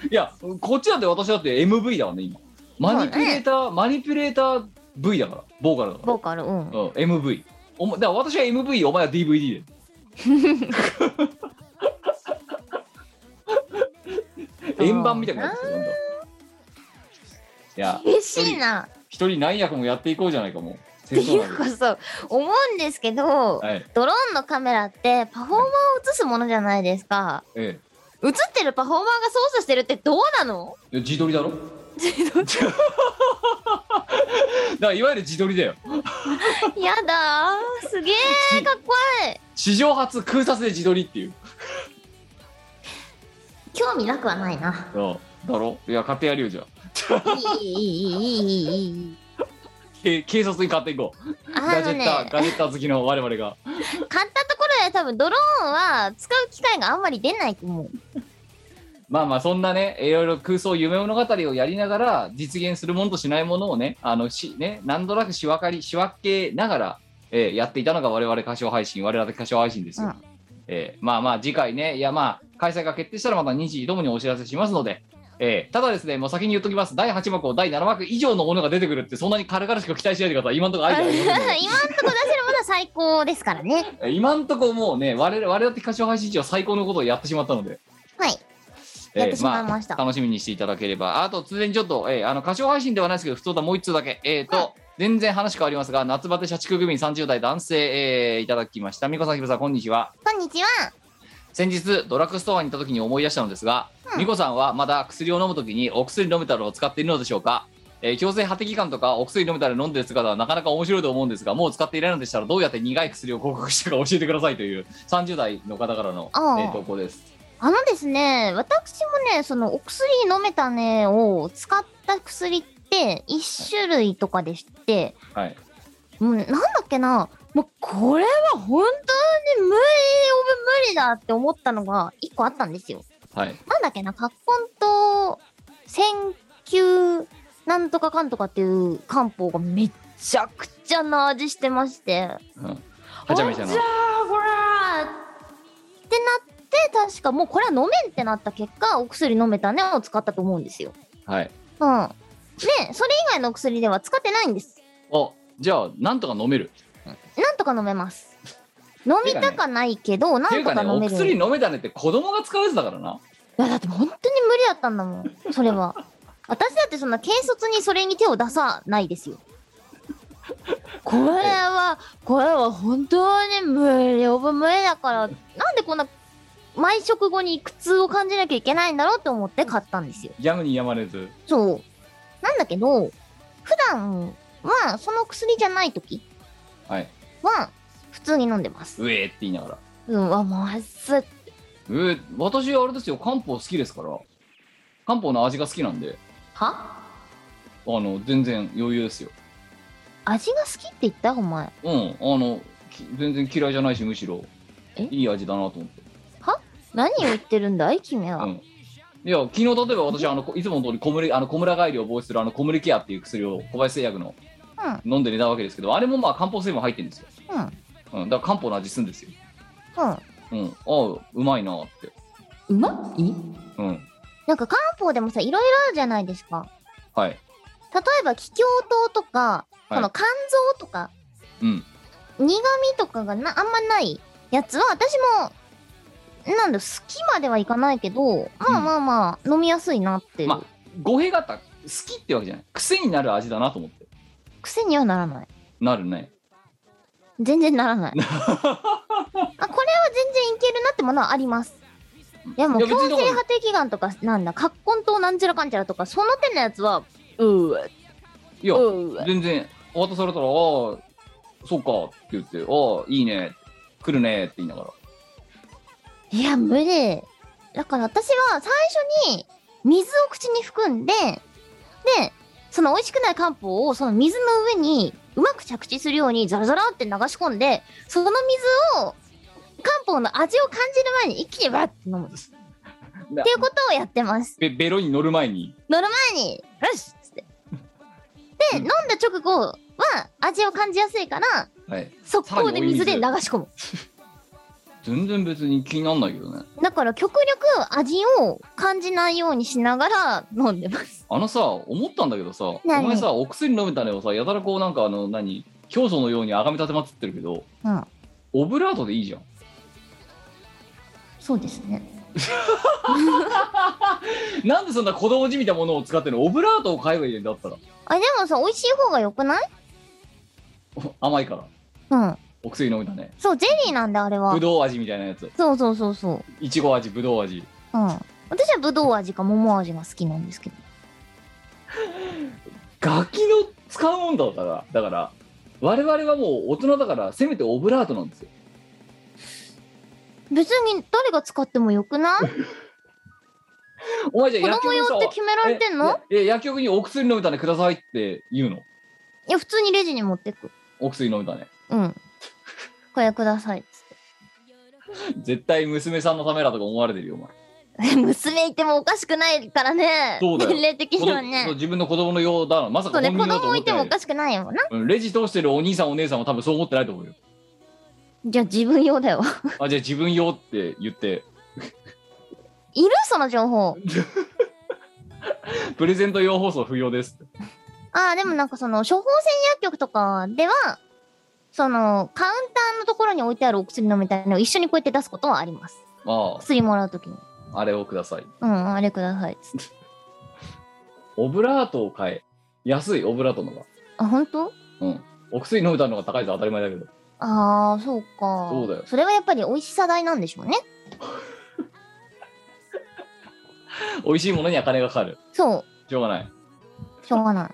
Speaker 3: えいやこっちだって私だって MV だからね今マニピュレーター、マニピュレーター V だからボーカルだから
Speaker 1: ボーカルうん。
Speaker 3: うん、MV お前だから私は MV お前は DVD で円盤みたいになってきてるなんだいや
Speaker 1: 厳しいな。
Speaker 3: 一人何役もやっていこうじゃないかもう
Speaker 1: っ
Speaker 3: 戦
Speaker 1: て
Speaker 3: 争
Speaker 1: いう
Speaker 3: なん
Speaker 1: こ
Speaker 3: で
Speaker 1: そ思うんですけど、
Speaker 3: はい
Speaker 1: ドローンのカメラってパフォーマーを映すものじゃないですか。
Speaker 3: え
Speaker 1: 映ってるパフォーマーが操作してるってどうなの
Speaker 3: えいや自撮り だろだからいわゆる自撮りだよ
Speaker 1: やだーすげえかっこいい
Speaker 3: 史上初空撮で自撮りっていう
Speaker 1: 興味なくはないな
Speaker 3: うんだろいや買ってやるよじゃあ
Speaker 1: いいいいいいいいいいい
Speaker 3: け警察に買っていこう
Speaker 1: あ
Speaker 3: ガジ
Speaker 1: の
Speaker 3: ェッ
Speaker 1: ね
Speaker 3: ターガジェッター好きの我々が
Speaker 1: 買ったところで多分ドローンは使う機会があんまり出ないと思う
Speaker 3: まあまあそんなねいろいろ空想夢物語をやりながら実現するものとしないものをねあのしね何となくしわかりしわけながら、えーやっていたのが我々歌唱配信我々的歌唱配信ですよ、
Speaker 1: うん
Speaker 3: えーまあまあ次回ねいやまあ開催が決定したらまた2時ともにお知らせしますので、えーただですねもう先に言っときます第8幕を第7幕以上のものが出てくるってそんなに軽々しく期待しないでください今のところアイデアあり
Speaker 1: 今ん
Speaker 3: ません
Speaker 1: とこ出せるものは最高ですからね
Speaker 3: えー今のところもうね我々我々的歌唱配信中は最高のことをやってしまったので
Speaker 1: はいやってしまいました
Speaker 3: あ、楽しみにしていただければあとついでにちょっと、えーあの歌唱配信ではないですけど普通だもう一通だけえっ、と、全然話変わりますが夏バテ社畜組30代男性、えーいただきました美子さんひぶさんこんにちは
Speaker 1: こんにちは
Speaker 3: 先日ドラッグストアに行った時に思い出したのですが、
Speaker 1: うん
Speaker 3: 美子さんはまだ薬を飲む時にお薬飲めたらを使っているのでしょうか、えー強制破滴感とかお薬飲めたら飲んでる姿はなかなか面白いと思うんですがもう使っていないのでしたらどうやって苦い薬を広告したか教えてくださいという30代 の方からの、え
Speaker 1: ああ
Speaker 3: ー投稿です
Speaker 1: あのですね私もねそのお薬飲めたねを使った薬って1種類とかでして
Speaker 3: はい
Speaker 1: もうなんだっけな、もうこれは本当に無理、オブ無理だって思ったのが一個あったんですよ。
Speaker 3: はい
Speaker 1: なんだっけな、カッコンと選球なんとかかんとかっていう漢方がめちゃくちゃな味してまして、
Speaker 3: うんはちゃめちゃな
Speaker 1: ほんじゃーこらーっ確かもうこれは飲めんってなった結果、お薬飲めたねを使ったと思うんですよ。
Speaker 3: はい。
Speaker 1: うん。で、それ以外のお薬では使ってないんです。
Speaker 3: あ、じゃあ、なんとか飲める。
Speaker 1: なんとか飲めます。飲みたかないけど、な
Speaker 3: ってい
Speaker 1: ん
Speaker 3: う
Speaker 1: と
Speaker 3: か
Speaker 1: か
Speaker 3: ね、
Speaker 1: 飲
Speaker 3: お
Speaker 1: める。
Speaker 3: 薬
Speaker 1: い
Speaker 3: 飲めたねって子供が使うやつだからな。
Speaker 1: や、だって本当に無理だったんだもん。それは。私だってそんな軽率にそれに手を出さないですよ。これは、これは本当に無理、オブ無理だから、なんでこんな毎食後に苦痛を感じなきゃいけないんだろうと思って買ったんですよ。
Speaker 3: やむにやまれず。
Speaker 1: そう。なんだけど、普段はその薬じゃない時
Speaker 3: はい。
Speaker 1: は普通に飲んでます。
Speaker 3: うえーって言いながら。
Speaker 1: うん、わ、まずっ
Speaker 3: えー、私、あれですよ、漢方好きですから、漢方の味が好きなんで、
Speaker 1: は
Speaker 3: あの全然余裕ですよ。
Speaker 1: 味が好きって言ったお前。
Speaker 3: うん、あの、き全然嫌いじゃないし、むしろ
Speaker 1: え、
Speaker 3: いい味だなと思って。
Speaker 1: 何を言ってるんだい君
Speaker 3: う
Speaker 1: は。
Speaker 3: んいや、昨日例えば私、あのこいつもの通り小麦あの小村返りを防止するあの小麦ケアっていう薬を小林製薬の、飲んで寝たわけですけど、あれもまあ漢方成分入ってるんですよ。
Speaker 1: うん。
Speaker 3: うん、だから漢方の味するんですよ。
Speaker 1: うん。
Speaker 3: うん、ああ、うまいなって。
Speaker 1: うまい
Speaker 3: うん、
Speaker 1: なんか漢方でもさ、いろいろあるじゃないですか。
Speaker 3: はい。
Speaker 1: 例えば、気胸糖とか、
Speaker 3: はい
Speaker 1: その肝臓とか、
Speaker 3: うん、
Speaker 1: 苦味とかがなあんまないやつは、私も、なんだ、好きまではいかないけど、まあまあまあ、飲みやすいなっていう。
Speaker 3: ま語弊があった、好きってわけじゃない。癖になる味だなと思って。
Speaker 1: 癖にはならない。
Speaker 3: なるね。
Speaker 1: 全然な らない。あ、これは全然いけるなってものはあります。いやも
Speaker 3: い
Speaker 1: う
Speaker 3: や別にだ
Speaker 1: 強制
Speaker 3: から
Speaker 1: 派的がんとかなんだ、葛根糖なんちゃらかんちゃらとか、その手のやつは、うー
Speaker 3: いや、
Speaker 1: うー
Speaker 3: 全然渡されたら「ああそうか」って言って「ああいいね」来るねって言いながら
Speaker 1: いや、無理。だから私は最初に水を口に含んで、で、その美味しくない漢方をその水の上にうまく着地するようにザラザラって流し込んで、その水を漢方の味を感じる前に一気にわって飲むんです。っていうことをやってます。
Speaker 3: べベロに乗る前に
Speaker 1: 乗る前に、よしっつって。で、
Speaker 3: うん
Speaker 1: 飲んだ直後は味を感じやすいから、
Speaker 3: はい
Speaker 1: 速攻で水で流し込む。
Speaker 3: 全然別に気になんないけどね
Speaker 1: だから極力味を感じないようにしながら飲んでます。
Speaker 3: あのさ思ったんだけどさお
Speaker 1: 何
Speaker 3: 前さお薬飲めたねをさやたらこうなんかあの何教祖のように崇め立てまつってるけど
Speaker 1: うん。
Speaker 3: オブラートでいいじゃん
Speaker 1: そうですね。
Speaker 3: なんでそんな子供じみたものを使ってるのオブラートを買えばいいんだったら
Speaker 1: あ、でもさ、美味しい方が良くない
Speaker 3: お甘いから
Speaker 1: うん。
Speaker 3: お薬飲めたね
Speaker 1: そう、ゼリーなんだ、あれは
Speaker 3: ぶ。どう味みたいなやつ
Speaker 1: そうそうそうそう。
Speaker 3: いちご味ぶどう味
Speaker 1: うん。私はぶどう味か桃味が好きなんですけど。
Speaker 3: ガキの使うもんだから、だから、我々はもう大人だから、せめてオブラートなんですよ。
Speaker 1: 別に誰が使っても良くない
Speaker 3: お前じゃ
Speaker 1: 子
Speaker 3: あ薬
Speaker 1: 供
Speaker 3: 局にさ
Speaker 1: 用って決められてんの
Speaker 3: えいやいや薬局にお薬飲みたねくださいって言うの。
Speaker 1: いや、普通にレジに持ってく。
Speaker 3: お薬飲みたね。
Speaker 1: うん。これくださいっつ って。
Speaker 3: 絶対娘さんのためだとか思われてるよ、お前。
Speaker 1: 娘いてもおかしくないからね。
Speaker 3: そうだよ
Speaker 1: 年齢的には
Speaker 3: 子供そう
Speaker 1: ね。
Speaker 3: 自分の子供の用だな。まさ
Speaker 1: そ
Speaker 3: か
Speaker 1: うね、
Speaker 3: 本
Speaker 1: 子
Speaker 3: 人用と
Speaker 1: 供
Speaker 3: 思っ
Speaker 1: い
Speaker 3: て
Speaker 1: ても
Speaker 3: な
Speaker 1: お
Speaker 3: いよ
Speaker 1: かしくないよな。
Speaker 3: うんレジ通してるお兄さんお姉さんは多分そう思ってないと思うよ。
Speaker 1: じゃあ自分用だよ。
Speaker 3: あ、じゃあ自分用って言って、
Speaker 1: いるその情報。
Speaker 3: プレゼント用放送不要ですって。
Speaker 1: ああ、でもなんかその、処方箋薬局とかでは、その、カウンターのところに置いてあるお薬飲みたいなのを一緒にこうやって出すことはあります。
Speaker 3: ま
Speaker 1: 薬もらうときに。
Speaker 3: あ、あれをください。
Speaker 1: うん、あれくださいっつって。
Speaker 3: オブラートを買え。安い、オブラートのが。
Speaker 1: あ、本当？
Speaker 3: うん。お薬飲みたのが高いと当たり前だけど。
Speaker 1: ああ、そうか。
Speaker 3: そうだよ
Speaker 1: それはやっぱり美味しさ代なんでしょうね。
Speaker 3: 美味しいものには金がかかる。
Speaker 1: そ
Speaker 3: しょうがない。
Speaker 1: う、しょうがない。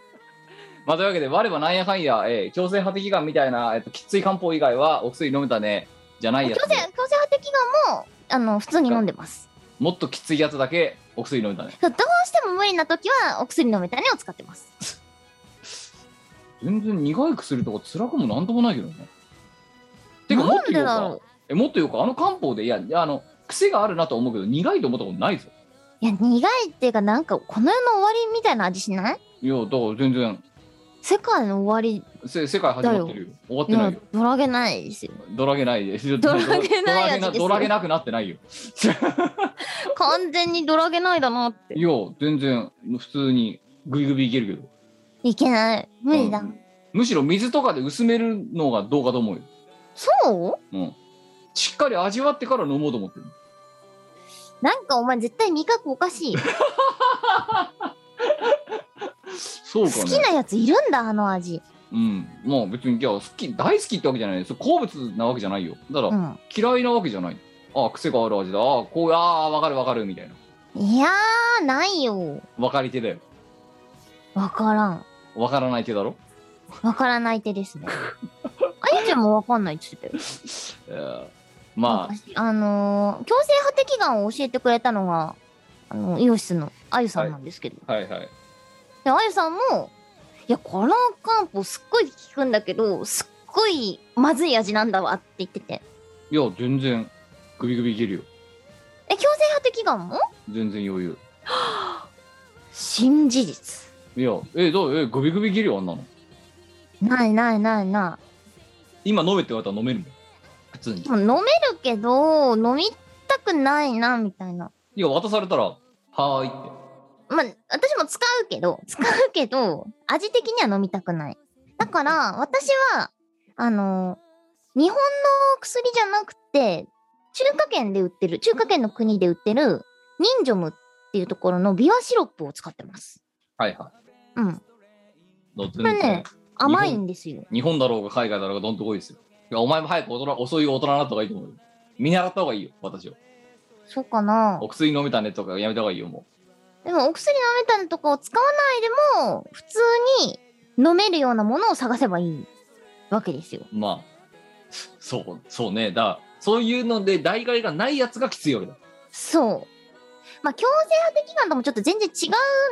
Speaker 3: まあ、というわけで、我はなんやかんや、えー強制派的がんみたいな、えっと、きつい漢方以外は、お薬飲めたね、じゃないや
Speaker 1: 強
Speaker 3: つ
Speaker 1: 制、
Speaker 3: ね、
Speaker 1: 強制派的がも、あの、普通に飲んでます。
Speaker 3: もっときついやつだけ、お薬飲めたね。
Speaker 1: どうしても無理な時はお薬飲めたねを使ってます。
Speaker 3: 全然苦い薬とか辛くもなんともないけどね。てか、
Speaker 1: なん
Speaker 3: もっと
Speaker 1: で
Speaker 3: 言う
Speaker 1: だ
Speaker 3: か
Speaker 1: ろ、
Speaker 3: えもっと言うか、あの漢方で、いや、いやあの、癖があるなと思うけど、苦いと思ったことないぞ。
Speaker 1: いや苦いっていうかなんかこの世の終わりみたいな味しない
Speaker 3: いや、だから全然、
Speaker 1: 世界の終わ
Speaker 3: せ世界始まってるよ終わって
Speaker 1: り
Speaker 3: ない
Speaker 1: は
Speaker 3: よ
Speaker 1: ドラげないですよ。
Speaker 3: ドラゲないです
Speaker 1: ドラゲないやつです
Speaker 3: ド
Speaker 1: よ
Speaker 3: ラゲなくなってないよ
Speaker 1: 完全にドラげないだなって
Speaker 3: い。や全然普通にグビグビいけるけど
Speaker 1: いけない。無理だ。
Speaker 3: うんむしろ水とかで薄めるのがどうかと思うよ、
Speaker 1: そう
Speaker 3: うん、しっかり味わってから飲もうと思ってる
Speaker 1: なんかお前絶対味覚おかしいよ。
Speaker 3: そう
Speaker 1: 好
Speaker 3: かね
Speaker 1: きなやついるんだ、あの味。
Speaker 3: うんまあ別にいや好き大好きってわけじゃないそれ好物なわけじゃないよだから、
Speaker 1: うん。
Speaker 3: 嫌いなわけじゃないああ癖がある味だああこうああわかるわかるみたいない
Speaker 1: やー、ないよ。
Speaker 3: 分かり手だよ
Speaker 1: わからん。
Speaker 3: 分からない手だろ
Speaker 1: わからない手です ね。あゆちゃんもわかんないって言ってたよ。
Speaker 3: えーまあ
Speaker 1: あのー、強制破滴眼を教えてくれたのが、あの、イオシスのあゆさんなんですけど。
Speaker 3: はいはい
Speaker 1: で、あゆさんも、いや、カラーカンポすっごい効くんだけど、すっごいまずい味なんだわって言ってて。
Speaker 3: いや全然グビグビいけるよ
Speaker 1: え、強制破滴眼も
Speaker 3: 全然余裕
Speaker 1: 新事実。
Speaker 3: いやえどうえグビグビいけるよあんなの
Speaker 1: ないないないな
Speaker 3: 今飲めって言われたら飲めるもん普通に
Speaker 1: い。でも飲めるけど、飲みたくないな、みたいな。
Speaker 3: いや渡されたらはーいって
Speaker 1: まあ、私も使うけ ど、使うけど、味的には飲みたくない。だから、私は、あの日本の薬じゃなくて、中華圏で売ってる、中華圏の国で売ってる、忍者ムっていうところのビワシロップを使ってます。
Speaker 3: はいは
Speaker 1: うん。
Speaker 3: いの全
Speaker 1: これ
Speaker 3: 然
Speaker 1: ね甘いんですよ。
Speaker 3: 日本だろうが海外だろうがどんとこいですよいやお前も早く大人遅い大人になった方がいいと思うよ見習った方がいいよ私は
Speaker 1: そうかな
Speaker 3: お。薬飲めたねとかやめた方がいいよもう
Speaker 1: でも、お薬舐めたのとかを使わないでも、普通に飲めるようなものを探せばいいわけですよ。
Speaker 3: まあ、そう、そうね。だからそういうので、代替えがないやつがきついわけだ。
Speaker 1: そう。まあ、強制派的感ともちょっと全然違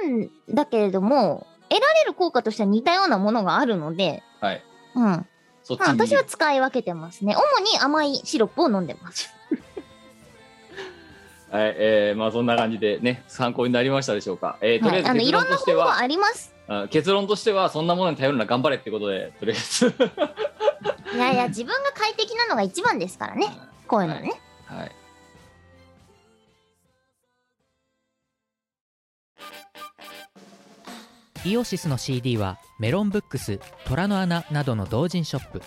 Speaker 1: うんだけれども、得られる効果としては似たようなものがあるので、
Speaker 3: はい。
Speaker 1: うん。ま
Speaker 3: そっち
Speaker 1: あ、
Speaker 3: に逃
Speaker 1: 私
Speaker 3: げ
Speaker 1: は
Speaker 3: る。
Speaker 1: 使い分けてますね。主に甘いシロップを飲んでます。
Speaker 3: はい、えーまあそんな感じでね、参考になりましたでしょうか。えーと
Speaker 1: は
Speaker 3: りあえ
Speaker 1: い。
Speaker 3: ず
Speaker 1: あの、い
Speaker 3: 結
Speaker 1: ろ
Speaker 3: 論
Speaker 1: んな
Speaker 3: とし
Speaker 1: 方
Speaker 3: て
Speaker 1: 法
Speaker 3: は、
Speaker 1: あります。
Speaker 3: あ結論としては、そんなものに頼るな頑張れってことで、とりあえず。
Speaker 1: いやいや、自分が快適なのが一番ですからね。こういうのね。
Speaker 3: はい。
Speaker 5: イオシスの CD はメロンブックス虎の穴などの同人ショップ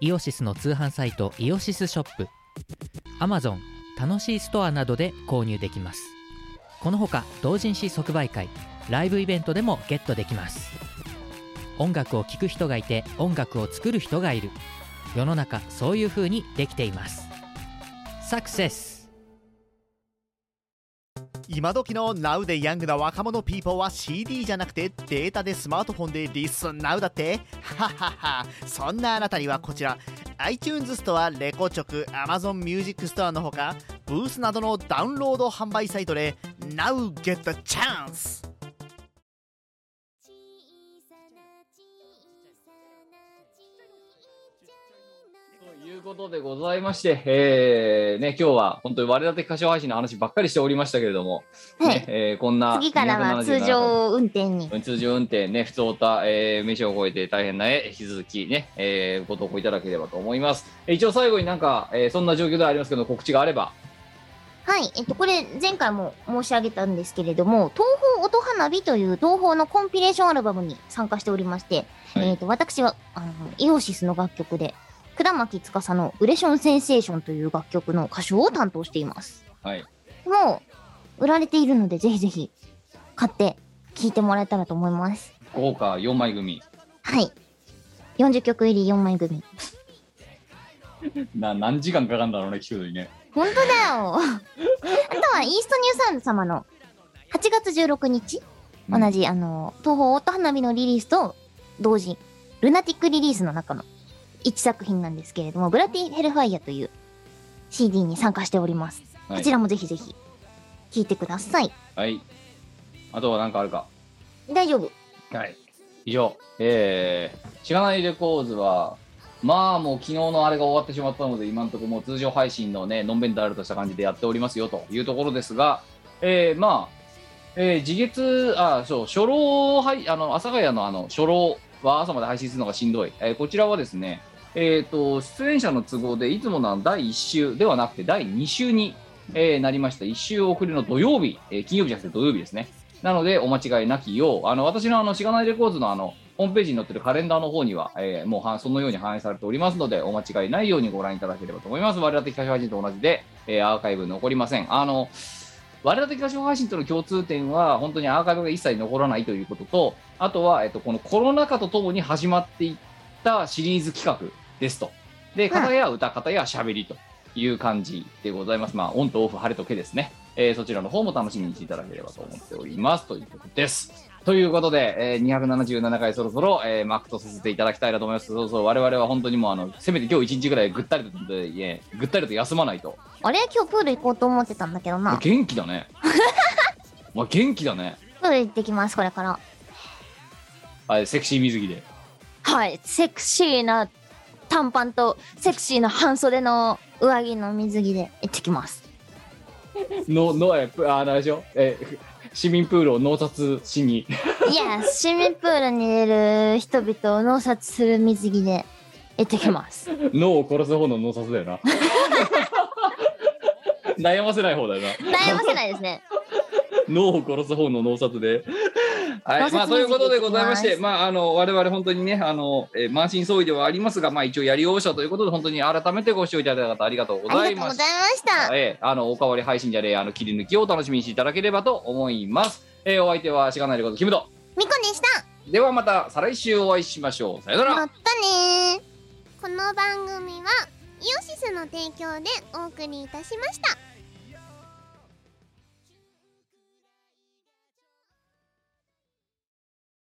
Speaker 5: イオシスの通販サイトイオシスショップ Amazon 楽しいストアなどで購入できますこのほか同人誌即売会ライブイベントでもゲットできます音楽を聴く人がいて音楽を作る人がいる世の中そういう風にできていますサクセス
Speaker 6: 今時の Now でヤングな若者ピーポーは CD じゃなくてデータでスマートフォンでリスン Now だってはははそんなあなたにはこちら iTunes ストア、レコチョク、Amazon Music ストアのほかブースなどのダウンロード販売サイトで Now get the chance!
Speaker 3: ということでございまして、えーね、今日は本当に割り立て歌唱配信の話ばっかりしておりましたけれども、
Speaker 1: は
Speaker 3: ね
Speaker 1: い。
Speaker 3: えーこんな
Speaker 1: 次からは通
Speaker 3: 277
Speaker 1: 常運転に。
Speaker 3: 通常運転ね、不当た、えー、飯を超えて大変な絵、引き続きね、えーご投稿いただければと思います。えー一応最後になんか、えーそんな状況ではありますけど、告知があれば、
Speaker 1: はい、えっと、これ前回も申し上げたんですけれども、東宝音花火という東宝のコンピレーションアルバムに参加しておりまして、
Speaker 3: はい
Speaker 1: えっと、私は、あの、イオシスの楽曲で、倉巻司のウレションセンセーションという楽曲の歌唱を担当しています。
Speaker 3: はい。
Speaker 1: もう、売られているので、ぜひぜひ、買って、聴いてもらえたらと思います。
Speaker 3: 豪華4枚組。
Speaker 1: はい。40曲入り4枚組。
Speaker 3: な、何時間かかるんだろうね、聞くのにね。
Speaker 1: 本当だよあとはイーストニューサウンド様の8月16日、
Speaker 3: うん
Speaker 1: 同じあの東方オート花火のリリースと同時ルナティックリリースの中の1作品なんですけれどもブラティ・ヘルファイアという CD に参加しております、
Speaker 3: はい
Speaker 1: こちらもぜひぜひ聴いてください
Speaker 3: はい。あとはなんかあるか。
Speaker 1: 大丈夫
Speaker 3: はい。以上。えー、しがないレコーズは、まあもう昨日のあれが終わってしまったので、今のところもう通常配信のね、のんべんだるとした感じでやっておりますよというところですが、えー、まあ、えー、次月、あ、そう、初老、はい、あの、阿佐ヶ谷のあの、初老は朝まで配信するのがしんどい、えーこちらはですね、えー、と出演者の都合でいつもの第1週ではなくて第2週に、えーなりました1週遅れの土曜日、えー金曜日じゃなくて土曜日ですねなのでお間違いなきようあの私のあのしがないレコーズのあのホームページに載ってるカレンダーの方には、えーもうはそのように反映されておりますのでお間違いないようにご覧いただければと思います我々的歌手配信と同じで、えーアーカイブ残りませんあの我々的歌手配信との共通点は、本当にアーカイブが一切残らないということと、あとは、えっと、このコロナ禍とともに始まっていったシリーズ企画ですと。で、片や歌、片や喋りという感じでございます。まあ、オンとオフ、晴れとけですね。えーそちらの方も楽しみにしていただければと思っております。ということです。ということで、えー277回そろそろ、えー幕とさせていただきたいなと思います。そうそう、我々は本当にもう、あの、せめて今日一日ぐらいぐったりと、いえぐったりと休まないと。
Speaker 1: あれ今日プール行こうと思ってたんだけどな。
Speaker 3: 元気だね。まあ元気だね。
Speaker 1: プール行ってきます、これから。
Speaker 3: あセクシー水着で。
Speaker 1: はい、セクシーな短パンとセクシーな半袖の上着の水着で行ってきます。
Speaker 3: の、の、え、ぷあ、あれでしょえ、ふ市民プールを納札しに。
Speaker 1: いや、市民プールにいる人々を脳殺する水着で行ってきます。
Speaker 3: 脳を殺す方の納札だよな。悩ませない方だよな。
Speaker 1: 悩ませないですね。
Speaker 3: 脳を殺す方の脳殺で。は
Speaker 1: 脳
Speaker 3: い、
Speaker 1: 殺
Speaker 3: まあ、ということでございまし
Speaker 1: 水着い
Speaker 3: て、
Speaker 1: き
Speaker 3: まあ、あの、我々本当にね、あの、えー満身創痍ではありますが、まあ、一応やり終えたということで、本当に改めてご視聴いただいた方、ありがとうご
Speaker 1: あ
Speaker 3: ざい
Speaker 1: りが
Speaker 3: ま
Speaker 1: とうご
Speaker 3: し
Speaker 1: ざいました。
Speaker 3: ええあのおかわり配信じゃねえあの切り抜きをお楽しみにしていただければと思います。えーお相手はしがないでことキムト。
Speaker 1: みこでした。
Speaker 3: ではまた再来週お会いしましょう。さよなら。
Speaker 1: またねー。
Speaker 4: この番組はイオシスの提供でお送りいたしました